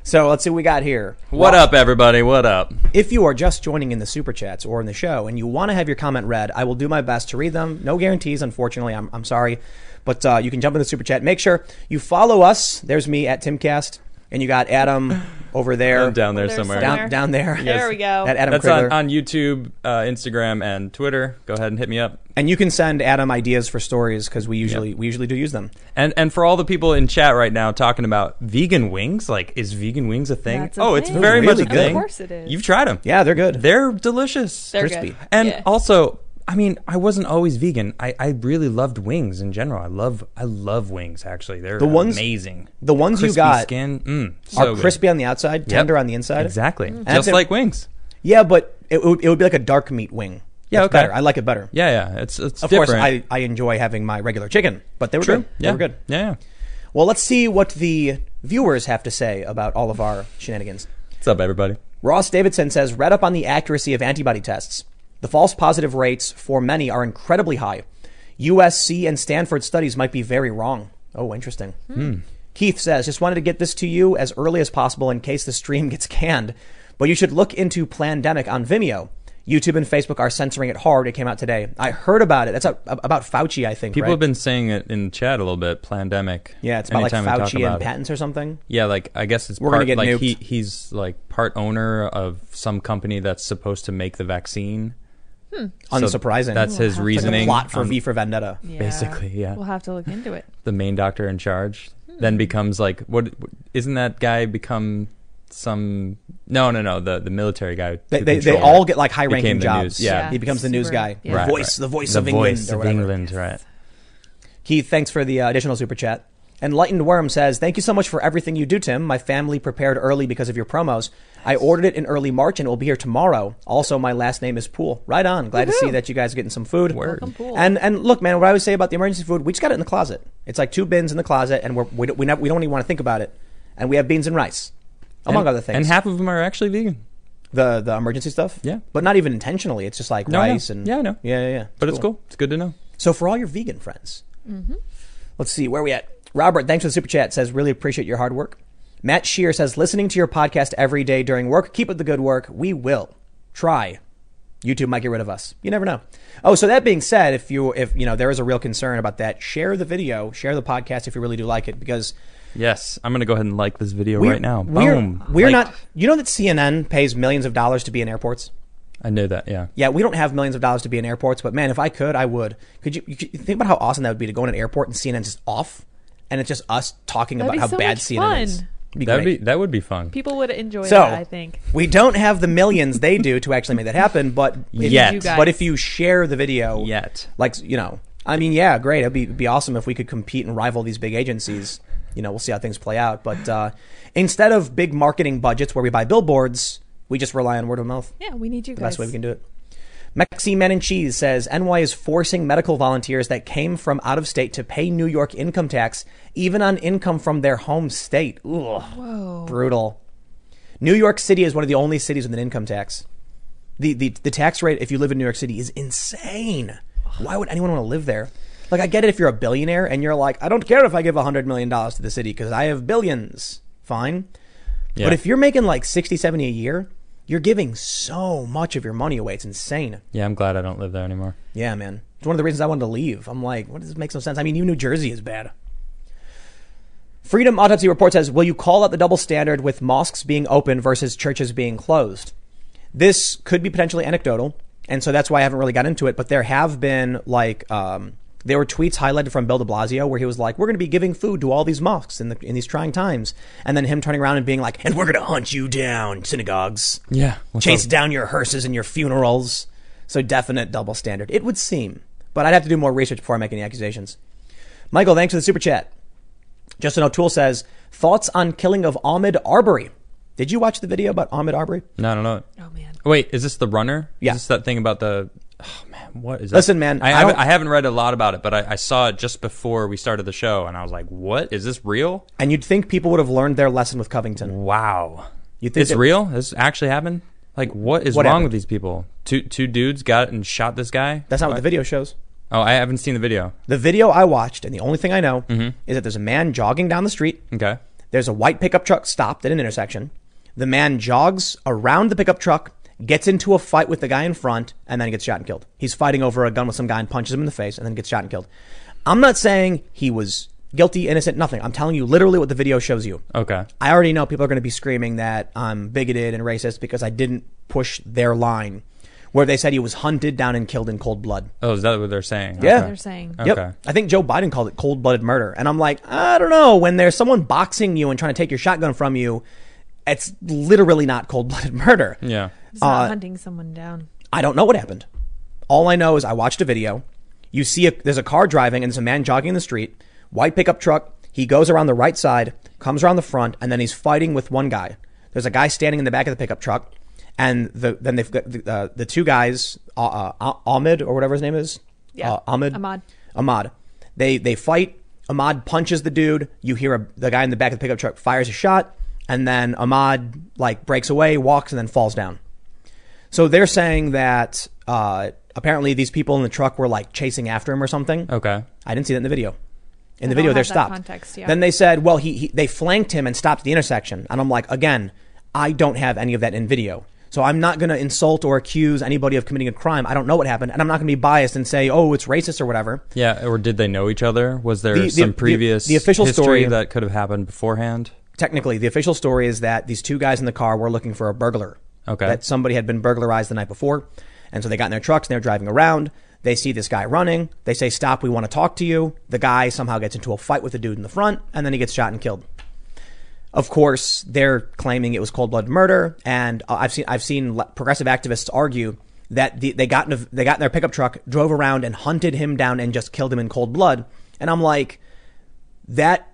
Speaker 1: So let's see what we got here.
Speaker 2: What up, everybody? What up?
Speaker 1: If you are just joining in the super chats or in the show and you want to have your comment read, I will do my best to read them. No guarantees, unfortunately. I'm, I'm sorry. But uh, you can jump in the super chat. Make sure you follow us. There's me at Timcast, and you got Adam over there.
Speaker 2: I'm down there
Speaker 3: There's
Speaker 2: somewhere.
Speaker 3: some-
Speaker 1: down, down there.
Speaker 3: There we go.
Speaker 1: At Adam
Speaker 2: That's
Speaker 1: Krigler.
Speaker 2: on, on YouTube, uh, Instagram, and Twitter. Go ahead and hit me up.
Speaker 1: and you can send Adam ideas for stories because we usually we usually do use them.
Speaker 2: And and for all the people in chat right now talking about vegan wings, like is vegan wings a thing?
Speaker 3: That's a
Speaker 2: oh, it's
Speaker 3: thing.
Speaker 2: very
Speaker 1: They're
Speaker 2: much a
Speaker 1: really good.
Speaker 2: thing.
Speaker 1: Of
Speaker 3: course it is.
Speaker 2: You've tried them.
Speaker 1: Yeah, they're good.
Speaker 2: They're delicious.
Speaker 3: They're
Speaker 1: Crispy.
Speaker 3: Good.
Speaker 2: and
Speaker 3: Yeah.
Speaker 2: also, I mean, I wasn't always vegan. I, I really loved wings in general. I love I love wings actually. They're the
Speaker 1: ones-
Speaker 2: amazing.
Speaker 1: the ones you
Speaker 2: Crispy
Speaker 1: got
Speaker 2: skin, mm, so
Speaker 1: are
Speaker 2: good.
Speaker 1: crispy on the outside,
Speaker 2: Yep.
Speaker 1: tender on the inside.
Speaker 2: Exactly,
Speaker 1: That's
Speaker 2: just
Speaker 1: it.
Speaker 2: like wings.
Speaker 1: Yeah, but it would, it would be like a dark meat wing.
Speaker 2: Yeah,
Speaker 1: It's
Speaker 2: okay.
Speaker 1: better. I like it better.
Speaker 2: Yeah, yeah. It's it's
Speaker 1: Of
Speaker 2: different.
Speaker 1: course, I, I enjoy having my regular chicken, but they were good.
Speaker 2: yeah,
Speaker 1: They were good.
Speaker 2: Yeah, yeah.
Speaker 1: Well, let's see what the viewers have to say about all of our shenanigans.
Speaker 2: What's up, everybody?
Speaker 1: Ross Davidson says, read up on the accuracy of antibody tests. The false positive rates for many are incredibly high. USC and Stanford studies might be very wrong. Oh, interesting.
Speaker 2: Hmm.
Speaker 1: Keith says, just wanted to get this to you as early as possible in case the stream gets canned. But you should look into Plandemic on Vimeo. YouTube and Facebook are censoring it hard. It came out today. I heard about it. That's a- about Fauci, I think.
Speaker 2: People
Speaker 1: right?
Speaker 2: have been saying it in chat a little bit. Pandemic.
Speaker 1: yeah, it's about like
Speaker 2: Anytime we talk
Speaker 1: Fauci
Speaker 2: about
Speaker 1: and
Speaker 2: it.
Speaker 1: patents or something.
Speaker 2: Yeah, like I guess it's
Speaker 1: We're gonna
Speaker 2: part,
Speaker 1: get
Speaker 2: like
Speaker 1: nuked.
Speaker 2: he he's like part owner of some company that's supposed to make the vaccine. So
Speaker 1: Unsurprising.
Speaker 2: that's his
Speaker 1: It's like a
Speaker 2: reasoning. Um,
Speaker 1: plot for
Speaker 2: on-
Speaker 1: V for Vendetta.
Speaker 3: Yeah.
Speaker 2: Basically, yeah.
Speaker 3: We'll have to look into it.
Speaker 2: the main doctor in charge then becomes like what isn't that guy become some no no no the the military guy
Speaker 1: They,
Speaker 2: who
Speaker 1: they, they
Speaker 2: controlled
Speaker 1: all
Speaker 2: it.
Speaker 1: get like high ranking
Speaker 2: Became the news-
Speaker 1: jobs.
Speaker 2: yeah.
Speaker 3: Yeah.
Speaker 1: He becomes the news
Speaker 3: Super-
Speaker 1: guy.
Speaker 3: yeah.
Speaker 1: The
Speaker 2: Right,
Speaker 1: voice, the voice
Speaker 2: the
Speaker 1: of England.
Speaker 2: voice
Speaker 1: or
Speaker 2: of
Speaker 1: whatever.
Speaker 2: England right
Speaker 1: Keith, thanks for the uh, additional super chat. Enlightened Worm says, Thank you so much for everything you do, Tim. My family prepared early because of your promos. I ordered it in early March and it will be here tomorrow. Also, my last name is Pool. Right on. Glad to see that you guys are getting some food.
Speaker 2: Word.
Speaker 3: Welcome, Pool.
Speaker 1: And and look, man, what I would say about the emergency food, we just got it in the closet. It's like two bins in the closet, and we're, we, don't, we, never, we don't even want to think about it. And we have beans and rice, among
Speaker 2: and,
Speaker 1: other things.
Speaker 2: and half of them are actually vegan
Speaker 1: the the emergency stuff.
Speaker 2: Yeah.
Speaker 1: but not even intentionally. It's just like
Speaker 2: No, I know.
Speaker 1: rice and
Speaker 2: Yeah, I know.
Speaker 1: yeah, yeah. yeah.
Speaker 2: but it's cool it's good to know
Speaker 1: So for all your vegan friends, let's see where are we at. Robert, thanks for the super chat. Says really appreciate your hard work. Matt Shear says listening to your podcast every day during work. Keep up the good work. We will try. YouTube might get rid of us. You never know. Oh, so that being said, if you if you know there is a real concern about that, share the video, share the podcast if you really do like it because
Speaker 2: Yes, I'm gonna go ahead and like this video right now.
Speaker 1: we're,
Speaker 2: Boom.
Speaker 1: We're
Speaker 2: Like-
Speaker 1: not. You know that CNN pays millions of dollars to be in airports.
Speaker 2: I knew that. Yeah.
Speaker 1: Yeah, we don't have millions of dollars to be in airports, but man, if I could, I would. Could you, you could- think about how awesome that would be to go in an airport and CNN just off, and it's just us talking
Speaker 3: That'd
Speaker 1: about
Speaker 3: be
Speaker 1: how
Speaker 3: so
Speaker 1: bad
Speaker 3: much
Speaker 1: CNN is.
Speaker 3: fun.
Speaker 1: It'd be
Speaker 2: That'd
Speaker 1: great.
Speaker 2: be that would be fun.
Speaker 3: People would enjoy
Speaker 1: So-
Speaker 3: that, I think.
Speaker 1: We don't have the millions they do to actually make that happen, but if,
Speaker 2: Yet.
Speaker 3: You guys.
Speaker 1: but if you share the video,
Speaker 2: Yet.
Speaker 1: like you know, I mean, yeah, great. It'd be, it'd be awesome if we could compete and rival these big agencies. You know, we'll see how things play out. But uh, instead of big marketing budgets where we buy billboards, we just rely on word of mouth.
Speaker 3: Yeah, we need you
Speaker 1: The
Speaker 3: guys.
Speaker 1: best way we can do it. Mexi Men and Cheese says NY is forcing medical volunteers that came from out of state to pay New York income tax, even on income from their home state. Ugh,
Speaker 3: Whoa.
Speaker 1: brutal. New York City is one of the only cities with an income tax. The, the the tax rate if you live in New York City is insane. Why would anyone want to live there? Like I get it if you're a billionaire and you're like, I don't care if I give hundred million dollars to the city because I have billions. Fine.
Speaker 2: Yeah.
Speaker 1: But if you're making like 60, 70 a year, you're giving so much of your money away. It's insane.
Speaker 2: yeah, I'm glad I don't live there anymore.
Speaker 1: Yeah, man. It's one of the reasons I wanted to leave. I'm like, what does this make no sense? I mean, even New Jersey is bad. Freedom Autopsy Report says, will you call out the double standard with mosques being open versus churches being closed? This could be potentially anecdotal, and so that's why I haven't really got into it, but there have been like um, there were tweets highlighted from Bill de Blasio where he was like, We're gonna be giving food to all these mosques in the in these trying times and then him turning around and being like, And we're gonna hunt you down, synagogues
Speaker 2: Yeah. what's
Speaker 1: chase
Speaker 2: up?
Speaker 1: down your hearses and your funerals. So definite double standard. It would seem, but I'd have to do more research before I make any accusations. Michael, thanks for the super chat. Justin O'Toole says thoughts on killing of Ahmed Arbery. Did you watch the video about Ahmed Arbery?
Speaker 2: No, no, no.
Speaker 3: Oh, man.
Speaker 2: Wait, is this the runner?
Speaker 1: Yeah.
Speaker 2: Is this that thing about the? Oh man, what is? That?
Speaker 1: Listen, man,
Speaker 2: I
Speaker 1: I
Speaker 2: haven't,
Speaker 1: don't-
Speaker 2: I haven't read a lot about it, but I, I saw it just before we started the show, and I was like, "What is this real?
Speaker 1: And you'd think people would have learned their lesson with Covington.
Speaker 2: Wow,
Speaker 1: You think
Speaker 2: it's
Speaker 1: that-
Speaker 2: real? This actually happened? Like, what is
Speaker 1: What
Speaker 2: wrong
Speaker 1: happened?
Speaker 2: with these people? Two two dudes got and shot this guy.
Speaker 1: That's not what the video shows.
Speaker 2: Oh, I haven't seen the video.
Speaker 1: The video I watched, and the only thing I know,
Speaker 2: Mm-hmm.
Speaker 1: is that there's a man jogging down the street.
Speaker 2: Okay.
Speaker 1: There's a white pickup truck stopped at an intersection. The man jogs around the pickup truck, gets into a fight with the guy in front, and then gets shot and killed. He's fighting over a gun with some guy and punches him in the face and then gets shot and killed. I'm not saying he was guilty, innocent, nothing. I'm telling you literally what the video shows you.
Speaker 2: Okay.
Speaker 1: I already know people are going to be screaming that I'm bigoted and racist because I didn't push their line where they said he was hunted down and killed in cold blood.
Speaker 2: Oh, is that what they're saying?
Speaker 1: Yeah. Uh,
Speaker 2: Okay.
Speaker 3: They're saying.
Speaker 2: Okay.
Speaker 1: Yep. I think Joe Biden called it cold blooded murder. And I'm like, I don't know. When there's someone boxing you and trying to take your shotgun from you, it's literally not cold blooded murder.
Speaker 2: Yeah.
Speaker 3: It's not hunting someone down.
Speaker 1: I don't know what happened. All I know is I watched a video. You see, a, there's a car driving and there's a man jogging in the street, white pickup truck. He goes around the right side, comes around the front, and then he's fighting with one guy. There's a guy standing in the back of the pickup truck, and the, then they've got the, uh, the two guys, uh, uh, Ahmed or whatever his name is,
Speaker 3: Yeah.
Speaker 1: uh, Ahmed,
Speaker 3: Ahmad.
Speaker 1: Ahmad. They they fight. Ahmad punches the dude. You hear a, the guy in the back of the pickup truck fires a shot, and then Ahmad like breaks away, walks, and then falls down. So they're saying that uh, apparently these people in the truck were like chasing after him or something.
Speaker 2: Okay.
Speaker 1: I didn't see that in the video. In the
Speaker 3: I don't
Speaker 1: video, they're
Speaker 3: have that
Speaker 1: stopped.
Speaker 3: context, yeah.
Speaker 1: Then they said, "Well, he, he they flanked him and stopped at the intersection." And I'm like, again, I don't have any of that in video, so I'm not going to insult or accuse anybody of committing a crime. I don't know what happened, and I'm not going to be biased and say, "Oh, it's racist" or whatever.
Speaker 2: Yeah. Or did they know each other? Was there
Speaker 1: The- the-
Speaker 2: some
Speaker 1: the-
Speaker 2: previous
Speaker 1: the official
Speaker 2: history
Speaker 1: story-
Speaker 2: that could have happened beforehand?
Speaker 1: technically, the official story is that these two guys in the car were looking for a burglar.
Speaker 2: Okay.
Speaker 1: That somebody had been burglarized the night before. And so they got in their trucks and they're driving around. They see this guy running. They say, Stop, we want to talk to you. The guy somehow gets into a fight with the dude in the front, and then he gets shot and killed. Of course, they're claiming it was cold blooded murder, and uh, I've seen I've seen le- progressive activists argue that the, they got in a, they got in their pickup truck, drove around, and hunted him down and just killed him in cold blood. And I'm like, that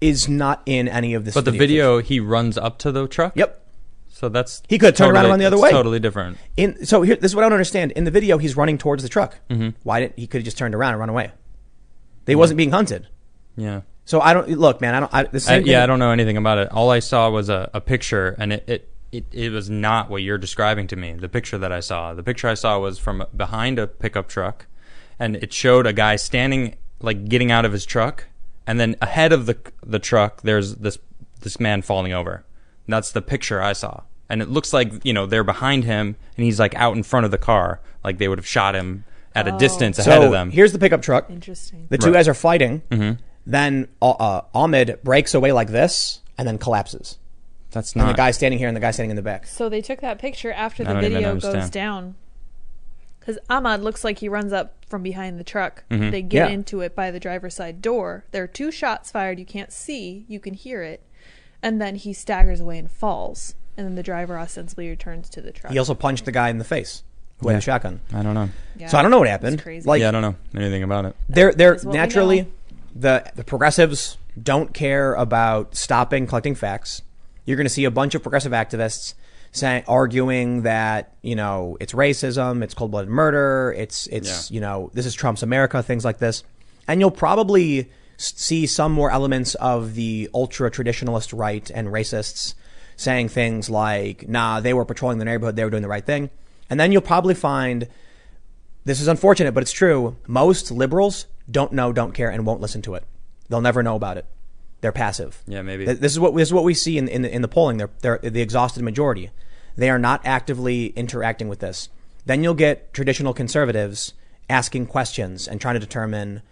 Speaker 1: is not in any of this.
Speaker 2: But the
Speaker 1: footage.
Speaker 2: video, he runs up to the truck.
Speaker 1: Yep.
Speaker 2: So that's
Speaker 1: He could turn around and run the other
Speaker 2: it's
Speaker 1: way.
Speaker 2: Totally different.
Speaker 1: In so here, this is what I don't understand. In the video, he's running towards the truck.
Speaker 2: Mm-hmm.
Speaker 1: Why didn't he could have just turned around and run away? They wasn't being hunted.
Speaker 2: Yeah.
Speaker 1: So I don't look, man. I don't. I, the
Speaker 2: I,
Speaker 1: same thing-
Speaker 2: Uh, yeah, I don't know anything about it. All I saw was a, a picture, and it, it, it, it was not what you're describing to me. The picture that I saw, the picture I saw was from behind a pickup truck, and it showed a guy standing like getting out of his truck, and then ahead of the the truck, there's this this man falling over. And that's the picture I saw, and it looks like you know they're behind him, and he's like out in front of the car, like they would have shot him at a distance ahead
Speaker 1: Oh. so
Speaker 2: of them.
Speaker 1: here's the pickup truck.
Speaker 3: Interesting.
Speaker 1: The two
Speaker 2: Right. Mm-hmm.
Speaker 1: guys are fighting. Then uh, uh, Ahmed breaks away like this and then collapses.
Speaker 2: that's
Speaker 1: And
Speaker 2: not
Speaker 1: the guy standing here and the guy standing in the back.
Speaker 3: So they took that picture after the
Speaker 2: don't even
Speaker 3: video
Speaker 2: understand.
Speaker 3: goes down. Because Ahmad looks like he runs up from behind the truck.
Speaker 2: Mm-hmm.
Speaker 3: They
Speaker 1: Yeah.
Speaker 3: get into it by the driver's side door. There are two shots fired. You can't see, you can hear it. And then he staggers away and falls. And then the driver ostensibly returns to the truck.
Speaker 1: He also punched the guy in the face who had
Speaker 2: Yeah.
Speaker 1: a shotgun.
Speaker 2: I don't know.
Speaker 3: Yeah.
Speaker 1: So I don't know what happened.
Speaker 3: That's crazy.
Speaker 1: Like
Speaker 2: yeah, I don't know anything about it.
Speaker 1: they're they're
Speaker 3: is what we
Speaker 1: naturally
Speaker 3: know.
Speaker 1: the the progressives don't care about stopping collecting facts. You're going to see a bunch of progressive activists saying arguing that you know it's racism, it's cold blooded murder, it's it's
Speaker 2: Yeah.
Speaker 1: you know this is Trump's America, things like this, and you'll probably s- see some more elements of the ultra traditionalist right and racists saying things like, "Nah, they were patrolling the neighborhood, they were doing the right thing," and then you'll probably find this is unfortunate, but it's true. Most liberals don't know, don't care, and won't listen to it. They'll never know about it. They're passive.
Speaker 2: Yeah, maybe.
Speaker 1: Th- This is what this is what we see in in the, in the polling. They're they're the exhausted majority. They are not actively interacting with this. Then you'll get traditional conservatives asking questions and trying to determine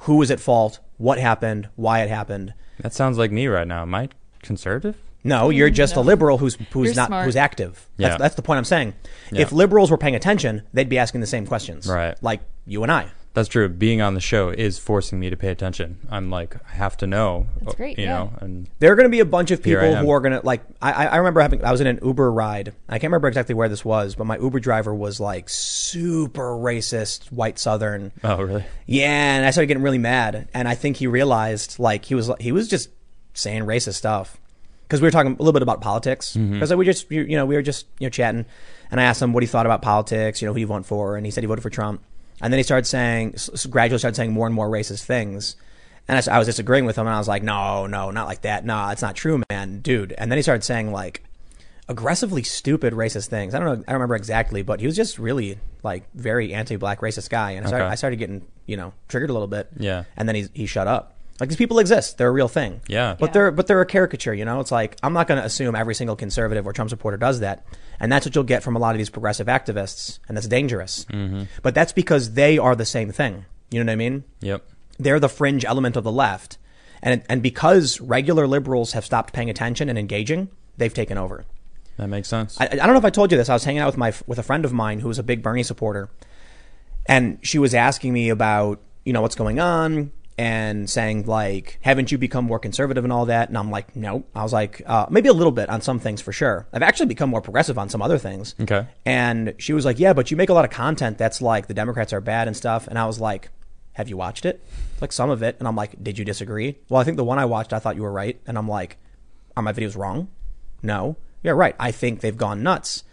Speaker 1: who was at fault, what happened, why it happened.
Speaker 2: That sounds like me right now. Am I conservative?
Speaker 1: No, you're just a liberal who's who's
Speaker 3: Mm-hmm. You're
Speaker 1: not
Speaker 3: smart.
Speaker 1: who's active.
Speaker 2: Yeah.
Speaker 1: That's, that's the point I'm saying. If
Speaker 2: Yeah.
Speaker 1: liberals were paying attention, they'd be asking the same questions.
Speaker 2: Right.
Speaker 1: Like you and I.
Speaker 2: That's true. Being on the show is forcing me to pay attention. I'm like, I have to know. uh,
Speaker 3: That's great,
Speaker 2: You
Speaker 3: yeah.
Speaker 2: know, and
Speaker 1: There are going to be a bunch of
Speaker 2: Here I
Speaker 1: people who
Speaker 2: am.
Speaker 1: are going to like. I, I I remember having. I was in an Uber ride. I can't remember exactly where this was, but my Uber driver was like super racist, white Southern.
Speaker 2: oh, really?
Speaker 1: Yeah, and I started getting really mad, and I think he realized like he was he was just saying racist stuff because we were talking a little bit about politics because like, we just you, you know we were just you know chatting, and I asked him what he thought about politics, you know who you vote for, and he said he voted for Trump, and then he started saying s- s- gradually started saying more and more racist things. And I, s- I was disagreeing with him, and I was like, "No, no, not like that. No, it's not true, man, dude." And then he started saying like aggressively stupid racist things. I don't know. I don't remember exactly, but he was just really like very anti-black racist guy, and I started,
Speaker 2: Okay.
Speaker 1: I started getting you know triggered a little bit.
Speaker 2: Yeah.
Speaker 1: and then he he shut up. Like these people exist; they're a real thing.
Speaker 2: Yeah.
Speaker 1: but
Speaker 2: Yeah.
Speaker 1: they're but they're a caricature. You know, it's like I'm not going to assume every single conservative or Trump supporter does that, and that's what you'll get from a lot of these progressive activists, and that's dangerous.
Speaker 2: Mm-hmm.
Speaker 1: But that's because they are the same thing. You know what I mean?
Speaker 2: Yep.
Speaker 1: they're the fringe element of the left. And, and because regular liberals have stopped paying attention and engaging, they've taken over.
Speaker 2: That makes sense.
Speaker 1: I, I don't know if I told you this. I was hanging out with my with a friend of mine who was a big Bernie supporter, and she was asking me about you know what's going on and saying like, haven't you become more conservative and all that? And I'm like, no. I was like, uh, maybe a little bit on some things for sure. I've actually become more progressive on some other things.
Speaker 2: Okay.
Speaker 1: And she was like, yeah, but you make a lot of content that's like the Democrats are bad and stuff. And I was like, have you watched it? Like some of it. And I'm like, did you disagree? Well, I think the one I watched, I thought you were right. And I'm like, are my videos wrong? No. Yeah, right. I think they've gone nuts.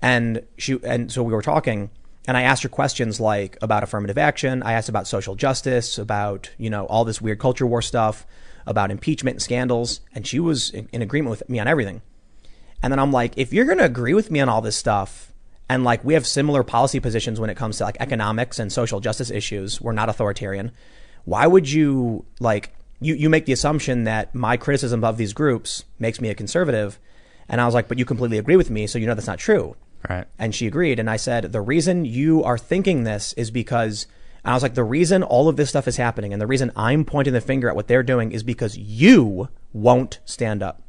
Speaker 1: And she and so we were talking and I asked her questions like about affirmative action, I asked about social justice, about, you know, all this weird culture war stuff, about impeachment and scandals, and she was in, in agreement with me on everything. And then I'm like, if you're going to agree with me on all this stuff and like we have similar policy positions when it comes to like economics and social justice issues, we're not authoritarian. Why would you like you you make the assumption that my criticism of these groups makes me a conservative? And I was like, but you completely agree with me, so you know that's not true.
Speaker 2: Right.
Speaker 1: And she agreed. And I said, the reason you are thinking this is because and I was like, the reason all of this stuff is happening and the reason I'm pointing the finger at what they're doing is because you won't stand up.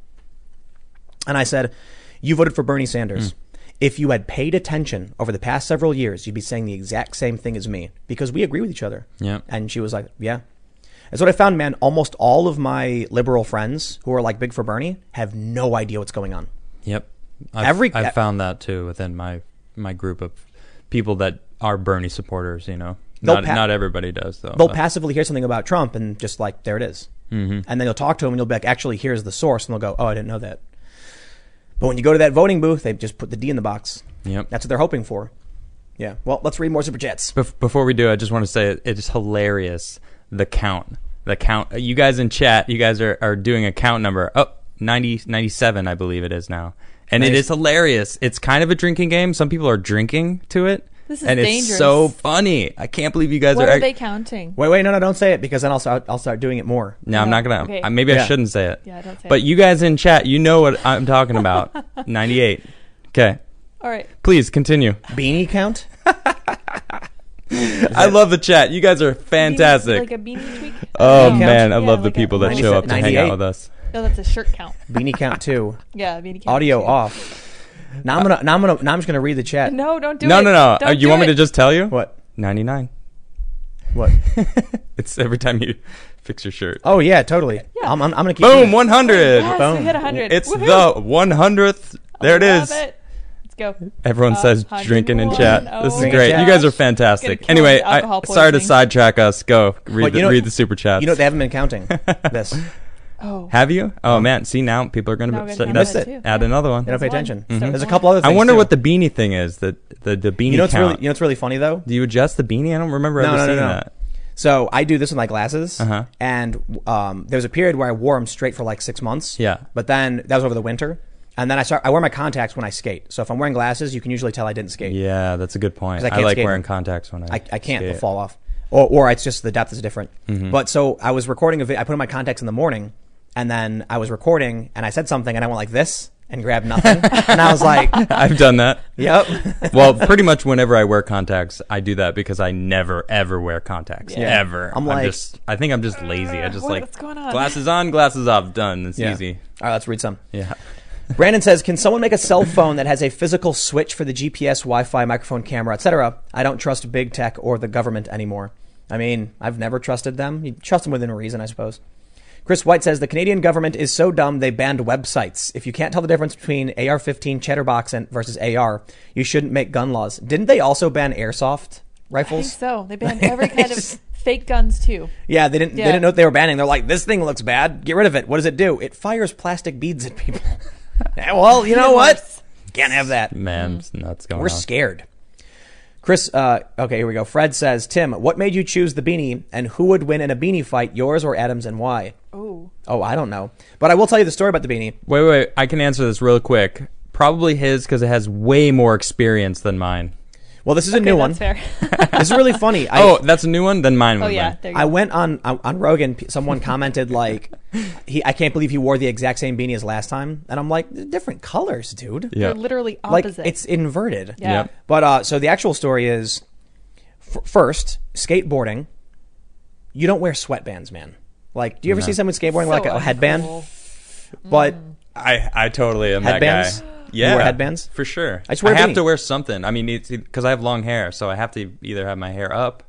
Speaker 1: And I said, You voted for Bernie Sanders. If you had paid attention over the past several years, you'd be saying the exact same thing as me because we agree with each other.
Speaker 2: Yeah.
Speaker 1: And she was like, Yeah. That's what I found, man. Almost all of my liberal friends who are like big for Bernie have no idea what's going on.
Speaker 2: Yep. I've,
Speaker 1: Every-
Speaker 2: I've found that too within my my group of people that are Bernie supporters. You know,
Speaker 1: They'll
Speaker 2: not
Speaker 1: pa-
Speaker 2: not everybody does though.
Speaker 1: They'll
Speaker 2: but-
Speaker 1: passively hear something about Trump and just like, there it is. And then you'll talk to them and you'll be like, actually, here's the source. And they'll go, oh, I didn't know that. But when you go to that voting booth, they just put the D in the box.
Speaker 2: Yep.
Speaker 1: That's what they're hoping for. Yeah. Well, let's read more Super Chats.
Speaker 2: Bef- before we do, I just want to say it, it is hilarious. The count, the count. You guys in chat, you guys are, are doing a count number. Oh, 90, 97, I believe it is now, and it
Speaker 1: Nice.
Speaker 2: is hilarious. It's kind of a drinking game. Some people are drinking to it,
Speaker 3: This is
Speaker 2: and
Speaker 3: dangerous.
Speaker 2: it's so funny. I can't believe you guys
Speaker 3: What
Speaker 2: are.
Speaker 3: are
Speaker 2: act-
Speaker 3: they counting?
Speaker 1: Wait, wait, no, no, don't say it because then I'll start, I'll start doing it more.
Speaker 2: no, I'm
Speaker 3: No,
Speaker 2: not gonna.
Speaker 3: okay.
Speaker 2: I, maybe I
Speaker 1: Yeah.
Speaker 2: shouldn't say it.
Speaker 3: Yeah, don't say
Speaker 2: But
Speaker 3: it.
Speaker 2: you guys in chat, you know what I'm talking about. 98. Okay,
Speaker 3: All right.
Speaker 2: please continue.
Speaker 1: Beanie count?
Speaker 2: I love the chat. You guys are
Speaker 3: Beanie-
Speaker 2: fantastic.
Speaker 3: Like a beanie tweak?
Speaker 2: oh
Speaker 1: Beanie count?
Speaker 2: man, I
Speaker 3: Yeah,
Speaker 2: love the
Speaker 3: like a-
Speaker 2: people that
Speaker 3: like
Speaker 2: show
Speaker 3: a-
Speaker 2: up to hang out
Speaker 1: 98.
Speaker 2: with us.
Speaker 3: No, that's a shirt count.
Speaker 1: Beanie count two.
Speaker 3: Yeah, beanie count.
Speaker 1: Audio
Speaker 3: too.
Speaker 1: off. Now I'm gonna, now I'm gonna, now I'm just gonna read the chat.
Speaker 3: No, don't do
Speaker 2: no,
Speaker 3: it.
Speaker 2: no, no,
Speaker 3: Don't
Speaker 2: Uh, You
Speaker 3: do
Speaker 2: want me
Speaker 3: it.
Speaker 2: to just tell you?
Speaker 1: What?
Speaker 2: 99.
Speaker 1: What?
Speaker 2: It's every time you fix your shirt.
Speaker 1: Oh yeah, totally. I'm, I'm, I'm gonna keep.
Speaker 2: Boom,
Speaker 1: doing it.
Speaker 2: 100.
Speaker 3: Oh, Yes,
Speaker 1: Boom.
Speaker 3: we hit 100.
Speaker 2: It's
Speaker 3: Woohoo.
Speaker 2: the 100th. There it
Speaker 3: Love
Speaker 2: is.
Speaker 3: it. Let's go.
Speaker 2: Everyone says
Speaker 3: 101.
Speaker 2: drinking in chat.
Speaker 3: Oh
Speaker 2: This is
Speaker 1: my
Speaker 2: great.
Speaker 1: gosh.
Speaker 2: You guys are
Speaker 3: Gonna
Speaker 2: fantastic.
Speaker 3: kill
Speaker 2: Anyway,
Speaker 3: the
Speaker 2: I,
Speaker 3: alcohol
Speaker 2: sorry to
Speaker 3: poisoning.
Speaker 2: sidetrack us. Go read,
Speaker 1: But
Speaker 2: the,
Speaker 1: you know-
Speaker 2: read the super chats.
Speaker 1: You know they haven't been counting this. They
Speaker 3: Oh,
Speaker 2: Have you? Oh man, see now people are going
Speaker 3: Now
Speaker 2: to
Speaker 3: we're gonna
Speaker 2: start
Speaker 3: count
Speaker 2: that's
Speaker 1: that
Speaker 3: too.
Speaker 2: Add
Speaker 3: Yeah.
Speaker 2: another one.
Speaker 1: don't pay
Speaker 3: That's
Speaker 1: attention.
Speaker 3: one. Mhm.
Speaker 1: There's a couple other.
Speaker 2: I
Speaker 1: things
Speaker 2: wonder
Speaker 1: too.
Speaker 2: what the beanie thing is. The the, the beanie
Speaker 1: You know what's
Speaker 2: count.
Speaker 1: really, you know what's really funny though.
Speaker 2: Do you adjust the beanie? I don't remember
Speaker 1: No,
Speaker 2: ever
Speaker 1: no, no,
Speaker 2: seeing
Speaker 1: no.
Speaker 2: that.
Speaker 1: So I do this with my glasses,
Speaker 2: Uh-huh.
Speaker 1: and um, there was a period where I wore them straight for like six months.
Speaker 2: Yeah.
Speaker 1: but then that was over the winter, and then I start. I wear my contacts when I skate. So if I'm wearing glasses, you can usually tell I didn't skate.
Speaker 2: Yeah, that's a good point.
Speaker 1: 'Cause I
Speaker 2: I,
Speaker 1: can't
Speaker 2: like
Speaker 1: skate.
Speaker 2: wearing contacts when I
Speaker 1: I, I can't they'll
Speaker 2: skate.
Speaker 1: fall off, or or it's just the depth is different. But so I was recording a video. I put on my contacts in the morning, and then I was recording, and I said something, and I went like this and grabbed nothing, and I was like,
Speaker 2: I've done that.
Speaker 1: "Yep."
Speaker 2: well, pretty much whenever I wear contacts, I do that because I never ever wear contacts.
Speaker 1: Yeah.
Speaker 2: Ever.
Speaker 1: I'm like-
Speaker 2: just I think I'm just lazy. I just
Speaker 3: What-
Speaker 2: like
Speaker 3: what's going on?
Speaker 2: glasses on, glasses off, done. It's
Speaker 1: Yeah.
Speaker 2: easy.
Speaker 1: All right, let's read some.
Speaker 2: Yeah.
Speaker 1: Brandon says, "Can someone make a cell phone that has a physical switch for the GPS, Wi-Fi, microphone, camera, etc.? I don't trust big tech or the government anymore. I mean, I've never trusted them. You trust them within reason, I suppose." Chris White says the Canadian government is so dumb they banned websites. If you can't tell the difference between AR-15 Chatterbox and versus AR, you shouldn't make gun laws. Didn't they also ban airsoft
Speaker 3: I think
Speaker 1: rifles?
Speaker 3: so. They banned every kind of fake guns too.
Speaker 1: Yeah, they didn't.
Speaker 3: Yeah.
Speaker 1: They didn't know what they were banning. They're like, "This thing looks bad. Get rid of it. What does it do? It fires plastic beads at people." Yeah, well, you know what? Can't have that.
Speaker 2: Man, it's nuts going
Speaker 1: We're
Speaker 2: on.
Speaker 1: scared. Chris, uh, okay, here we go. Fred says, Tim, what made you choose the beanie and who would win in a beanie fight, yours or Adam's and why?
Speaker 3: Oh,
Speaker 1: Oh, I don't know. But I will tell you the story about the beanie.
Speaker 2: Wait, wait, wait. I can answer this real quick. Probably his because it has way more experience than mine.
Speaker 1: Well, this is a new
Speaker 3: okay,
Speaker 1: one.
Speaker 3: that's fair.
Speaker 1: This is really funny. I,
Speaker 2: Oh, that's a new one. Then mine.
Speaker 3: Oh
Speaker 2: would
Speaker 3: yeah,
Speaker 2: win.
Speaker 3: there you
Speaker 1: I
Speaker 3: go.
Speaker 1: went on on on Rogan. p- Someone commented like, "He, I can't believe he wore the exact same beanie as last time." And I'm like, "They're different colors, dude.
Speaker 2: Yeah.
Speaker 3: They're literally
Speaker 1: like
Speaker 3: opposite.
Speaker 1: it's inverted."
Speaker 3: yeah.
Speaker 2: Yep.
Speaker 1: But uh, so the actual story is, f- first skateboarding, you don't wear sweatbands, man. Like, do you ever see someone skateboarding
Speaker 3: So
Speaker 1: like a headband? Mm-hmm.
Speaker 3: uncool.
Speaker 1: But
Speaker 2: I, I totally am
Speaker 1: Headbands?
Speaker 2: that guy.
Speaker 1: You
Speaker 2: Yeah,
Speaker 1: wear headbands?
Speaker 2: for sure.
Speaker 1: I just wear a
Speaker 2: have
Speaker 1: beanie.
Speaker 2: to wear something. I mean, because I have long hair, so I have to either have my hair up,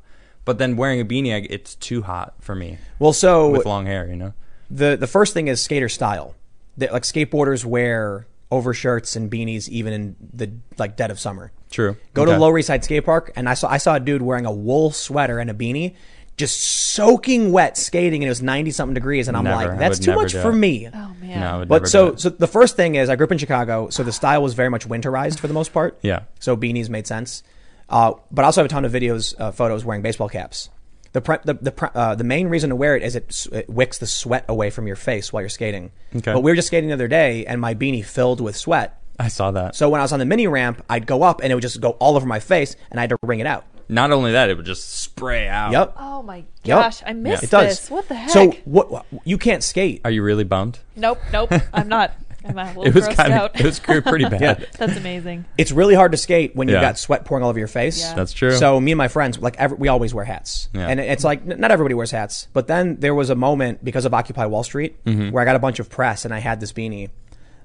Speaker 2: but then wearing a beanie, I, it's too hot for me
Speaker 1: well, so
Speaker 2: with long hair. You know,
Speaker 1: the the first thing is skater style. That like skateboarders wear overshirts and beanies even in the like dead of summer.
Speaker 2: true.
Speaker 1: Go to
Speaker 2: Okay.
Speaker 1: Lower East Side Skate Park, and I saw I saw a dude wearing a wool sweater and a beanie, just soaking wet skating, and it was ninety something degrees, and I'm
Speaker 2: Never. I
Speaker 1: like, that's
Speaker 2: would
Speaker 1: too
Speaker 2: never
Speaker 1: much
Speaker 2: do
Speaker 1: for
Speaker 2: it.
Speaker 1: me.
Speaker 3: Oh man.
Speaker 2: No, I would never
Speaker 1: But so,
Speaker 2: do it.
Speaker 1: so the first thing is, I grew up in Chicago, so the style was very much winterized for the most part.
Speaker 2: Yeah.
Speaker 1: So beanies made sense, uh, but I also have a ton of videos, uh, photos wearing baseball caps. The pre- the the, pre- uh, the main reason to wear it is it, s- it wicks the sweat away from your face while you're skating.
Speaker 2: Okay.
Speaker 1: But we were just skating the other day, and my beanie filled with sweat.
Speaker 2: I saw that.
Speaker 1: So when I was on the mini ramp, I'd go up, and it would just go all over my face, and I had to wring it out.
Speaker 2: Not only that, it would just spray out.
Speaker 1: Yep.
Speaker 3: Oh my
Speaker 1: Yep.
Speaker 3: gosh, I missed
Speaker 1: It does.
Speaker 3: this. What the heck?
Speaker 1: So what? what- You can't skate.
Speaker 2: Are you really bummed?
Speaker 3: nope, nope. I'm not. I'm a little
Speaker 2: It was
Speaker 3: grossed
Speaker 2: kind of
Speaker 3: out.
Speaker 2: it was pretty bad.
Speaker 3: That's amazing.
Speaker 1: it's really hard to skate when you've
Speaker 2: Yeah.
Speaker 1: got sweat pouring all over your face.
Speaker 3: Yeah.
Speaker 2: That's true.
Speaker 1: So me and my friends, like every, we always wear hats,
Speaker 2: Yeah.
Speaker 1: and it's like n- not everybody wears hats. But then there was a moment because of Occupy Wall Street
Speaker 2: Mm-hmm.
Speaker 1: where I got a bunch of press and I had this beanie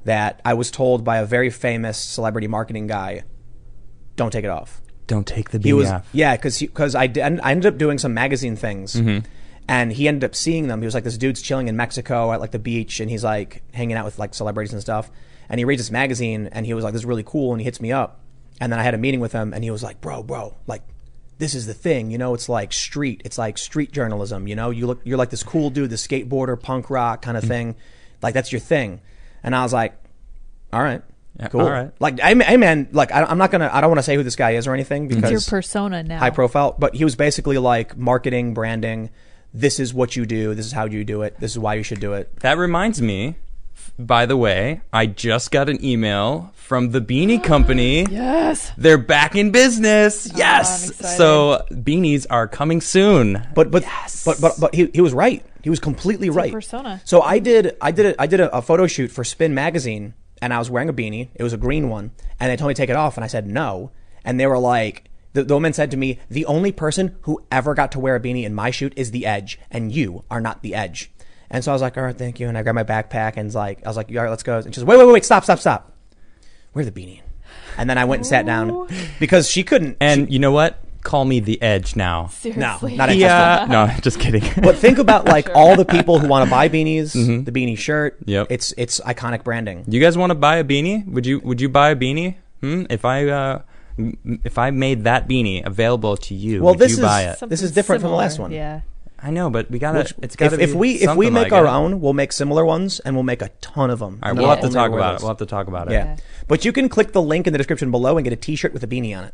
Speaker 1: that I was told by a very famous celebrity marketing guy, "Don't take it off."
Speaker 2: Don't take the
Speaker 1: He
Speaker 2: beanie
Speaker 1: was
Speaker 2: off.
Speaker 1: yeah, because because I did, I ended up doing some magazine things.
Speaker 2: Mm-hmm.
Speaker 1: And he ended up seeing them. He was like, "This dude's chilling in Mexico at like the beach, and he's like hanging out with like celebrities and stuff." And he reads this magazine, and he was like, "This is really cool." And he hits me up, and then I had a meeting with him, and he was like, "Bro, bro, like, this is the thing, you know? It's like street, it's like street journalism, you know? You look, you're like this cool dude, the skateboarder, punk rock
Speaker 2: Mm-hmm.
Speaker 1: kind of thing, like that's your thing." And I was like, "All right,
Speaker 2: Yeah,
Speaker 1: cool,
Speaker 2: all right.
Speaker 1: Like, I, I man, like, I, I'm not gonna, I don't want to say who this guy is or anything
Speaker 2: Mm-hmm.
Speaker 1: because
Speaker 3: It's your persona now.
Speaker 1: high profile, but he was basically like marketing, branding. This is what you do. This is how you do it. This is why you should do it.
Speaker 2: That reminds me, By the way, I just got an email from the Beanie Company.
Speaker 3: Yes.
Speaker 2: They're back in business.
Speaker 1: Oh,
Speaker 3: I'm
Speaker 2: yes.
Speaker 3: excited.
Speaker 2: So beanies are coming soon.
Speaker 1: But but but but but he, he was right. He was completely right.
Speaker 3: persona.
Speaker 1: So I did I did a, I did a, a photo shoot for Spin magazine, and I was wearing a beanie. It was a green one, and they told me to take it off, and I said no. And they were like, the, the woman said to me, the only person who ever got to wear a beanie in my shoot is the Edge, and you are not the Edge. And so I was like, all right, thank you. And I grabbed my backpack and was like, I was like, all right, let's go. And she was, wait, wait, wait, wait, stop, stop, stop. Wear the beanie. And then I went and sat down because she couldn't.
Speaker 2: And you know what? Call me the Edge now.
Speaker 1: no,
Speaker 3: Seriously.
Speaker 1: not interested.
Speaker 2: Yeah.
Speaker 1: uh,
Speaker 2: no, just kidding.
Speaker 1: But think about like all the people who want to buy beanies, the beanie shirt.
Speaker 2: Mm-hmm. Yep.
Speaker 1: It's it's iconic branding.
Speaker 2: You guys want to buy a beanie? Would you Would you buy a beanie? Hmm? If I uh, m- if I made that beanie available to you,
Speaker 1: Well,
Speaker 2: would
Speaker 1: this
Speaker 2: you
Speaker 1: is-
Speaker 2: buy it?
Speaker 1: This is different from the
Speaker 3: similar.
Speaker 1: last one.
Speaker 3: Yeah.
Speaker 2: I know, but we gotta. it's
Speaker 1: If,
Speaker 2: gotta
Speaker 1: if
Speaker 2: be
Speaker 1: we if we
Speaker 2: something
Speaker 1: make
Speaker 2: like
Speaker 1: our
Speaker 2: it.
Speaker 1: own, we'll make similar ones and we'll make a ton of them.
Speaker 2: All right,
Speaker 1: And
Speaker 2: we'll
Speaker 1: they'll
Speaker 2: have to
Speaker 1: only
Speaker 2: talk
Speaker 1: wear
Speaker 2: about it.
Speaker 1: those.
Speaker 2: We'll have to talk about it.
Speaker 1: yeah. But you can click the link in the description below and get a T-shirt with a beanie on it.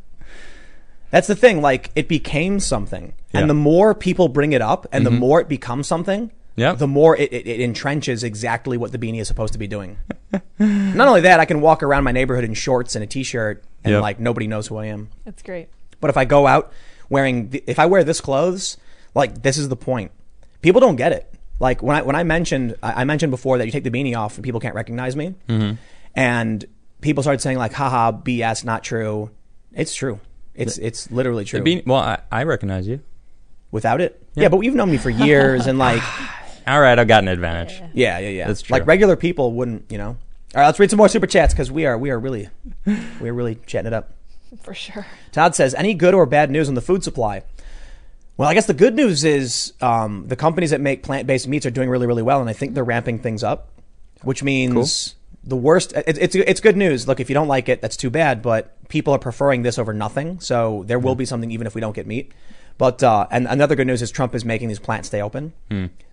Speaker 1: That's the thing. Like it became something,
Speaker 2: Yeah. Mm-hmm.
Speaker 1: and the more people bring it up, and the more it becomes something.
Speaker 2: Yep.
Speaker 1: The more it, it, it entrenches exactly what the beanie is supposed to be doing. Not only that, I can walk around my neighborhood in shorts and a T-shirt, and
Speaker 2: Yep.
Speaker 1: like nobody knows who I am.
Speaker 3: That's great.
Speaker 1: But if I go out wearing, th- if I wear this clothes, like this is the point. People don't get it. Like when I when I mentioned I I mentioned before that you take the beanie off and people can't recognize me,
Speaker 2: Mm-hmm.
Speaker 1: and people started saying like, "Haha, BS, not true." It's true. It's it's literally true.
Speaker 2: Beanie, well, I, I recognize you.
Speaker 1: Without it, yeah. But you've known me for years, and like,
Speaker 2: All right, I've got an advantage.
Speaker 1: yeah, yeah, yeah.
Speaker 2: That's true.
Speaker 1: Like regular people wouldn't, you know. All right, let's read some more super chats because we are we are really we are really chatting it up.
Speaker 3: For sure.
Speaker 1: Todd says, any good or bad news on the food supply? Well, I guess the good news is um, the companies that make plant based meats are doing really, really well, and I think they're ramping things up, which means the worst. It, it's, it's good news. Look, if you don't like it, that's too bad, but people are preferring this over nothing, so there will be something even if we don't get meat. But uh, and another good news is Trump is making these plants stay open.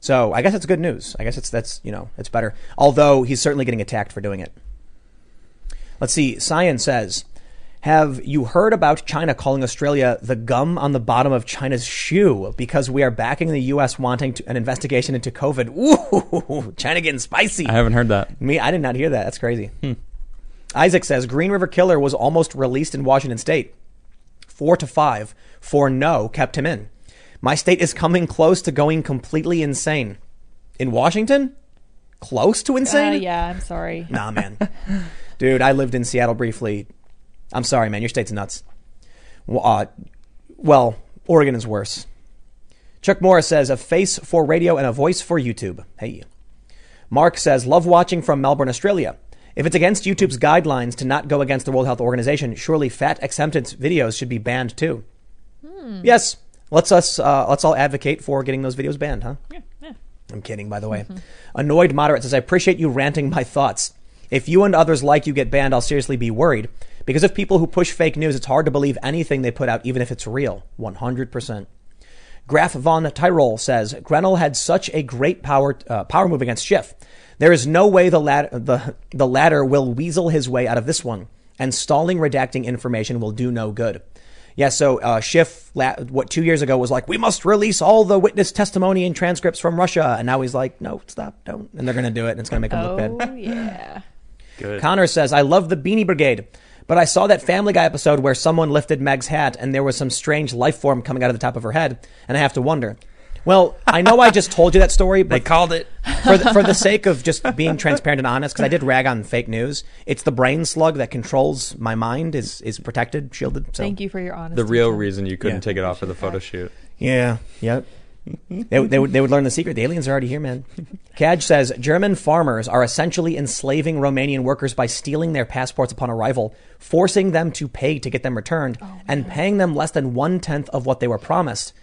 Speaker 1: So I guess that's good news. I guess it's that's you know it's better. Although he's certainly getting attacked for doing it. Let's see. Cyan says, "Have you heard about China calling Australia the gum on the bottom of China's shoe because we are backing the U.S. wanting to, an investigation into COVID?" Ooh, China getting spicy.
Speaker 2: I haven't heard that.
Speaker 1: Me, I did not hear that. That's crazy. Isaac says Green River Killer was almost released in Washington State. Four to five for no kept him in. My state is coming close to going completely insane. In Washington, close to
Speaker 3: Uh,
Speaker 1: insane.
Speaker 3: yeah, I'm sorry.
Speaker 1: Nah, man. Dude, I lived in Seattle briefly. I'm sorry, man. Your state's nuts. Well, uh, well, Oregon is worse. Chuck Morris says, a face for radio and a voice for YouTube. Hey. Mark says, love watching from Melbourne, Australia. If it's against YouTube's guidelines to not go against the World Health Organization, surely fat acceptance videos should be banned too. Yes. Let's us uh, let's all advocate for getting those videos banned, huh? I'm kidding, by the way. Annoyed moderate says, I appreciate you ranting my thoughts. If you and others like you get banned, I'll seriously be worried. Because if people who push fake news, it's hard to believe anything they put out, even if it's real. 100%. Graf von Tyrol says, Grenell had such a great power, uh, power move against Schiff. There is no way the, lat- the, the latter will weasel his way out of this one, and stalling redacting information will do no good. Yeah, so uh, Schiff, la- what two years ago was like, we must release all the witness testimony and transcripts from Russia, and now he's like, no, stop, don't, and they're going to do it, and it's going to make him look bad.
Speaker 3: Oh yeah.
Speaker 2: Good.
Speaker 1: Connor says, I love the Beanie Brigade, but I saw that Family Guy episode where someone lifted Meg's hat and there was some strange life form coming out of the top of her head, and I have to wonder. Well, I know I just told you that story,
Speaker 2: They
Speaker 1: but
Speaker 2: called it.
Speaker 1: for the, for the sake of just being transparent and honest, because I did rag on fake news, it's the brain slug that controls my mind is is protected, shielded. So.
Speaker 3: Thank you for your honesty.
Speaker 2: The real
Speaker 3: Tom.
Speaker 2: reason you couldn't
Speaker 1: Yeah.
Speaker 2: take it off for the photo shoot.
Speaker 1: Yeah. Yep. they, would- they, would, they would learn the secret. The aliens are already here, man. Kaj says German farmers are essentially enslaving Romanian workers by stealing their passports upon arrival, forcing them to pay to get them returned, and paying them less than one tenth of what they were promised.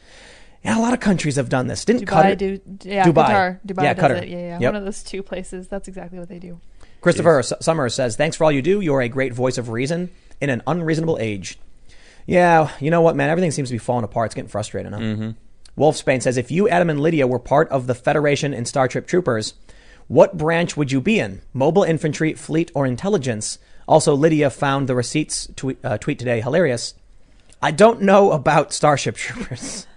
Speaker 1: Yeah, a lot of countries have done this. Didn't
Speaker 3: Dubai,
Speaker 1: Qatar?
Speaker 3: do, yeah,
Speaker 1: Dubai.
Speaker 3: Qatar, Dubai
Speaker 1: Yeah,
Speaker 3: does
Speaker 1: Qatar.
Speaker 3: it. Yeah, yeah.
Speaker 1: Yep.
Speaker 3: One of those two places. That's exactly what they do.
Speaker 1: Christopher S- Summers says, "Thanks for all you do. You are a great voice of reason in an unreasonable age." Yeah, you know what, man? Everything seems to be falling apart. It's getting frustrating. Huh?
Speaker 2: Mm-hmm.
Speaker 1: Wolf Spain says, "If you, Adam, and Lydia were part of the Federation and Star Trek Troopers, what branch would you be in? Mobile infantry, fleet, or intelligence?" Also, Lydia found the receipts tweet, uh, tweet today hilarious. I don't know about Starship Troopers,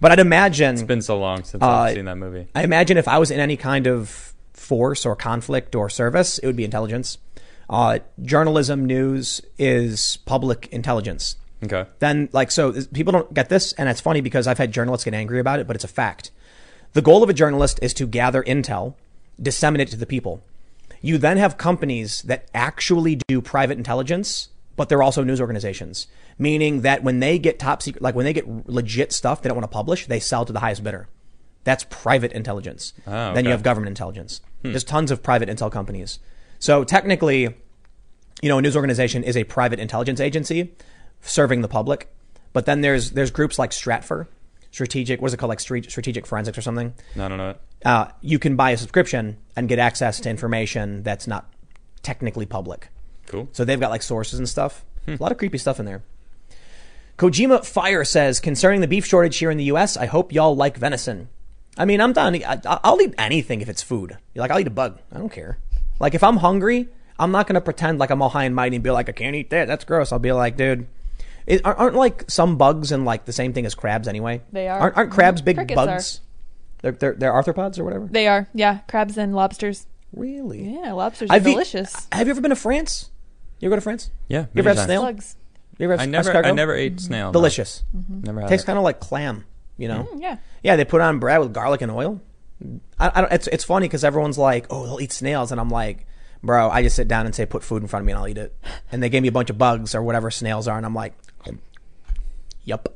Speaker 1: but I'd imagine
Speaker 2: It's been so long since
Speaker 1: Uh,
Speaker 2: I've seen that movie.
Speaker 1: I imagine if I was in any kind of force or conflict or service, it would be intelligence. Uh, journalism, news is public intelligence.
Speaker 2: Okay.
Speaker 1: Then, like, so is- people don't get this, and it's funny because I've had journalists get angry about it, but it's a fact. The goal of a journalist is to gather intel, disseminate it to the people. You then have companies that actually do private intelligence, but they're also news organizations, meaning that when they get top secret, like when they get legit stuff they don't want to publish, they sell to the highest bidder. That's private intelligence. Then you have government intelligence. There's tons of private intel companies. So technically, you know, a news organization is a private intelligence agency serving the public. But then there's there's groups like Stratfor, strategic. What is it called? Like stre- strategic forensics or something.
Speaker 2: No, no, no.
Speaker 1: Uh, you can buy a subscription and get access to information that's not technically public.
Speaker 2: Cool.
Speaker 1: So they've got like sources and stuff.
Speaker 2: Hmm.
Speaker 1: A lot of creepy stuff in there. Kojima Fire says concerning the beef shortage here in the U.S. I hope y'all like venison. I mean, I'm done. I, I'll eat anything if it's food. You're like, I'll eat a bug. I don't care. Like if I'm hungry, I'm not gonna pretend like I'm all high and mighty and be like, I can't eat that. That's gross. I'll be like, dude. It, aren't- aren't like some bugs and like the same thing as crabs anyway?
Speaker 3: They are.
Speaker 1: Aren't, aren't crabs big
Speaker 3: Crickets are.
Speaker 1: bugs? They're, they're they're arthropods or whatever.
Speaker 3: They are, yeah, crabs and lobsters.
Speaker 1: Really?
Speaker 3: Yeah, lobsters are
Speaker 1: I've eat-
Speaker 3: delicious.
Speaker 1: have you ever been to France? You ever go to France?
Speaker 2: Yeah.
Speaker 1: You ever
Speaker 2: many
Speaker 1: have
Speaker 2: times.
Speaker 1: snail?
Speaker 3: Slugs.
Speaker 1: You ever have
Speaker 2: I never, I
Speaker 1: escargot?
Speaker 2: never ate snail. no.
Speaker 1: Delicious.
Speaker 2: Never had
Speaker 1: Tastes
Speaker 2: it.
Speaker 1: kind of like clam, you know?
Speaker 3: Yeah.
Speaker 1: Yeah, they put it on bread with garlic and oil. I, I don't, it's, it's funny because everyone's like, oh, they'll eat snails. And I'm like, bro, I just sit down and say, put food in front of me and I'll eat it. And they gave me a bunch of bugs or whatever snails are. And I'm like, yup.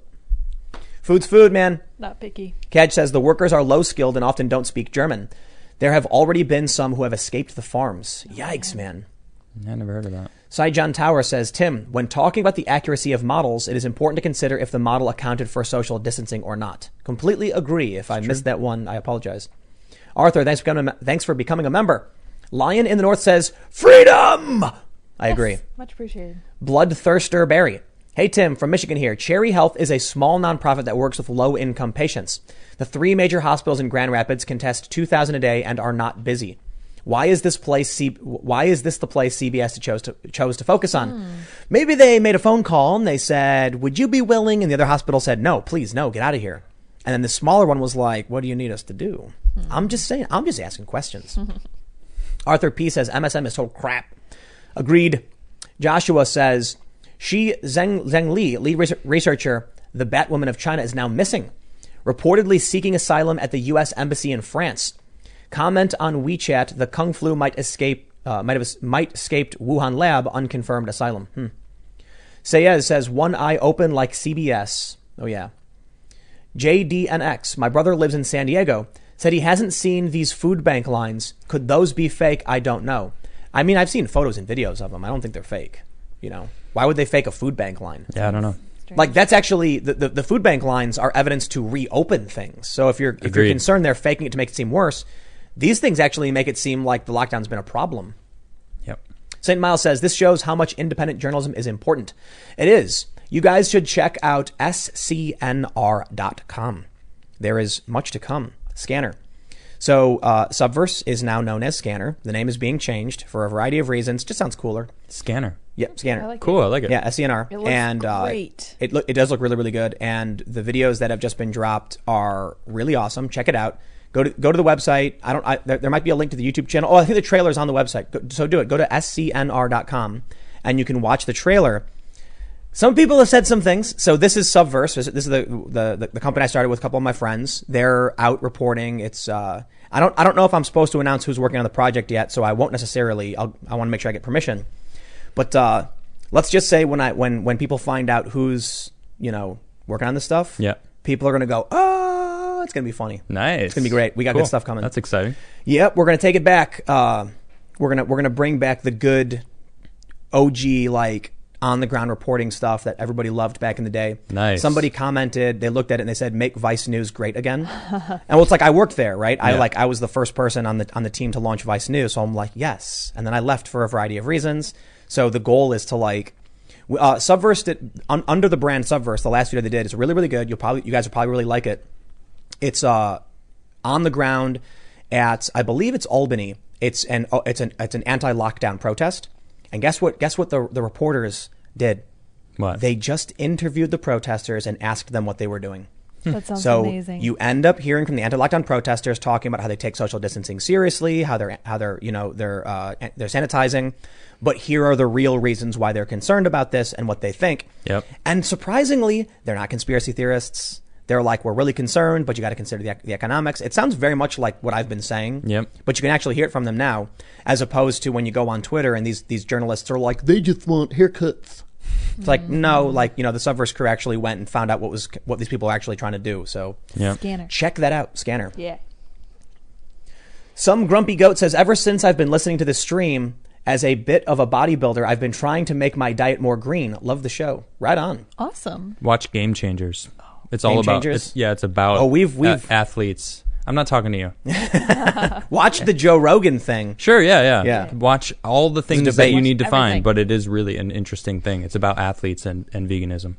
Speaker 1: Food's food, man.
Speaker 3: Not picky.
Speaker 1: Kaj says the workers are low skilled and often don't speak German. There have already been some who have escaped the farms. Yikes, man.
Speaker 2: I never heard of that.
Speaker 1: Saijan Tower says, Tim, when talking about the accuracy of models, it is important to consider if the model accounted for social distancing or not. Completely agree. If I missed that one, I apologize. Arthur, thanks for, becoming, thanks for becoming a member. Lion in the North says, Freedom! I agree.
Speaker 3: Much appreciated.
Speaker 1: Bloodthirster Barry. Hey Tim, from Michigan here. Cherry Health is a small nonprofit that works with low income patients. The three major hospitals in Grand Rapids can test 2,000 a day and are not busy. Why is this place? C- why is this the place CBS chose to chose to focus on? Maybe they made a phone call and they said, "Would you be willing?" And the other hospital said, "No, please, no, get out of here." And then the smaller one was like, "What do you need us to do?" I'm just saying. I'm just asking questions. Arthur P says MSM is total crap. Agreed. Joshua says Shi Zheng, Zheng Li, lead res- researcher, the Batwoman of China, is now missing, reportedly seeking asylum at the U.S. embassy in France. Comment on WeChat: the Kung flu might escape, uh, might have might escaped Wuhan lab, unconfirmed asylum. Hmm. Sayez says one eye open like CBS. Oh yeah. JDNX, my brother lives in San Diego, said he hasn't seen these food bank lines. Could those be fake? I don't know. I mean, I've seen photos and videos of them. I don't think they're fake. You know, why would they fake a food bank line?
Speaker 2: Yeah, I don't know.
Speaker 1: Like that's actually the, the, the food bank lines are evidence to reopen things. So if you're if you're
Speaker 2: Agreed.
Speaker 1: concerned they're faking it to make it seem worse, these things actually make it seem like the lockdown's been a problem.
Speaker 2: Yep.
Speaker 1: St. Miles says this shows how much independent journalism is important. It is. You guys should check out scnr.com. There is much to come. Scanner. So, uh, Subverse is now known as Scanner. The name is being changed for a variety of reasons. Just sounds cooler.
Speaker 2: Scanner.
Speaker 1: Yep, Scanner.
Speaker 3: like
Speaker 2: Cool. I like it.
Speaker 1: Yeah, SCNR.
Speaker 3: It looks
Speaker 1: and uh,
Speaker 3: great.
Speaker 1: it look it does look really really good, and the videos that have just been dropped are really awesome. Check it out. Go to go to the website. I don't. I, there, there might be a link to the YouTube channel. Oh, I think the trailer's on the website. Go, so do it. Go to scnr.com, and you can watch the trailer. Some people have said some things. So this is Subverse. This this is the the, the, the company I started with. A couple of my friends. They're out reporting. It's uh, I don't I don't know if I'm supposed to announce who's working on the project yet. So I won't necessarily. I'll, I want to make sure I get permission. But uh, let's just say when I when when people find out who's you know working on this stuff,
Speaker 2: Yeah.
Speaker 1: people are gonna go, oh, it's gonna be funny.
Speaker 2: Nice. It's
Speaker 1: gonna be great. We got good stuff coming.
Speaker 2: That's exciting.
Speaker 1: Yep, we're gonna take it back. Uh, we're gonna we're gonna bring back the good OG like on the ground reporting stuff that everybody loved back in the day.
Speaker 2: Nice.
Speaker 1: Somebody commented, they looked at it and they said, "Make Vice News great again." and well, it's like I worked there, right? I
Speaker 2: Yeah.
Speaker 1: like I was the first person on the on the team to launch Vice News, so I'm like, yes. And then I left for a variety of reasons. So the goal is to like. w- Uh, Subverse did, un, under the brand Subverse, the last video they did is really really good. You'll probably you guys will probably really like it it's uh on the ground at I believe it's Albany. It's an oh, it's an it's an anti-lockdown protest. And guess what? Guess what the the reporters did?
Speaker 2: What?
Speaker 1: They just interviewed the protesters and asked them what they were doing.
Speaker 3: That sounds
Speaker 1: so
Speaker 3: amazing.
Speaker 1: you end up hearing from the anti-lockdown protesters talking about how they take social distancing seriously, how they're how they're you know they're uh, they're sanitizing, but here are the real reasons why they're concerned about this and what they think.
Speaker 2: Yep.
Speaker 1: And surprisingly, they're not conspiracy theorists. They're like we're really concerned, but you got to consider the, ec- the economics. It sounds very much like what I've been saying.
Speaker 2: Yep.
Speaker 1: But you can actually hear it from them now, as opposed to when you go on Twitter and these these journalists are like they just want haircuts. It's like no, like you know the Subverse crew actually went and found out what was what these people are actually trying to do. So
Speaker 2: Yeah.
Speaker 3: Scanner.
Speaker 1: check that out, scanner.
Speaker 3: Yeah.
Speaker 1: Some grumpy goat says, ever since I've been listening to this stream as a bit of a bodybuilder, I've been trying to make my diet more green. Love the show. Right on.
Speaker 3: Awesome.
Speaker 2: Watch Game Changers. It's all
Speaker 1: Game
Speaker 2: about
Speaker 1: Changers?
Speaker 2: it's- yeah, it's about
Speaker 1: Oh, we've-
Speaker 2: a-
Speaker 1: we've-
Speaker 2: athletes. I'm not talking to you.
Speaker 1: Watch the Joe Rogan thing.
Speaker 2: Sure, yeah, yeah.
Speaker 1: Yeah.
Speaker 2: Watch all the things that
Speaker 1: debate.
Speaker 2: you need to
Speaker 3: Watch everything.
Speaker 2: find, but it is really an interesting thing. It's about athletes and, and veganism.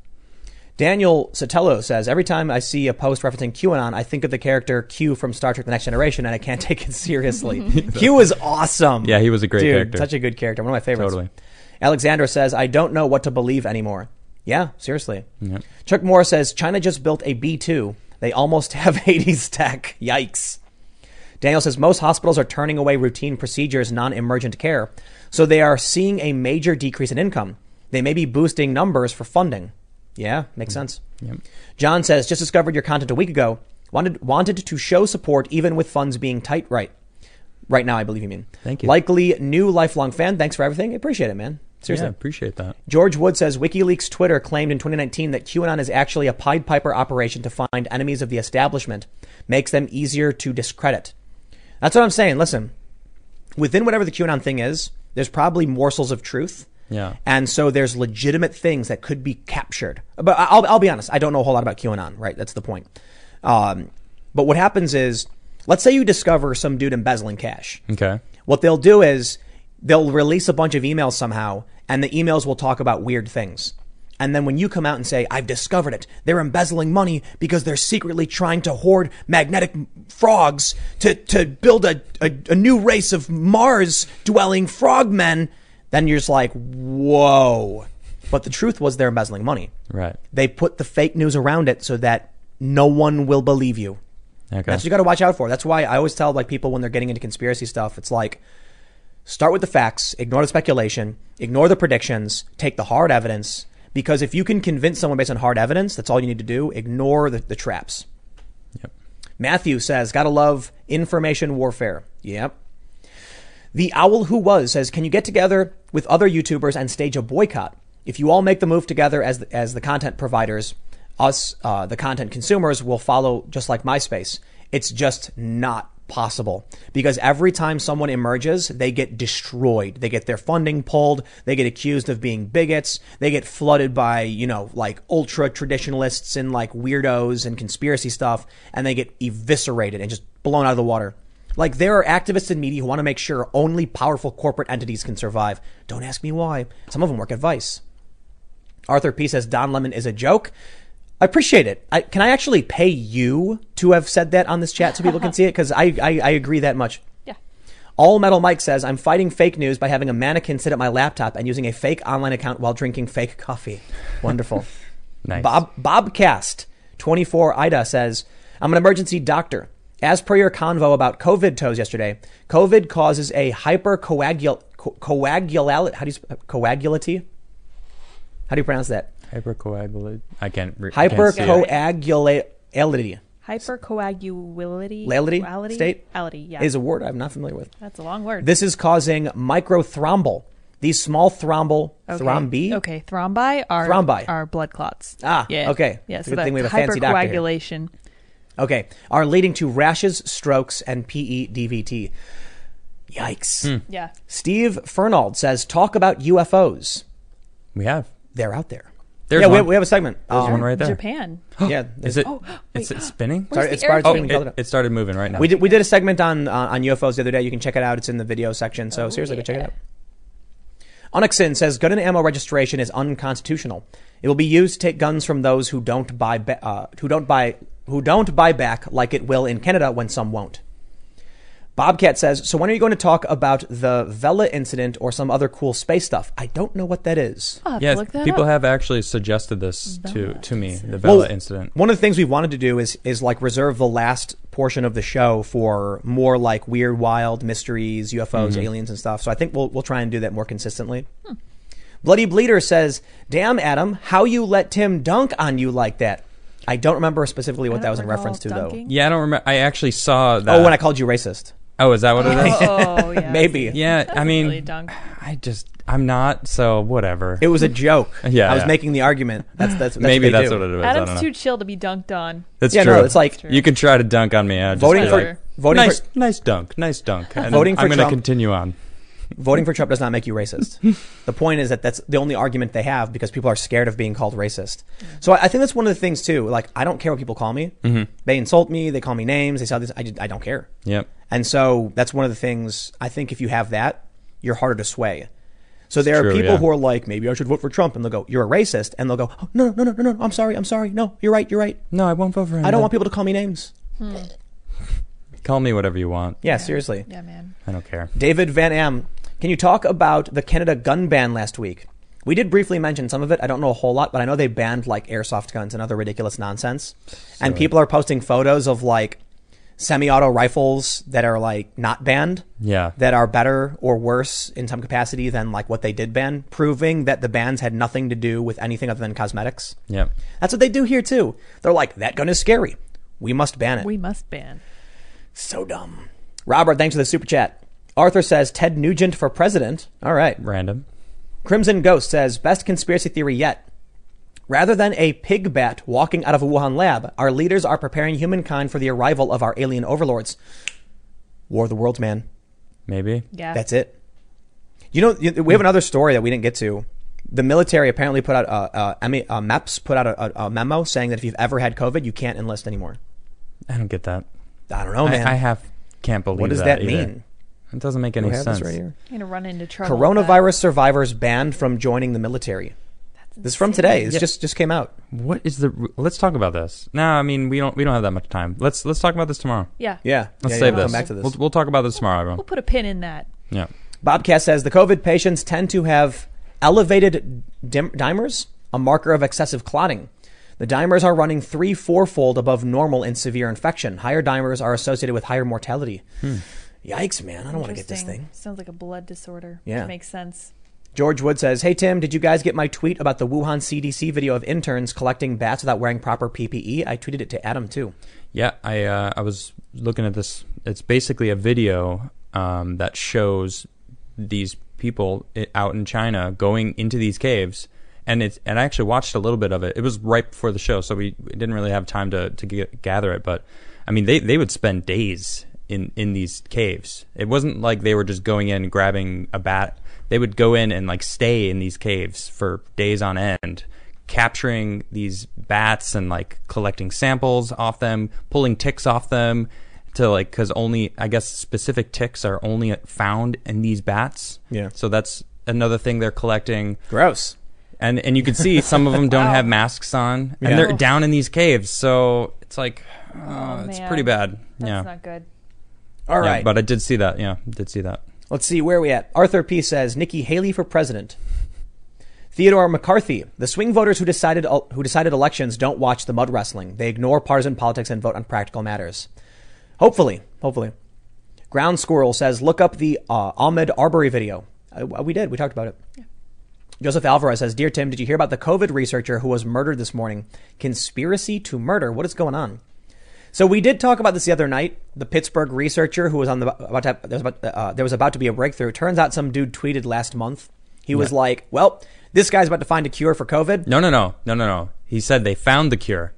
Speaker 1: Daniel Sotelo says, every time I see a post referencing QAnon, I think of the character Q from Star Trek The Next Generation, and I can't take it seriously. Q is awesome.
Speaker 2: Yeah, he was a great
Speaker 1: Dude,
Speaker 2: character.
Speaker 1: Such a good character. One of my favorites.
Speaker 2: Totally.
Speaker 1: Alexandra says, I don't know what to believe anymore. Yeah, seriously. Chuck Moore says, China just built a B 2. They almost have Hades tech. Yikes. Daniel says, most hospitals are turning away routine procedures, non emergent care. So they are seeing a major decrease in income. They may be boosting numbers for funding. Yeah, makes sense.
Speaker 2: Mm-hmm.
Speaker 1: John says, just discovered your content a week ago. Wanted, wanted to show support even with funds being tight right. Right now, I believe you mean.
Speaker 2: Thank you.
Speaker 1: Likely new lifelong fan. Thanks for everything. Appreciate it, man. Seriously.
Speaker 2: Yeah, appreciate that.
Speaker 1: George Wood says WikiLeaks Twitter claimed in 2019 that QAnon is actually a Pied Piper operation to find enemies of the establishment, makes them easier to discredit. That's what I'm saying. Listen, within whatever the QAnon thing is, there's probably morsels of truth.
Speaker 2: Yeah.
Speaker 1: And so there's legitimate things that could be captured. But I- I'll, I'll be honest, I don't know a whole lot about QAnon, right? That's the point. Um, but what happens is, let's say you discover some dude embezzling cash.
Speaker 2: Okay.
Speaker 1: What they'll do is they'll release a bunch of emails somehow, and the emails will talk about weird things. And then when you come out and say, I've discovered it, they're embezzling money because they're secretly trying to hoard magnetic m- frogs to, to build a, a, a new race of Mars dwelling frogmen, then you're just like, whoa. But the truth was they're embezzling money.
Speaker 2: Right.
Speaker 1: They put the fake news around it so that no one will believe you.
Speaker 2: Okay.
Speaker 1: That's what you got to watch out for. That's why I always tell like people when they're getting into conspiracy stuff, it's like start with the facts, ignore the speculation, ignore the predictions, take the hard evidence. Because if you can convince someone based on hard evidence, that's all you need to do. Ignore the, the traps.
Speaker 2: Yep.
Speaker 1: Matthew says, "Gotta love information warfare." Yep. The owl who was says, "Can you get together with other YouTubers and stage a boycott? If you all make the move together as the, as the content providers, us uh, the content consumers will follow just like MySpace. It's just not possible because every time someone emerges, they get destroyed. They get their funding pulled. They get accused of being bigots. They get flooded by you know like ultra traditionalists and like weirdos and conspiracy stuff, and they get eviscerated and just blown out of the water." Like there are activists in media who want to make sure only powerful corporate entities can survive. Don't ask me why. Some of them work at Vice. Arthur P says Don Lemon is a joke. I appreciate it. I, can I actually pay you to have said that on this chat so people can see it? Because I, I, I agree that much.
Speaker 3: Yeah.
Speaker 1: All Metal Mike says I'm fighting fake news by having a mannequin sit at my laptop and using a fake online account while drinking fake coffee. Wonderful.
Speaker 2: Nice.
Speaker 1: Bob Bobcast twenty four Ida says, "I'm an emergency doctor. As per your convo about COVID toes yesterday, COVID causes a hypercoagul co- coagulal how do you sp- coagulity? How do you pronounce that?
Speaker 2: Hypercoagulate. I can't. Re- I can't see it.
Speaker 1: Hypercoagulability
Speaker 3: Hypercoagulability.
Speaker 1: Lality?
Speaker 3: Ality?
Speaker 1: State?
Speaker 3: Ality, yeah.
Speaker 1: is a word I'm not familiar with.
Speaker 3: That's a long word.
Speaker 1: This is causing microthrombal. These small thrombal
Speaker 3: okay.
Speaker 1: thrombi.
Speaker 3: Okay. Thrombi are
Speaker 1: Thrombi.
Speaker 3: are blood clots.
Speaker 1: Ah,
Speaker 3: Yeah.
Speaker 1: okay.
Speaker 3: Yeah.
Speaker 1: It's a
Speaker 3: So
Speaker 1: good
Speaker 3: that's
Speaker 1: thing we have a fancy doctor here.
Speaker 3: hypercoagulation.
Speaker 1: Okay, are leading to rashes, strokes, and E PEDVT. Yikes.
Speaker 2: Hmm.
Speaker 3: Yeah.
Speaker 1: Steve Fernald says, "Talk about UFOs.
Speaker 2: We have.
Speaker 1: They're out there."
Speaker 2: There's
Speaker 1: yeah, we
Speaker 2: one.
Speaker 1: have, we have a segment.
Speaker 2: There's
Speaker 1: Um,
Speaker 2: one right there.
Speaker 3: Japan. Oh,
Speaker 1: Yeah,
Speaker 2: Is it? is it spinning?
Speaker 1: Sorry,
Speaker 3: Where's
Speaker 1: it's
Speaker 3: the
Speaker 1: part-
Speaker 2: Oh,
Speaker 3: airplane?
Speaker 1: Spinning.
Speaker 2: it, it started moving right now.
Speaker 1: we did we did a segment on uh, on UFOs the other day. You can check it out. It's in the video section. So
Speaker 3: Oh,
Speaker 1: seriously, go check it
Speaker 3: yeah.
Speaker 1: out. Onyxin says gun and ammo registration is unconstitutional. It will be used to take guns from those who don't buy ba- uh, who don't buy who don't buy back, like it will in Canada when some won't. Bobcat says, So when are you going to talk about the Vela incident or some other cool space stuff? I don't know what that is.
Speaker 3: I'll have
Speaker 2: Yeah,
Speaker 3: to look that
Speaker 2: people
Speaker 3: up.
Speaker 2: have actually suggested this to to me, the
Speaker 1: Well,
Speaker 2: Vela incident.
Speaker 1: One of the things we wanted to do is is like reserve the last portion of the show for more like weird, wild mysteries, UFOs,
Speaker 2: Mm-hmm.
Speaker 1: aliens, and stuff. So I think we'll we'll try and do that more consistently. Bloody Bleeder says, "Damn, Adam, how you let Tim dunk on you like that?" I don't remember specifically what that was in reference to though.
Speaker 2: Yeah, I don't remember. I actually saw that.
Speaker 1: Oh, when I called you racist,
Speaker 2: oh, is that what it is?
Speaker 3: Oh, yeah.
Speaker 1: maybe
Speaker 2: Yeah, I mean,
Speaker 3: really dunk.
Speaker 2: I just I'm not so whatever.
Speaker 1: it was a joke.
Speaker 2: Yeah,
Speaker 1: I was
Speaker 2: yeah.
Speaker 1: making the argument. That's that's, that's what
Speaker 2: Maybe
Speaker 1: they
Speaker 2: that's
Speaker 1: do.
Speaker 2: what it is. I don't
Speaker 3: Adam's
Speaker 2: know.
Speaker 3: too chill to be dunked on.
Speaker 2: That's
Speaker 1: Yeah,
Speaker 2: true.
Speaker 1: no, it's like- That's
Speaker 3: true.
Speaker 2: you can try to dunk on me. I just
Speaker 1: Voting
Speaker 2: be
Speaker 1: for-
Speaker 2: like,
Speaker 1: voting
Speaker 2: nice,
Speaker 1: for-
Speaker 2: nice dunk, nice dunk. And
Speaker 1: Voting for
Speaker 2: I'm gonna
Speaker 1: Trump-
Speaker 2: continue on.
Speaker 1: Voting for Trump does not make you racist. the point is that that's the only argument they have because people are scared of being called racist. So I, I think that's one of the things too. Like I don't care what people call me.
Speaker 2: Mm-hmm.
Speaker 1: They insult me. They call me names. They say all these. I, just- I don't care.
Speaker 2: Yep.
Speaker 1: And so that's one of the things I think if you have that, you're harder to sway. So there
Speaker 2: true,
Speaker 1: are people
Speaker 2: yeah.
Speaker 1: who are like, maybe I should vote for Trump, and they'll go, "You're a racist," and they'll go, oh, "No, no, no, no, no, no. I'm sorry. I'm sorry. No, you're right. You're right.
Speaker 2: No, I won't vote for him.
Speaker 1: I don't want people to call me names."
Speaker 2: Call me whatever you want.
Speaker 1: Yeah, seriously.
Speaker 3: Yeah, man.
Speaker 2: I don't care.
Speaker 1: David Van Am, can you talk about the Canada gun ban last week? We did briefly mention some of it. I don't know a whole lot, but I know they banned like airsoft guns and other ridiculous nonsense. And people are posting photos of like semi-auto rifles that are like not banned.
Speaker 2: Yeah.
Speaker 1: That are better or worse in some capacity than like what they did ban, proving that the bans had nothing to do with anything other than cosmetics.
Speaker 2: Yep.
Speaker 1: That's what they do here too. They're like, that gun is scary. We must ban it.
Speaker 3: We must ban.
Speaker 1: So dumb. Robert, thanks for the super chat. Arthur says Ted Nugent for president. All right.
Speaker 2: Random.
Speaker 1: Crimson Ghost says best conspiracy theory yet. Rather than a pig bat walking out of a Wuhan lab, our leaders are preparing humankind for the arrival of our alien overlords. War of the Worlds, man.
Speaker 2: Maybe.
Speaker 3: Yeah.
Speaker 1: That's it. You know, you- we have another story that we didn't get to. The military apparently put out uh, uh, I mean, uh, MEPS put out a, a, a memo saying that if you've ever had COVID, you can't enlist anymore.
Speaker 2: I don't get that.
Speaker 1: I don't know, Oh, man.
Speaker 2: I, I have can't believe
Speaker 1: what does
Speaker 2: that,
Speaker 1: that,
Speaker 2: either.
Speaker 1: mean?
Speaker 2: It doesn't make
Speaker 1: Do
Speaker 2: any
Speaker 1: I have this
Speaker 2: sense.
Speaker 1: right here?
Speaker 3: I'm gonna run into trouble. with that.
Speaker 1: Coronavirus survivors banned from joining the military. This is from today. It's
Speaker 2: Yeah.
Speaker 1: just just came out.
Speaker 2: What is the? Let's talk about this. No, I mean we don't we don't have that much time. Let's let's talk about this tomorrow.
Speaker 3: Yeah.
Speaker 1: Yeah.
Speaker 2: Let's
Speaker 1: yeah,
Speaker 2: save
Speaker 1: we'll
Speaker 2: this.
Speaker 1: Come back to this.
Speaker 2: We'll, we'll talk about this tomorrow, everyone.
Speaker 3: We'll put a pin in that.
Speaker 2: Yeah.
Speaker 1: Bobcat says the COVID patients tend to have elevated dim- dimers, a marker of excessive clotting. The dimers are running three, fourfold above normal in severe infection. Higher dimers are associated with higher mortality.
Speaker 2: Hmm.
Speaker 1: Yikes, man! I don't want to get this
Speaker 3: Interesting.
Speaker 1: thing.
Speaker 3: Sounds like a blood disorder.
Speaker 1: Yeah.
Speaker 3: Which makes sense.
Speaker 1: George Wood says, "Hey Tim, did you guys get my tweet about the Wuhan CDC video of interns collecting bats without wearing proper PPE? I tweeted it to Adam too."
Speaker 2: Yeah, I uh, I was looking at this. It's basically a video um, that shows these people i- out in China going into these caves, and it's and I actually watched a little bit of it. It was right before the show, so we we didn't really have time to to get, gather it. But I mean, they they would spend days in in these caves. It wasn't like they were just going in and grabbing a bat. They would go in and like stay in these caves for days on end capturing these bats and like collecting samples off them, pulling ticks off them to like because only I guess specific ticks are only found in these bats.
Speaker 1: Yeah.
Speaker 2: So that's another thing they're collecting,
Speaker 1: Gross.
Speaker 2: and and you can see some of them don't have masks on, and
Speaker 1: Yeah.
Speaker 2: they're
Speaker 1: Oh.
Speaker 2: down in these caves. So it's like, oh, it's
Speaker 3: man.
Speaker 2: pretty bad.
Speaker 3: That's
Speaker 2: yeah.
Speaker 3: not good.
Speaker 1: All right.
Speaker 2: Yeah, but I did see that. Yeah, did see that.
Speaker 1: Let's see, where are we at? Arthur P says Nikki Haley for president. Theodore McCarthy, the swing voters who decided who decided elections don't watch the mud wrestling. They ignore partisan politics and vote on practical matters. Hopefully, hopefully. Ground Squirrel says, look up the uh, Ahmed Arbery video. Uh, we did. We talked about it. Joseph Alvarez says, Dear Tim, did you hear about the COVID researcher who was murdered this morning? Conspiracy to murder. What is going on? So we did talk about this the other night. The Pittsburgh researcher who was on the about to, there was about uh, there was about to be a breakthrough. Turns out some dude tweeted last month. He was like, "Well, this guy's about to find a cure for COVID."
Speaker 2: No, no, no, no, no, no. He said they found the cure.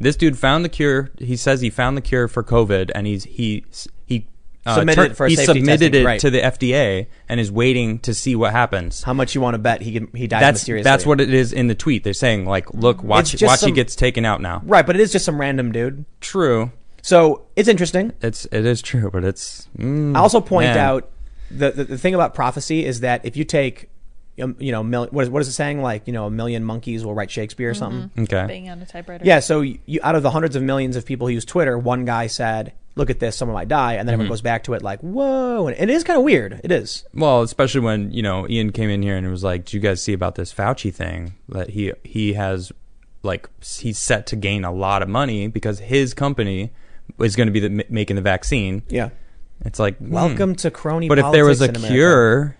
Speaker 2: This dude found the cure. He says he found the cure for COVID, and he's he he uh,
Speaker 1: Submitted it for
Speaker 2: he
Speaker 1: safety
Speaker 2: submitted
Speaker 1: testing,
Speaker 2: it
Speaker 1: right.
Speaker 2: to the FDA and is waiting to see what happens.
Speaker 1: How much you want to bet he he died
Speaker 2: That's
Speaker 1: mysteriously?
Speaker 2: that's what it is in the tweet. They're saying like, look, watch
Speaker 1: just
Speaker 2: watch he
Speaker 1: some-
Speaker 2: gets taken out now.
Speaker 1: Right, but it is just some random dude.
Speaker 2: True.
Speaker 1: So it's interesting.
Speaker 2: It's it is true, but it's mm,
Speaker 1: I also point
Speaker 2: man.
Speaker 1: out the, the the thing about prophecy is that if you take um, you know mil- what is what is it saying like you know a million monkeys will write Shakespeare or something.
Speaker 2: okay.
Speaker 3: Bang on a typewriter.
Speaker 1: Yeah, so you, out of the hundreds of millions of people who use Twitter, one guy said, look at this, someone might die, and then
Speaker 2: Mm-hmm.
Speaker 1: everyone goes back to it like, whoa, and it is kind of weird. It is.
Speaker 2: Well, especially when you know Ian came in here and was like, "Do you guys see about this Fauci thing that he he has like s- he's set to gain a lot of money because his company is going to be the, ma- making the vaccine."
Speaker 1: Yeah.
Speaker 2: It's like hmm.
Speaker 1: Welcome to crony.
Speaker 2: But if there was a
Speaker 1: politics in America.
Speaker 2: cure,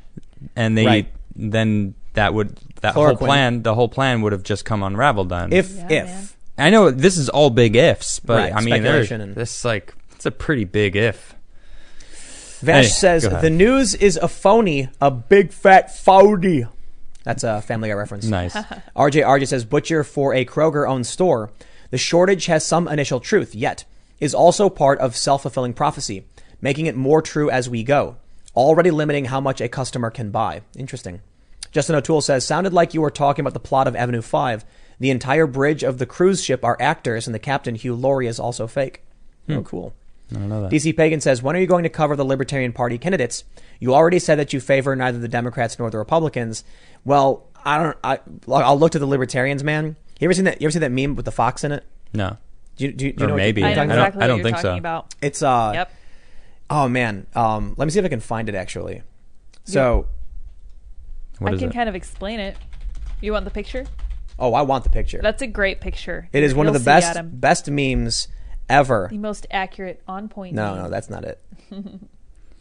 Speaker 2: and they
Speaker 1: Right.
Speaker 2: then that would that whole
Speaker 1: Chloroquine.
Speaker 2: plan the whole plan would have just come unraveled then.
Speaker 1: if
Speaker 3: Yeah,
Speaker 1: if
Speaker 3: man.
Speaker 2: I know this is all big ifs,
Speaker 1: Right,
Speaker 2: but I mean, there's
Speaker 1: speculation and-
Speaker 2: this like it's a pretty big if.
Speaker 1: Vash
Speaker 2: Anyway,
Speaker 1: says
Speaker 2: go ahead.
Speaker 1: the news is a phony, a big fat phony. That's a Family Guy reference.
Speaker 2: Nice.
Speaker 1: RJ RJ says butcher for a Kroger owned store. The shortage has some initial truth, yet is also part of self fulfilling prophecy, making it more true as we go, already limiting how much a customer can buy. Interesting. Justin O'Toole says, sounded like you were talking about the plot of Avenue 5. The entire bridge of the cruise ship are actors, and the captain, Hugh Laurie, is also fake. Oh, cool.
Speaker 2: I don't know that.
Speaker 1: DC Pagan says, When are you going to cover the Libertarian Party candidates? You already said that you favor neither the Democrats nor the Republicans. Well, I don't. I, I'll look to the Libertarians, man. You ever seen that? You ever seen that meme with the fox in it?
Speaker 2: No.
Speaker 1: Do you, do you, do you
Speaker 2: Or
Speaker 1: know what
Speaker 2: maybe.
Speaker 1: I'm
Speaker 3: I know
Speaker 1: talking about?
Speaker 2: I don't-
Speaker 3: exactly
Speaker 2: I
Speaker 3: what
Speaker 2: don't
Speaker 3: you're
Speaker 2: think
Speaker 3: talking
Speaker 2: so.
Speaker 3: about.
Speaker 1: It's uh.
Speaker 3: Yep.
Speaker 1: Oh man. Um. Let me see if I can find it actually. So.
Speaker 2: What
Speaker 3: I
Speaker 2: is
Speaker 3: can
Speaker 2: it?
Speaker 3: kind of explain it. You want the picture?
Speaker 1: Oh, I want the picture.
Speaker 3: That's a great picture.
Speaker 1: It is one of the
Speaker 3: You'll see,
Speaker 1: best
Speaker 3: Adam.
Speaker 1: best memes ever.
Speaker 3: The most accurate, on point.
Speaker 1: No,
Speaker 3: meme.
Speaker 1: no, that's not it.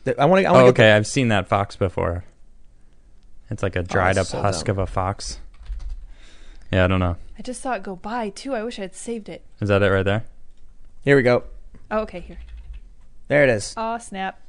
Speaker 1: The- I want to. I want
Speaker 2: oh,
Speaker 1: to.
Speaker 2: okay. I've seen that fox before. It's like a dried up
Speaker 1: Oh, so
Speaker 2: husk
Speaker 1: dumb.
Speaker 2: of a fox. Yeah, I don't know.
Speaker 3: I just saw it go by too. I wish I had saved it.
Speaker 2: Is that it right there?
Speaker 1: Here we go.
Speaker 3: Oh, okay, here.
Speaker 1: There it is.
Speaker 3: Oh, snap.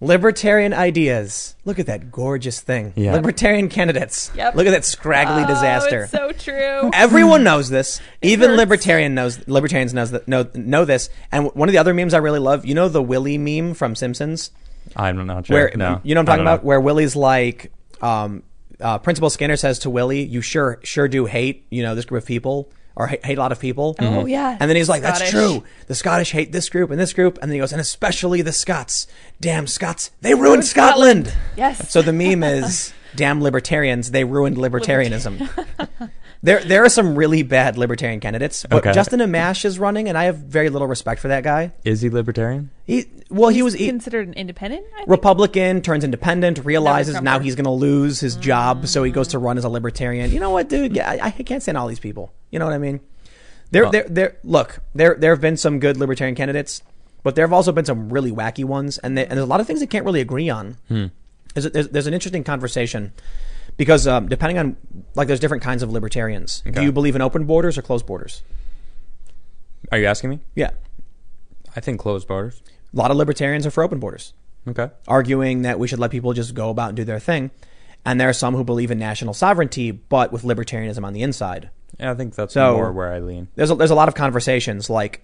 Speaker 1: Libertarian ideas. Look at that gorgeous thing.
Speaker 2: Yeah.
Speaker 1: Libertarian candidates.
Speaker 3: Yep.
Speaker 1: Look at that scraggly
Speaker 3: Oh,
Speaker 1: disaster.
Speaker 3: it's so true.
Speaker 1: Everyone knows this. Even
Speaker 3: hurts.
Speaker 1: libertarian knows libertarians knows that know know this. And w- one of the other memes I really love, you know the Willy meme from Simpsons?
Speaker 2: I'm not sure.
Speaker 1: Where
Speaker 2: no.
Speaker 1: you know what I'm
Speaker 2: I
Speaker 1: talking
Speaker 2: don't know.
Speaker 1: about? Where Willy's like um, uh, Principal Skinner says to Willy, You sure sure do hate, you know, this group of people or hate, hate a lot of people.
Speaker 2: Mm-hmm.
Speaker 3: Oh, yeah.
Speaker 1: And then he's like,
Speaker 3: Scottish.
Speaker 1: That's true. The Scottish hate this group and this group and then he goes, and especially the Scots. Damn Scots. They ruined Scotland.
Speaker 3: Yes.
Speaker 1: So the meme is damn libertarians, they ruined libertarianism. there there are some really bad libertarian candidates, but
Speaker 2: Okay.
Speaker 1: Justin Amash is running and I have very little respect for that guy.
Speaker 2: Is he libertarian?
Speaker 1: He well, he was e- he,
Speaker 3: considered an independent. I think.
Speaker 1: Republican, turns independent, realizes
Speaker 3: Trumper.
Speaker 1: now he's going to lose his job, so he goes to run as a libertarian. You know what, dude? Yeah, I, I can't stand all these people. You know what I mean? There, there, there. Look, there, there have been some good libertarian candidates, but there have also been some really wacky ones, and, they, and there's a lot of things they can't really agree on. There's, a- there's, there's an interesting conversation because um, depending on like there's different kinds of libertarians. Do
Speaker 2: Okay.
Speaker 1: you believe in open borders or closed borders?
Speaker 2: Are you asking me?
Speaker 1: Yeah,
Speaker 2: I think closed borders.
Speaker 1: a lot of libertarians are for open borders.
Speaker 2: Okay.
Speaker 1: arguing that we should let people just go about and do their thing. And there are some who believe in national sovereignty, but with libertarianism on the inside.
Speaker 2: Yeah, I think that's
Speaker 1: So-
Speaker 2: more where I lean.
Speaker 1: There's a, there's a lot of conversations like,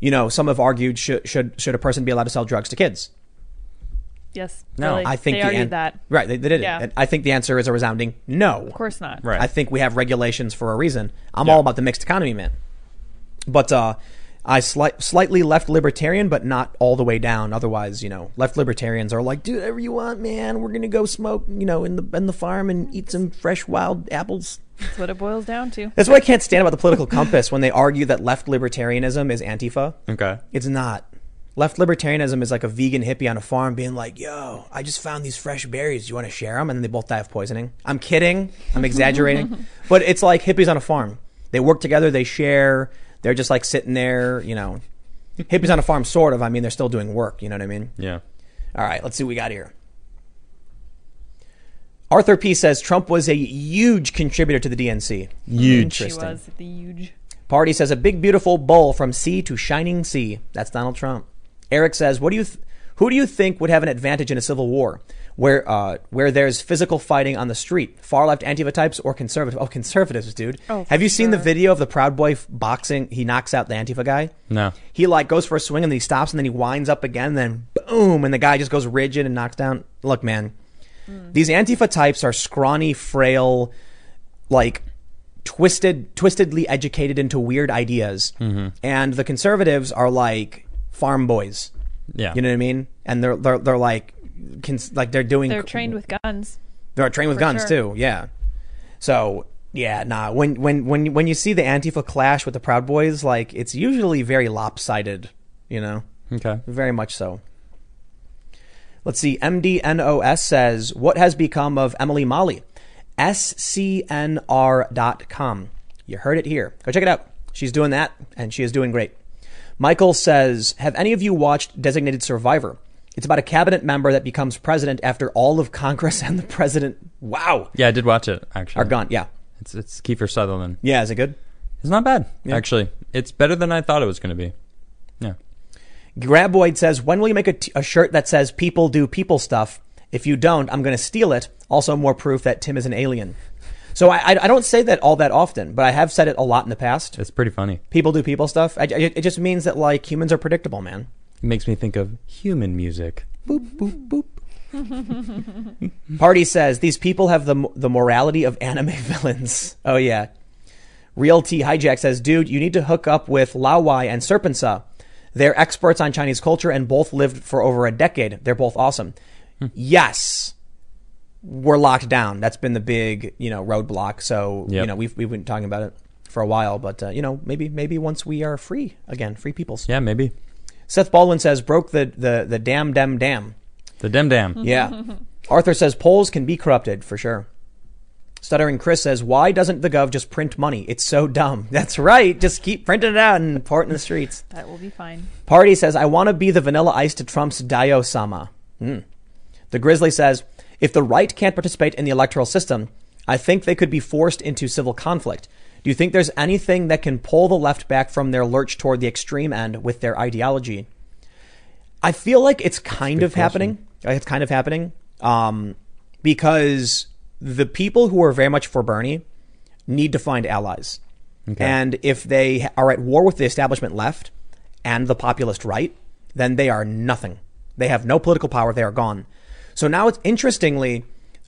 Speaker 1: you know, some have argued should should should a person be allowed to sell drugs to kids?
Speaker 3: Yes.
Speaker 2: No,
Speaker 3: really.
Speaker 1: I think
Speaker 3: they
Speaker 1: the
Speaker 3: argued
Speaker 1: an-
Speaker 3: that.
Speaker 1: right they, they did
Speaker 3: Yeah.
Speaker 1: it. And I think the answer is a resounding no.
Speaker 3: Of course not.
Speaker 2: Right.
Speaker 1: I think we have regulations for a reason. I'm
Speaker 2: Yeah.
Speaker 1: all about the mixed economy, man. But uh, I slight, slightly left libertarian, but not all the way down. Otherwise, you know, left libertarians are like, do whatever you want, man. We're gonna go smoke, you know, in the in the farm and eat some fresh wild apples.
Speaker 3: That's what it boils down to.
Speaker 1: That's what I can't stand about the political compass when they argue that left libertarianism is Antifa.
Speaker 2: Okay.
Speaker 1: It's not. Left libertarianism is like a vegan hippie on a farm being like, yo, I just found these fresh berries. You want to share them? And then they both die of poisoning. I'm kidding. I'm exaggerating. but it's like hippies on a farm. They work together, they share. They're just like sitting there, you know. hippies on a farm, sort of. I mean, they're still doing work. You know what I mean?
Speaker 2: Yeah.
Speaker 1: All right, let's see what we got here. Arthur P says Trump was a huge contributor to the DNC.
Speaker 2: Huge.
Speaker 3: She
Speaker 1: Interesting.
Speaker 3: was the huge.
Speaker 1: Party says a big beautiful bowl from sea to shining sea. That's Donald Trump. Eric says, "What do you, th- who do you think would have an advantage in a civil war, where uh, where there's physical fighting on the street? Far left Antifa types or conservative? Oh, conservatives, dude.
Speaker 3: Oh,
Speaker 1: have you seen the
Speaker 3: sure.
Speaker 1: video of the Proud Boy f- boxing? He knocks out the Antifa guy.
Speaker 2: No.
Speaker 1: He like goes for a swing and then he stops and then he winds up again. then boom, and the guy just goes rigid and knocks down. Look, man, these Antifa types are scrawny, frail, like twisted, twistedly educated into weird ideas, and the conservatives are like farm boys.
Speaker 2: Yeah.
Speaker 1: You know what I mean? And they're they're, they're like, cons- like they're doing
Speaker 3: They're trained with guns.
Speaker 1: they're trained with guns
Speaker 3: sure.
Speaker 1: too. Yeah. So yeah, nah. When when when when you see the Antifa clash with the Proud Boys, like it's usually very lopsided. You know.
Speaker 2: Okay.
Speaker 1: Very much so. Let's see. MDNOS says, What has become of Emily Molly? SCNR.com. You heard it here. Go check it out. She's doing that, and she is doing great. Michael says, Have any of you watched Designated Survivor? It's about a cabinet member that becomes president after all of Congress and the president, wow,
Speaker 2: Yeah, I did watch it actually.
Speaker 1: are gone. Yeah.
Speaker 2: It's it's Kiefer Sutherland.
Speaker 1: Yeah, is it good?
Speaker 2: It's not bad actually. It's better than I thought it was going to be. Yeah.
Speaker 1: Graboid says, "When will you make a, t- a shirt that says people do people stuff? If you don't, I'm going to steal it. Also, more proof that Tim is an alien." So I, I, I don't say that all that often, but I have said it a lot in the past.
Speaker 2: It's pretty funny.
Speaker 1: People do people stuff. I, I- it just means that like humans are predictable, man.
Speaker 2: It makes me think of human music.
Speaker 1: Boop boop boop. Party says these people have the m- the morality of anime villains. Oh yeah. Realty Hijack says, dude, you need to hook up with Lawai and Serpensa. They're experts on Chinese culture and both lived for over a decade. They're both awesome.
Speaker 2: Hmm.
Speaker 1: Yes, we're locked down. That's been the big, you know, roadblock. So you
Speaker 2: Yep.
Speaker 1: know, we've we've been talking about it for a while, but uh, you know, maybe maybe once we are free again, free peoples.
Speaker 2: Yeah, maybe
Speaker 1: Seth Baldwin says, broke the the the damn damn damn.
Speaker 2: the Dem Dam.
Speaker 1: Yeah. Arthur says polls can be corrupted for sure. Stuttering Chris says, "Why doesn't the gov just print money? It's so dumb." That's right. Just keep printing it out and pour it in the streets.
Speaker 3: That will be fine.
Speaker 1: Party says, "I want to be the Vanilla Ice to Trump's Dio Sama." Hmm. The Grizzly says, "If the right can't participate in the electoral system, I think they could be forced into civil conflict. Do you think there's anything that can pull the left back from their lurch toward the extreme end with their ideology?" I feel like it's kind of happening. Like, It's kind of happening um, because the people who are very much for Bernie need to find allies. And if they are at war with the establishment left and the populist right, then they are nothing. They have no political power. They are gone. So now it's interestingly,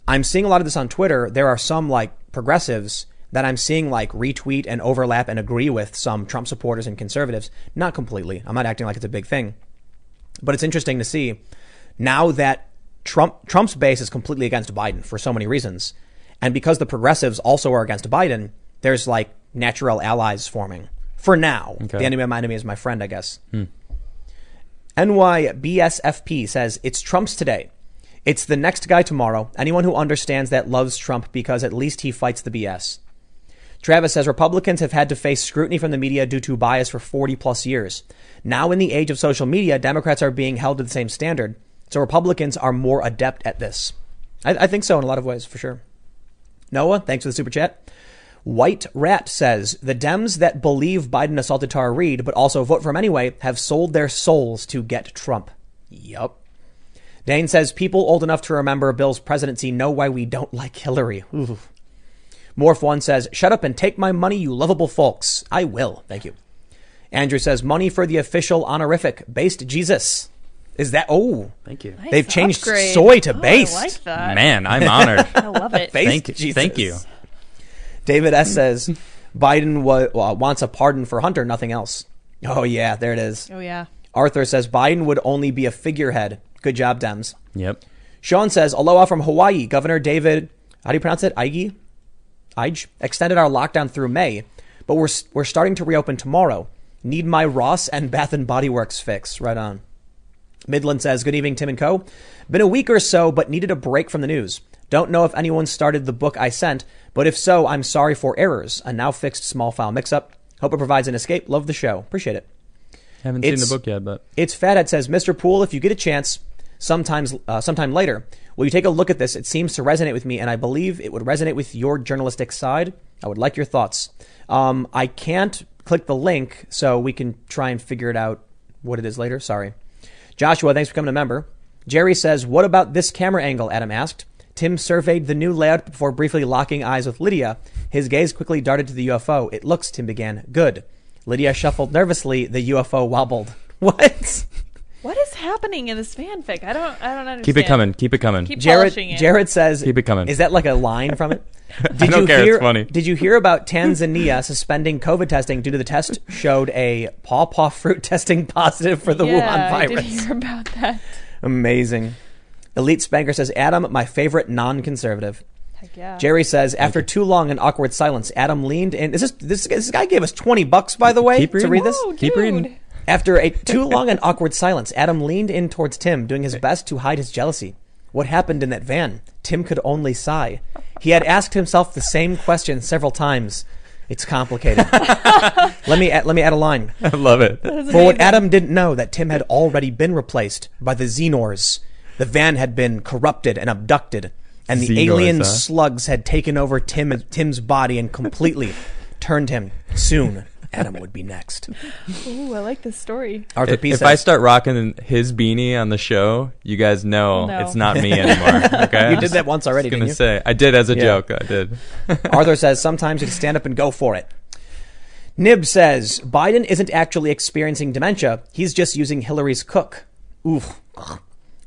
Speaker 1: I'm seeing a lot of this on Twitter. There are some like progressives that I'm seeing like retweet and overlap and agree with some Trump supporters and conservatives. Not completely. I'm not acting like it's a big thing. But it's interesting to see now that Trump Trump's base is completely against Biden for so many reasons, and because the progressives also are against Biden, there's like natural allies forming for now. The enemy of my enemy is my friend, I guess. NYBSFP says it's Trump's today. It's the next guy tomorrow. Anyone who understands that loves Trump because at least he fights the BS. Travis says Republicans have had to face scrutiny from the media due to bias for 40 plus years. Now, in the age of social media, Democrats are being held to the same standard. So Republicans are more adept at this. I, I think so in a lot of ways, for sure. Noah, thanks for the super chat. White Rat says the Dems that believe Biden assaulted Tara Reid, but also vote for him anyway, have sold their souls to get Trump. Yup. Dane says people old enough to remember Bill's presidency know why we don't like Hillary. Ooh. Morph One says, Shut up and take my money, you lovable folks. I will. Thank you. Andrew says, Money for the official honorific, based Jesus. Is that, oh,
Speaker 2: Thank you,
Speaker 1: They've
Speaker 3: Nice
Speaker 1: changed
Speaker 3: upgrade.
Speaker 1: soy to
Speaker 3: Oh,
Speaker 1: based.
Speaker 3: I like that.
Speaker 2: man. I'm honored.
Speaker 3: I love it.
Speaker 1: Based
Speaker 2: thank you,
Speaker 1: Uh, Jesus.
Speaker 2: thank you.
Speaker 1: David S. says, Biden wa- wa- wants a pardon for Hunter, nothing else. Oh, yeah, there it is.
Speaker 3: Oh yeah.
Speaker 1: Arthur says, Biden would only be a figurehead. Good job, Dems.
Speaker 2: Yep.
Speaker 1: Sean says, Aloha from Hawaii. Governor David, how do you pronounce it? Ige? Ige? Extended our lockdown through May, but we're, we're starting to reopen tomorrow. Need my Ross and Bath and Body Works fix. Right on. Midland says, Good evening, Tim and Co. Been a week or so, but needed a break from the news. Don't know if anyone started the book I sent, but if so, I'm sorry for errors. A now fixed small file mix up. Hope it provides an escape. Love the show. Appreciate it.
Speaker 2: Haven't seen
Speaker 1: It's-
Speaker 2: the book yet, but
Speaker 1: It's Fathead says, Mr. Poole, if you get a chance, sometimes, uh, sometime later, will you take a look at this? It seems to resonate with me, and I believe it would resonate with your journalistic side. I would like your thoughts. Um, I can't click the link, so we can try and figure it out what it is later. Sorry. Joshua, thanks for coming a member. Jerry says, What about this camera angle? Adam asked. Tim surveyed the new layout before briefly locking eyes with Lydia. His gaze quickly darted to the UFO. It looks, Tim began, good. Lydia shuffled nervously. The UFO wobbled. What?
Speaker 3: What is happening in this fanfic? I don't. I don't understand.
Speaker 2: keep it coming. Keep it coming.
Speaker 3: Keep
Speaker 1: Jared
Speaker 3: polishing it.
Speaker 1: Jared says
Speaker 2: Keep it coming.
Speaker 1: Is that like a line from it? Did
Speaker 2: don't care, it's
Speaker 1: Hear,
Speaker 2: funny.
Speaker 1: Did you hear about Tanzania suspending COVID testing due to the test showed a pawpaw fruit testing positive for the
Speaker 3: yeah,
Speaker 1: Wuhan
Speaker 3: I
Speaker 1: virus?
Speaker 3: did hear about that.
Speaker 1: Amazing. Elite Spanker says Adam, my favorite non-conservative.
Speaker 3: Heck yeah.
Speaker 1: Jerry says, after too long and awkward silence, Adam leaned in. Is this this, this guy gave us twenty bucks, by the way,
Speaker 2: Keep
Speaker 1: to
Speaker 2: reading.
Speaker 1: read this.
Speaker 3: Oh,
Speaker 2: Keep reading.
Speaker 3: dude.
Speaker 1: After a too long and awkward silence, Adam leaned in towards Tim, doing his best to hide his jealousy. What happened in that van? Tim could only sigh. He had asked himself the same question several times. It's complicated. let me add, let me add a line.
Speaker 2: I love it.
Speaker 1: For what Adam didn't know, that Tim had already been replaced by the Xenors. The van had been corrupted and abducted, and the
Speaker 2: Xenors,
Speaker 1: alien
Speaker 2: huh?
Speaker 1: slugs had taken over Tim Tim's body and completely turned him. Soon, Adam would be next.
Speaker 3: Ooh, I like this story.
Speaker 1: Arthur
Speaker 2: If,
Speaker 1: P.
Speaker 2: if
Speaker 1: says,
Speaker 2: I start rocking his beanie on the show, you guys know
Speaker 3: No.
Speaker 2: it's not me anymore. Okay,
Speaker 1: You did that once already,
Speaker 2: I was gonna
Speaker 1: didn't you?
Speaker 2: say I did as a
Speaker 1: Yeah.
Speaker 2: joke. I did.
Speaker 1: Arthur says sometimes you just stand up and go for it. Nib says Biden isn't actually experiencing dementia. He's just using Hillary's cook. Oof.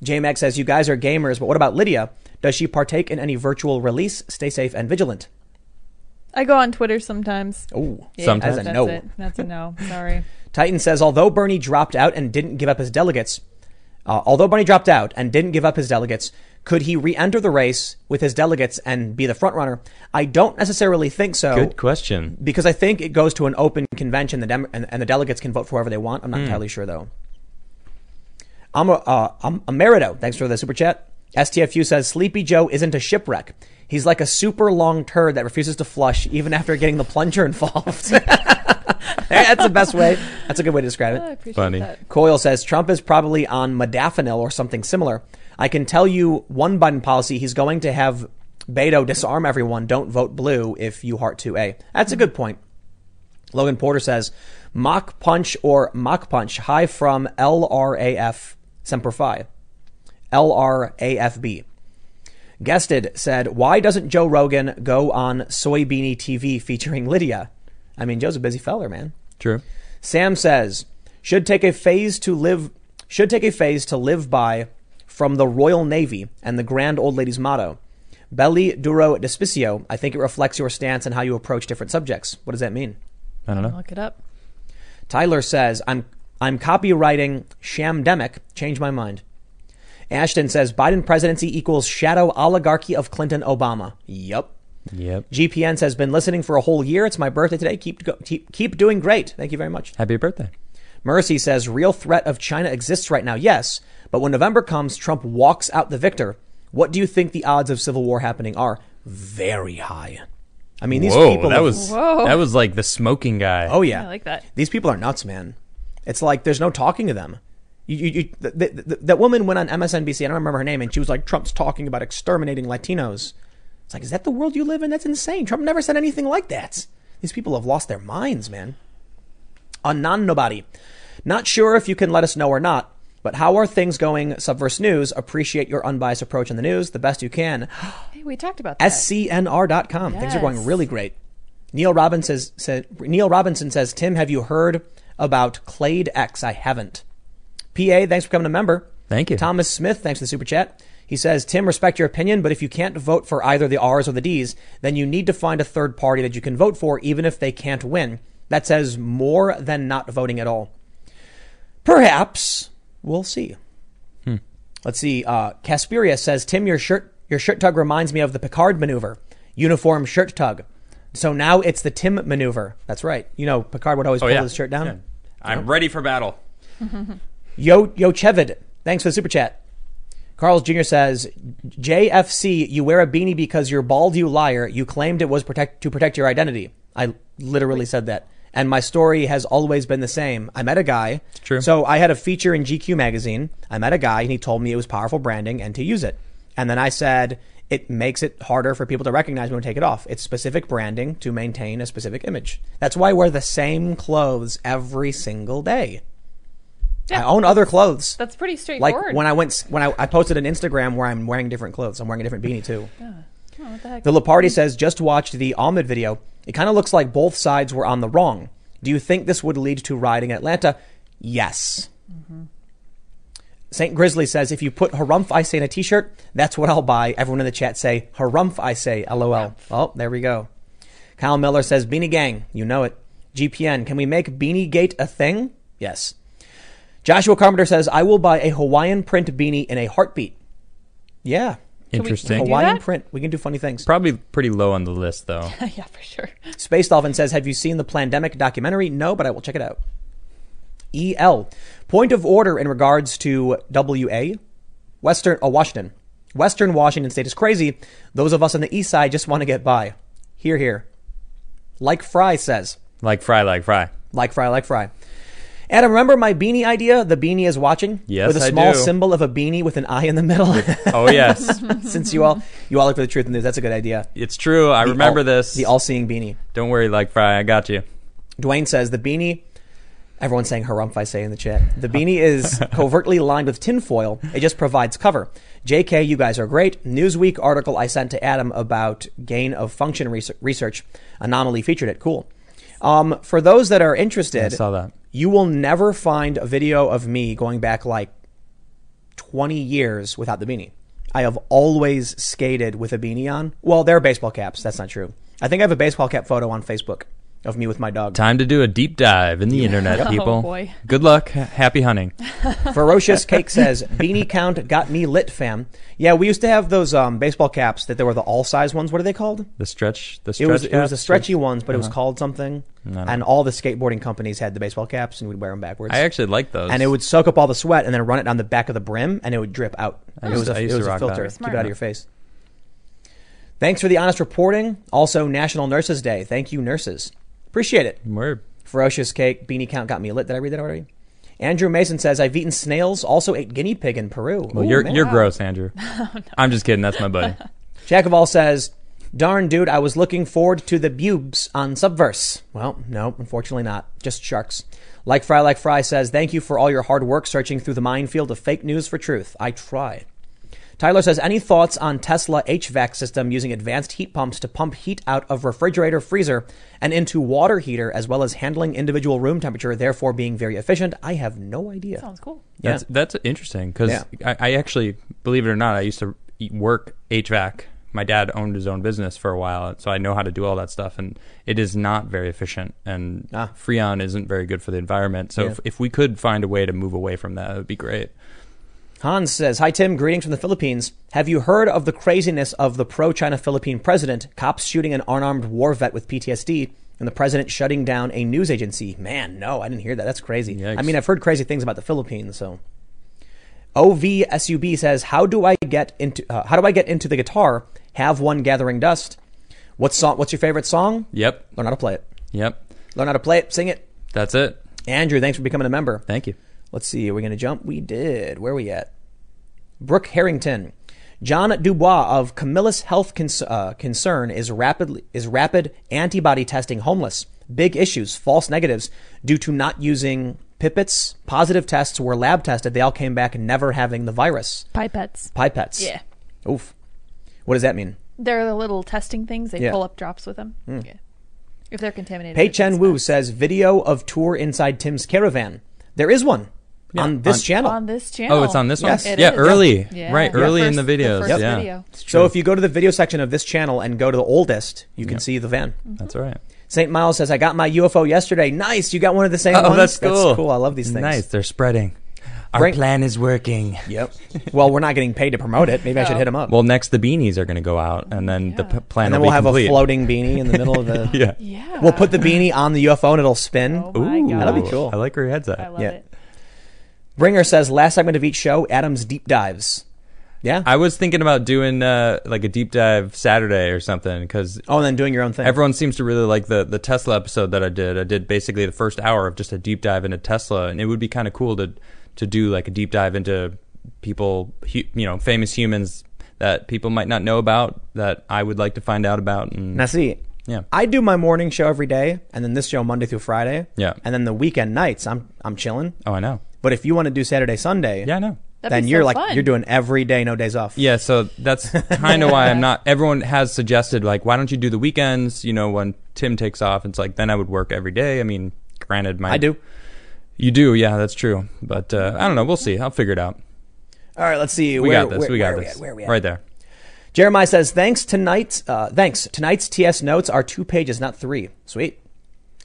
Speaker 1: JMac says you guys are gamers, but what about Lydia? Does she partake in any virtual release? Stay safe and vigilant.
Speaker 3: I go on Twitter sometimes.
Speaker 1: Ooh.
Speaker 3: Yeah,
Speaker 2: Sometimes.
Speaker 1: As
Speaker 3: that's
Speaker 1: a no.
Speaker 3: it. That's a no. Sorry.
Speaker 1: Titan says although Bernie dropped out and didn't give up his delegates, uh, although Bernie dropped out and didn't give up his delegates, could he re-enter the race with his delegates and be the front runner? I don't necessarily think so.
Speaker 2: Good question.
Speaker 1: because I think it goes to an open convention, the dem- and, and the delegates can vote for whoever they want. I'm not entirely sure though. I'm a, uh, I'm Amerito. Thanks for the super chat. STFU says Sleepy Joe isn't a shipwreck. He's like a super long turd that refuses to flush even after getting the plunger involved. That's the best way. That's a good way to describe
Speaker 3: I
Speaker 1: it.
Speaker 3: appreciate
Speaker 2: Funny.
Speaker 3: that.
Speaker 1: Coyle says Trump is probably on modafinil or something similar. I can tell you one Biden policy he's going to have Beto disarm everyone. Don't vote blue if you heart 2A. That's a good point. Logan Porter says mock punch or mock punch. Hi from LRAF Semper Fi. LRAFB. Guested said, Why doesn't Joe Rogan go on Soybeanie TV featuring Lydia? I mean, Joe's a busy feller, man.
Speaker 2: True.
Speaker 1: Sam says, should take a phase to live should take a phase to live by from the Royal Navy and the grand old lady's motto. Belli duro despicio. I think it reflects your stance and how you approach different subjects. What does that mean?
Speaker 2: I don't know.
Speaker 3: Look it up.
Speaker 1: Tyler says, I'm I'm copywriting Shamdemic. Change my mind. Ashton says Biden presidency equals shadow oligarchy of Clinton Obama. Yup.
Speaker 2: Yep.
Speaker 1: GPN says been listening for a whole year. It's my birthday today. Keep go- keep, keep doing great. Thank you very much.
Speaker 2: Happy birthday.
Speaker 1: Mercy says real threat of China exists right now. Yes, but when November comes, Trump walks out the victor. What do you think the odds of civil war happening are? Very high. I mean, these
Speaker 2: Whoa,
Speaker 1: people.
Speaker 2: that was
Speaker 3: Whoa.
Speaker 2: that was like the smoking guy.
Speaker 1: Oh yeah,
Speaker 3: I like that.
Speaker 1: These people are nuts, man. It's like there's no talking to them. You, you, you, th th th that woman went on MSNBC. I don't remember her name, and she was like, "Trump's talking about exterminating Latinos." It's like, is that the world you live in? That's insane. Trump never said anything like that. These people have lost their minds, man. Anon nobody. Not sure if you can let us know or not, but how are things going? Subverse News. Appreciate your unbiased approach on the news the best you can.
Speaker 3: Hey, we talked about that.
Speaker 1: SCNR.com. Things are going
Speaker 3: Yes.
Speaker 1: really great. Neil Robinson says, said, Neil Robinson says, Tim, have you heard about Clade X? I haven't. PA, thanks for becoming a member.
Speaker 2: Thank you.
Speaker 1: Thomas Smith, thanks for the super chat. He says, Tim, respect your opinion, but if you can't vote for either the R's or the D's, then you need to find a third party that you can vote for, even if they can't win. That says more than not voting at all. Perhaps we'll see.
Speaker 2: Hmm.
Speaker 1: Let's see. Uh, Casperia says, Tim, your shirt your shirt tug reminds me of the Picard maneuver, uniform shirt tug. So now it's the Tim maneuver. That's right. You know, Picard would always pull his shirt down.
Speaker 2: Oh, Yeah. I'm ready for battle.
Speaker 1: Yo Yo Chevid, thanks for the super chat. Carl's Jr. says, JFC, you wear a beanie because you're bald, you liar. You claimed it was protect to protect your identity. I literally said that. And my story has always been the same. I met a guy.
Speaker 2: true.
Speaker 1: So I had a feature in GQ magazine. I met a guy and he told me it was powerful branding and to use it. And then I said, it makes it harder for people to recognize me when I take it off. It's specific branding to maintain a specific image. That's why I wear the same clothes every single day. I
Speaker 3: Yeah.
Speaker 1: own other clothes.
Speaker 3: That's pretty
Speaker 1: Like
Speaker 3: straightforward.
Speaker 1: when I went, s- when I, I posted an Instagram where I'm wearing different clothes. I'm wearing a different beanie too.
Speaker 3: oh, what the heck?
Speaker 1: The Lepardi says, just watched the Ahmed video. It kind of looks like both sides were on the wrong. Do you think this would lead to rioting in Atlanta? Yes. St. Grizzly says, if you put Harumph I say in a t shirt, that's what I'll buy. Everyone in the chat say, Harumph I say, lol. Oh, there we go. Kyle Miller says, Beanie Gang, you know it. GPN, can we make Beanie Gate a thing? Yes. Joshua Carpenter says, I will buy a Hawaiian print beanie in a heartbeat. Yeah.
Speaker 3: we-
Speaker 2: Interesting.
Speaker 3: can we do
Speaker 1: Hawaiian
Speaker 3: that?
Speaker 1: print. We can do funny things.
Speaker 2: Probably pretty low on the list though.
Speaker 3: yeah, for sure.
Speaker 1: Space Dolphin says, "Have you seen the Plandemic documentary? No, but I will check it out." EL. E Point of order in regards to WA, Western, uh, Washington. Western Washington State is crazy. Those of us on the east side just want to get by. Here, here. Like Fry says.
Speaker 2: Like fry, like fry.
Speaker 1: Like Fry, like Fry. Adam, remember my beanie idea? The beanie is watching?
Speaker 2: Yes,
Speaker 1: With a
Speaker 2: I
Speaker 1: small
Speaker 2: do.
Speaker 1: symbol of a beanie with an eye in the middle.
Speaker 2: Oh yes,
Speaker 1: Since you all you all look for the truth in this, that's a good idea.
Speaker 2: it's true. I remember
Speaker 1: All-
Speaker 2: this.
Speaker 1: The all seeing beanie.
Speaker 2: Don't worry, like fry. I got you.
Speaker 1: Dwayne says the beanie. Everyone's saying harumph, I say in the chat. The beanie is covertly lined with tinfoil. It just provides cover. JK, you guys are great. Newsweek article I sent to Adam about gain of function research, research anomaly featured it. Cool. Um, for those that are interested,
Speaker 2: saw that.
Speaker 1: you will never find a video of me going back like 20 years without the beanie. I have always skated with a beanie on. Well, there are baseball caps. That's not true. I think I have a baseball cap photo on Facebook of me with my dog.
Speaker 2: Time to do a deep dive in the internet,
Speaker 3: Oh,
Speaker 2: people.
Speaker 3: boy.
Speaker 2: Good luck. H- Happy hunting.
Speaker 1: Ferocious Cake says, Beanie Count got me lit, fam. Yeah, we used to have those um, baseball caps that there were the all size ones. What are they called?
Speaker 2: The stretch. The stretch.
Speaker 1: It was it was
Speaker 2: caps?
Speaker 1: the stretchy ones, but it was called something.
Speaker 2: don't
Speaker 1: And all the skateboarding companies had the baseball caps, and we'd wear them backwards.
Speaker 2: I actually like those.
Speaker 1: and it would soak up all the sweat, and then run it down the back of the brim, and it would drip out.
Speaker 2: I
Speaker 1: it
Speaker 2: used
Speaker 1: was
Speaker 2: to-
Speaker 1: a,
Speaker 2: I used
Speaker 1: it
Speaker 2: to
Speaker 1: was a
Speaker 2: rock that.
Speaker 1: filter.
Speaker 2: That's
Speaker 1: Keep
Speaker 3: smart.
Speaker 1: it out of your face. Thanks for the honest reporting. Also, National Nurses Day. Thank you, nurses. Appreciate it.
Speaker 2: Word.
Speaker 1: Ferocious Cake, Beanie Count got me lit. Did I read that already? Andrew Mason says, I've eaten snails, also ate guinea pig in Peru.
Speaker 2: Well,
Speaker 1: Ooh,
Speaker 2: you're
Speaker 1: man. Oh,
Speaker 2: you're gross, Andrew. I'm just kidding. That's my buddy.
Speaker 1: Jack of all says, Darn, dude, I was looking forward to the bubes on Subverse. Well, no, unfortunately not. Just sharks. Like Fry Like Fry says, Thank you for all your hard work searching through the minefield of fake news for truth. I try. Tyler says, Any thoughts on Tesla HVAC system using advanced heat pumps to pump heat out of refrigerator, freezer, and into water heater, as well as handling individual room temperature, therefore being very efficient? I have no idea.
Speaker 3: Sounds cool.
Speaker 1: Yeah.
Speaker 2: That's that's interesting because
Speaker 1: Yeah.
Speaker 2: I, I actually believe it or not, I used to e- work HVAC. My dad owned his own business for a while, so I know how to do all that stuff. And it is not very efficient, and
Speaker 1: Ah.
Speaker 2: Freon isn't very good for the environment. So
Speaker 1: Yeah.
Speaker 2: if, if we could find a way to move away from that, it would be great.
Speaker 1: Hans says, Hi Tim, greetings from the Philippines. Have you heard of the craziness of the pro China Philippine president, cops shooting an unarmed war vet with PTSD, and the president shutting down a news agency? Man, no, I didn't hear that. That's crazy.
Speaker 2: Yikes.
Speaker 1: I mean, I've heard crazy things about the Philippines, so. OVSUB says, How do I get into uh, how do I get into the guitar? Have one gathering dust. What song what's your favorite song?
Speaker 2: Yep,
Speaker 1: Learn how to play it.
Speaker 2: yep,
Speaker 1: Learn how to play it, sing it.
Speaker 2: that's it.
Speaker 1: Andrew, thanks for becoming a member.
Speaker 2: Thank you.
Speaker 1: Let's see. Are we going to jump? We did. Where are we at? Brooke Harrington. John Dubois of Camillus Health Cons- uh, Concern is rapidly is rapid antibody testing homeless. Big issues, false negatives due to not using pipettes. Positive tests were lab tested. They all came back never having the virus.
Speaker 3: Pipettes.
Speaker 1: Pipettes.
Speaker 3: Yeah.
Speaker 1: Oof. What does that mean?
Speaker 3: They're the little testing things. They
Speaker 1: Yeah.
Speaker 3: pull up drops with them. Yeah. If they're contaminated.
Speaker 1: Pei
Speaker 3: it doesn't
Speaker 1: Chen Wu says video of tour inside Tim's caravan. There is one on this
Speaker 2: on-
Speaker 1: channel.
Speaker 3: matter. On this channel.
Speaker 2: Oh, it's on this one.
Speaker 1: Yes. It
Speaker 2: yeah,
Speaker 3: is.
Speaker 2: early,
Speaker 3: Yeah.
Speaker 2: right?
Speaker 3: Yeah.
Speaker 2: Early in
Speaker 3: First-
Speaker 2: the videos.
Speaker 3: first
Speaker 2: yeah,
Speaker 3: video.
Speaker 1: so if you go to the video section of this channel and go to the oldest, you can see the van.
Speaker 2: that's all right.
Speaker 1: St. Miles says, I got my UFO yesterday. Nice. You got one of the same
Speaker 2: Oh,
Speaker 1: ones.
Speaker 2: that's cool.
Speaker 1: I love these things.
Speaker 2: Nice. They're spreading. Our
Speaker 1: Great.
Speaker 2: plan is working.
Speaker 1: Yep. well, we're not getting paid to promote it. Maybe I should
Speaker 3: Oh.
Speaker 1: hit them up.
Speaker 2: Well, next the beanies are going to go out, and then the p- plan
Speaker 1: and then
Speaker 2: will
Speaker 1: we'll
Speaker 2: be
Speaker 1: have
Speaker 2: complete.
Speaker 1: a floating beanie in the middle of the.
Speaker 2: Yeah.
Speaker 3: Yeah.
Speaker 1: We'll put the beanie on the UFO and it'll spin.
Speaker 3: Oh my
Speaker 2: Ooh,
Speaker 3: god.
Speaker 1: That'd be cool.
Speaker 2: I like where your head's at.
Speaker 3: I
Speaker 2: I,
Speaker 3: love
Speaker 1: Yeah.
Speaker 3: it.
Speaker 1: Bringer says, last segment of each show, Adam's deep dives. Yeah.
Speaker 2: was thinking about doing uh, like a deep dive Saturday or something because
Speaker 1: oh, and then doing your own thing.
Speaker 2: everyone seems to really like the the Tesla episode that I did. I did basically the first hour of just a deep dive into Tesla, and it would be kind of cool to to do like a deep dive into people, hu- you know, famous humans that people might not know about that I would like to find out about. And
Speaker 1: now, see,
Speaker 2: yeah,
Speaker 1: I do my morning show every day and then this show Monday through Friday.
Speaker 2: Yeah.
Speaker 1: And then the weekend nights, I'm, I'm chilling.
Speaker 2: oh, I know.
Speaker 1: But if you want to do Saturday, Sunday,
Speaker 2: Yeah, I know.
Speaker 3: That'd
Speaker 1: then
Speaker 3: be
Speaker 1: you're
Speaker 3: so
Speaker 1: like,
Speaker 3: fun.
Speaker 1: you're doing every day, no days off.
Speaker 2: Yeah, so that's kind of why I'm not. Everyone has suggested like, why don't you do the weekends? You know, when Tim takes off, it's like then I would work every day. I mean, granted, my
Speaker 1: I do.
Speaker 2: You do, yeah, that's true. But uh, I don't know. We'll see. I'll figure it out.
Speaker 1: All right, let's see.
Speaker 2: We
Speaker 1: Where-
Speaker 2: got this.
Speaker 1: where-
Speaker 2: we got
Speaker 1: where are
Speaker 2: this.
Speaker 1: at? Where are we at?
Speaker 2: Right there.
Speaker 1: Jeremiah says, "Thanks tonight's uh, thanks tonight's TS notes are two pages, not three. Sweet."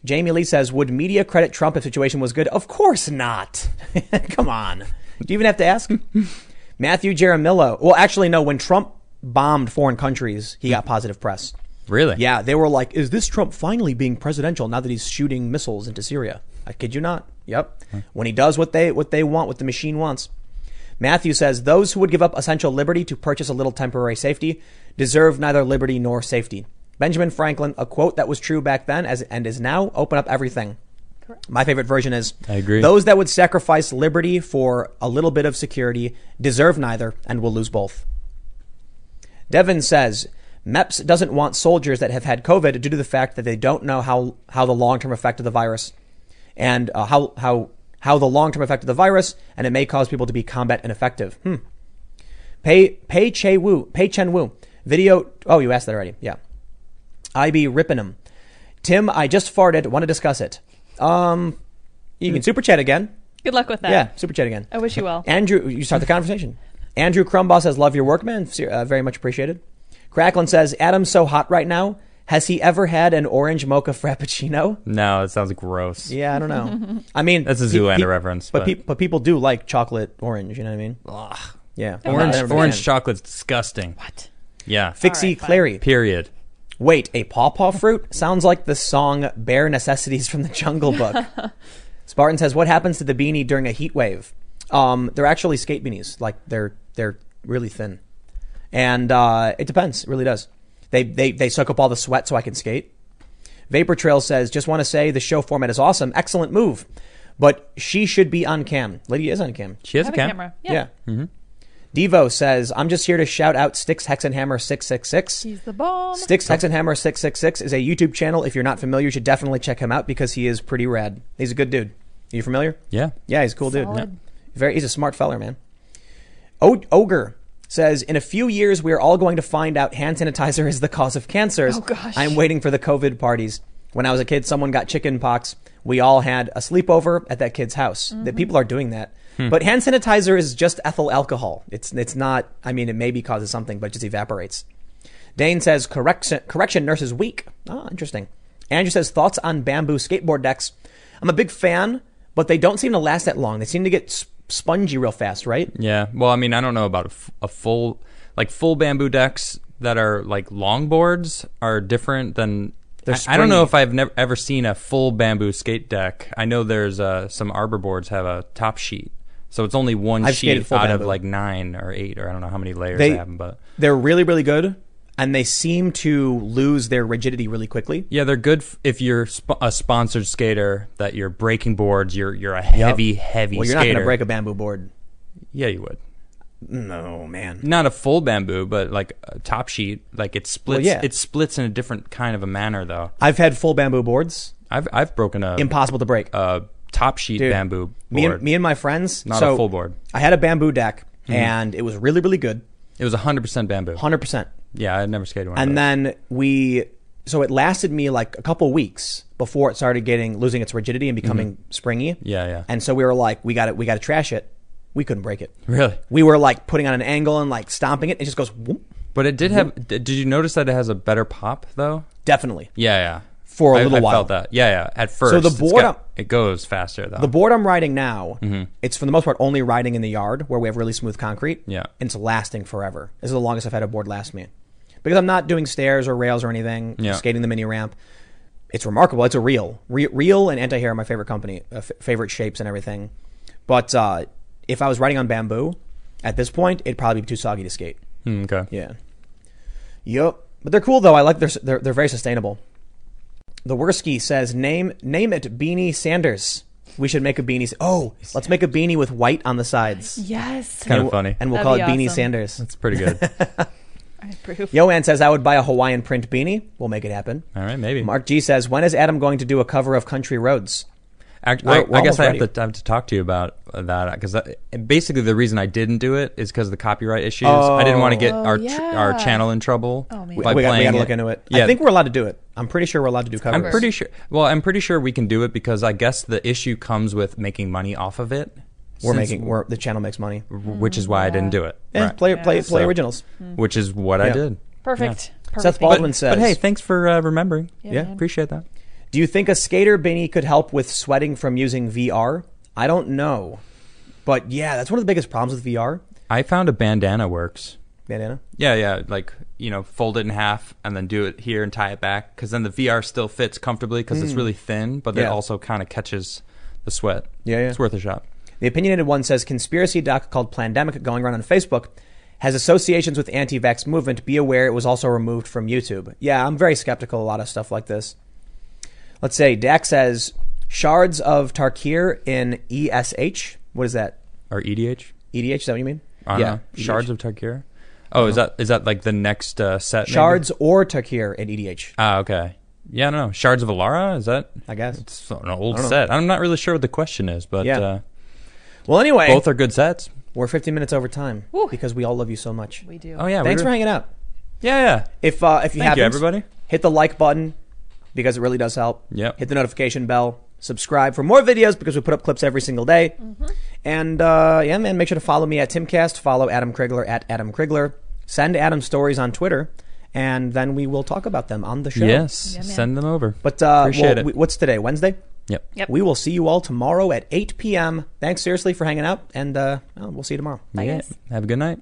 Speaker 1: Jamie Lee says, "Would media credit Trump if situation was good? Of course not. Come on. Do you even have to ask?" Matthew Jeremillo. Well, actually, no. When Trump bombed foreign countries, he got positive press.
Speaker 2: Really?
Speaker 1: Yeah, they were like, "Is this Trump finally being presidential now that he's shooting missiles into Syria?" I kid you not. Yep. When he does what they what they want, what the machine wants. Matthew says, "Those who would give up essential liberty to purchase a little temporary safety deserve neither liberty nor safety." Benjamin Franklin, a quote that was true back then as and is now, open up everything. My favorite version is
Speaker 2: I agree.
Speaker 1: Those that would sacrifice liberty for a little bit of security deserve neither and will lose both. Devin says MEPS doesn't want soldiers that have had COVID due to the fact that they don't know how, how the long term effect of the virus and uh, how, how, how the long term effect of the virus, and it may cause people to be combat ineffective. Hmm. Pei, Pei, Che Wu, Pei Chen Wu. Video. Oh, you asked that already. Yeah. IB Rippenham. Tim, I just farted. Want to discuss it? Um, you can super chat again.
Speaker 3: Good luck with that.
Speaker 1: Yeah, super chat again.
Speaker 3: Hmm. I wish you well.
Speaker 1: Andrew, you start the conversation. Andrew Crumbaugh says, "Love your work, man. Ser- Uh, very much appreciated." Cracklin says, "Adam's so hot right now. Has he ever had an orange mocha frappuccino?"
Speaker 2: No, it sounds gross.
Speaker 1: Yeah, I don't know. I mean,
Speaker 2: That's a
Speaker 1: pe-
Speaker 2: Zoolander
Speaker 1: pe-
Speaker 2: reference,
Speaker 1: but
Speaker 2: but-
Speaker 1: pe- but people do like chocolate orange. You know what I mean?
Speaker 2: Ugh.
Speaker 1: Yeah,
Speaker 2: Orange
Speaker 1: I never
Speaker 2: orange
Speaker 1: understand.
Speaker 2: chocolate's disgusting.
Speaker 3: What?
Speaker 2: Yeah.
Speaker 1: Fixie
Speaker 3: Alright, fine.
Speaker 1: Clary.
Speaker 2: Period.
Speaker 1: Wait, a pawpaw fruit? Sounds like the song Bare Necessities from the Jungle Book. Spartan says, What happens to the beanie during a heat wave? Um, they're actually skate beanies. Like they're they're really thin. And uh, it depends, it really does. They, they they soak up all the sweat so I can skate. Vapor Trail says, just want to say the show format is awesome. Excellent move. But she should be on cam. Lydia is on cam.
Speaker 2: She has
Speaker 3: Have
Speaker 2: a
Speaker 3: a
Speaker 2: cam-
Speaker 3: camera.
Speaker 1: Yeah. Devo says, I'm just here to shout out Sticks Hex and Hammer 666.
Speaker 3: He's the bomb.
Speaker 1: Sticks Hexenhammer six six six is a YouTube channel. If you're not familiar, you should definitely check him out because he is pretty rad. He's a good dude. Are you familiar?
Speaker 2: Yeah.
Speaker 1: Yeah, he's a cool dude.
Speaker 3: Solid.
Speaker 1: Very, he's a smart feller, man. O- Ogre says, in a few years, we are all going to find out hand sanitizer is the cause of cancers.
Speaker 3: Oh, gosh.
Speaker 1: I'm waiting for the COVID parties. When I was a kid, someone got chicken pox. We all had a sleepover at that kid's house.
Speaker 3: Mm-hmm.
Speaker 1: That people are doing that. But hand sanitizer is just ethyl alcohol. It's it's not. I mean, it maybe causes something, but it just evaporates. Dane says correction correction nurse is weak. Ah, interesting. Andrew says thoughts on bamboo skateboard decks. I'm a big fan, but they don't seem to last that long. They seem to get sp- spongy real fast, right?
Speaker 2: Yeah. Well, I mean, I don't know about a, f- a full, like full bamboo decks that are like longboards are different than.
Speaker 1: They're
Speaker 2: I, I don't know
Speaker 1: springy.
Speaker 2: if I've never ever seen a full bamboo skate deck. I know there's uh, some arbor boards have a top sheet, so it's only one
Speaker 1: I've
Speaker 2: sheet
Speaker 1: skated
Speaker 2: out
Speaker 1: full
Speaker 2: of
Speaker 1: bamboo.
Speaker 2: like nine or eight or I don't know how many layers
Speaker 1: They-
Speaker 2: they have. But
Speaker 1: They're really really good, and they seem to lose their rigidity really quickly.
Speaker 2: yeah, they're good f- if you're sp- a sponsored skater that you're breaking boards. You're you're a heavy heavy.
Speaker 1: Well, you're not
Speaker 2: skater.
Speaker 1: going to break a bamboo board.
Speaker 2: Yeah, you would.
Speaker 1: No, man.
Speaker 2: not a full bamboo, but like a top sheet. Like it splits.
Speaker 1: yeah.
Speaker 2: It splits in a different kind of a manner, though.
Speaker 1: I've had full bamboo boards.
Speaker 2: I've I've broken a
Speaker 1: Impossible to break.
Speaker 2: a top sheet
Speaker 1: Dude,
Speaker 2: bamboo
Speaker 1: me
Speaker 2: board.
Speaker 1: and me and my friends.
Speaker 2: not
Speaker 1: so
Speaker 2: a full board.
Speaker 1: I had a bamboo deck, and it was really really good,
Speaker 2: It was hundred percent bamboo.
Speaker 1: hundred percent.
Speaker 2: Yeah, I never skated one. of
Speaker 1: And
Speaker 2: those.
Speaker 1: then we, so it lasted me like a couple weeks before it started getting losing its rigidity and becoming springy.
Speaker 2: Yeah, yeah.
Speaker 1: And so we were like, we got it, we got to trash it. We couldn't break it.
Speaker 2: really,
Speaker 1: We were like putting on an angle and like stomping it. It just goes, whoop,
Speaker 2: but it did have. d- Did you notice that it has a better pop though?
Speaker 1: definitely.
Speaker 2: Yeah, yeah.
Speaker 1: For a
Speaker 2: I-
Speaker 1: little
Speaker 2: I
Speaker 1: while.
Speaker 2: felt that. Yeah, yeah. At first,
Speaker 1: the
Speaker 2: it's
Speaker 1: board
Speaker 2: got-
Speaker 1: up-
Speaker 2: it goes faster though.
Speaker 1: The board I'm riding now,
Speaker 2: Mm-hmm.
Speaker 1: it's for the most part only riding in the yard where we have really smooth concrete.
Speaker 2: Yeah.
Speaker 1: And it's lasting forever. This is the longest I've had a board last me. Because I'm not doing stairs or rails or anything,
Speaker 2: Yeah.
Speaker 1: skating the mini ramp. It's remarkable. It's a reel. Re- reel and anti hair are my favorite company, uh, f- favorite shapes and everything. But uh, if I was riding on bamboo at this point, it'd probably be too soggy to skate.
Speaker 2: Hmm, okay.
Speaker 1: Yeah. Yup. But they're cool though. I like their they're, they're very sustainable. The Worski says name name it Beanie Sanders. We should make a beanie. Oh, let's make a beanie with white on the sides.
Speaker 3: Yes.
Speaker 2: Kinda
Speaker 1: And we'll-
Speaker 2: funny.
Speaker 1: And we'll
Speaker 3: That'd
Speaker 1: call it
Speaker 3: be
Speaker 1: Beanie
Speaker 3: awesome.
Speaker 1: Sanders.
Speaker 2: It's pretty good.
Speaker 3: I approve.
Speaker 1: Yoan says I would buy a Hawaiian print beanie. We'll make it happen.
Speaker 2: All right, maybe.
Speaker 1: Mark G says when is Adam going to do a cover of Country Roads?
Speaker 2: Act-
Speaker 1: We're-
Speaker 2: I,
Speaker 1: we're
Speaker 2: I guess
Speaker 1: almost
Speaker 2: I have
Speaker 1: ready.
Speaker 2: to, I have to talk to you about that because basically the reason I didn't do it is because of the copyright issues. I didn't want to get
Speaker 3: Oh.
Speaker 2: our
Speaker 3: Oh,
Speaker 2: tr-
Speaker 3: yeah.
Speaker 2: our channel in trouble
Speaker 3: Oh, man.
Speaker 1: We,
Speaker 2: by
Speaker 1: we got, we
Speaker 2: playing
Speaker 1: got to look into it.
Speaker 2: Yeah,
Speaker 1: I think we're allowed to do it. I'm pretty sure we're allowed to do covers.
Speaker 2: I'm pretty sure. Well, I'm pretty sure we can do it because I guess the issue comes with making money off of it.
Speaker 1: We're
Speaker 2: since-
Speaker 1: making we're, the channel makes money.
Speaker 2: which is why I
Speaker 3: Mm,
Speaker 2: didn't do it.
Speaker 1: Eh,
Speaker 2: Right.
Speaker 1: Play play play
Speaker 2: So-
Speaker 1: originals.
Speaker 3: Mm-hmm.
Speaker 2: Which is what I
Speaker 1: Yeah.
Speaker 2: did.
Speaker 3: Perfect. Perfect.
Speaker 1: Seth
Speaker 2: But,
Speaker 1: Baldwin says.
Speaker 2: but hey, thanks for uh, remembering.
Speaker 1: Yeah. man.
Speaker 2: appreciate that.
Speaker 1: Do you think a skater beanie could help with sweating from using VR? I don't know. But yeah, that's one of the biggest problems with VR,
Speaker 2: I found a bandana works.
Speaker 1: bandana.
Speaker 2: Yeah, yeah, like you know, fold it in half and then do it here and tie it back because then the VR still fits comfortably because it's really thin, but it
Speaker 1: Hmm. Yeah.
Speaker 2: also kind of catches the the sweat.
Speaker 1: Yeah, yeah.
Speaker 2: It's worth a shot.
Speaker 1: The opinionated one says conspiracy doc called Plandemic going around on Facebook has associations with anti-vax movement. Be aware it was also removed from YouTube. Yeah, I'm very skeptical of a lot of stuff like this. Let's say Dak says shards of Tarkir in ESH. What is that?
Speaker 2: Or EDH?
Speaker 1: EDH? Is that what you mean? E
Speaker 2: I don't know.
Speaker 1: EDH.
Speaker 2: Shards of Tarkir. Oh, is that is that like the next uh, set? maybe?
Speaker 1: Shards or Tarkir in E EDH.
Speaker 2: Ah, okay. Yeah, I don't know. Shards of Alara? Is that?
Speaker 1: I guess.
Speaker 2: It's an old
Speaker 1: I don't know.
Speaker 2: set. I'm not really sure what the question is, but
Speaker 1: Yeah.
Speaker 2: uh,
Speaker 1: Well, anyway,
Speaker 2: both are good sets.
Speaker 1: we're 15 minutes over time
Speaker 3: Whew.
Speaker 1: because we all love you so much.
Speaker 3: We do.
Speaker 2: Oh yeah. we
Speaker 1: Thanks
Speaker 2: were-
Speaker 1: for hanging out.
Speaker 2: Yeah, yeah.
Speaker 1: If uh, if you
Speaker 2: Thank
Speaker 1: have
Speaker 2: you, everybody.
Speaker 1: hit the like button because it really does help.
Speaker 2: Yep.
Speaker 1: Hit the notification bell. Subscribe for more videos because we put up clips every single day.
Speaker 3: Mm-hmm.
Speaker 1: And uh, yeah, man, make sure to follow me at Timcast. Follow Adam Krigler at Adam Krigler. Send Adam stories on Twitter, and then we will talk about them on the show.
Speaker 2: Yes.
Speaker 3: Yeah, man.
Speaker 2: Send them over.
Speaker 1: But uh,
Speaker 2: Appreciate
Speaker 1: well,
Speaker 2: it.
Speaker 1: we, what's today? Wednesday.
Speaker 2: Yep.
Speaker 3: Yep.
Speaker 1: We will see you all tomorrow at 8 p.m. Thanks seriously for hanging out, and uh, well, we'll see you tomorrow.
Speaker 3: Bye,
Speaker 2: Yeah.
Speaker 3: guys.
Speaker 2: Have a good night.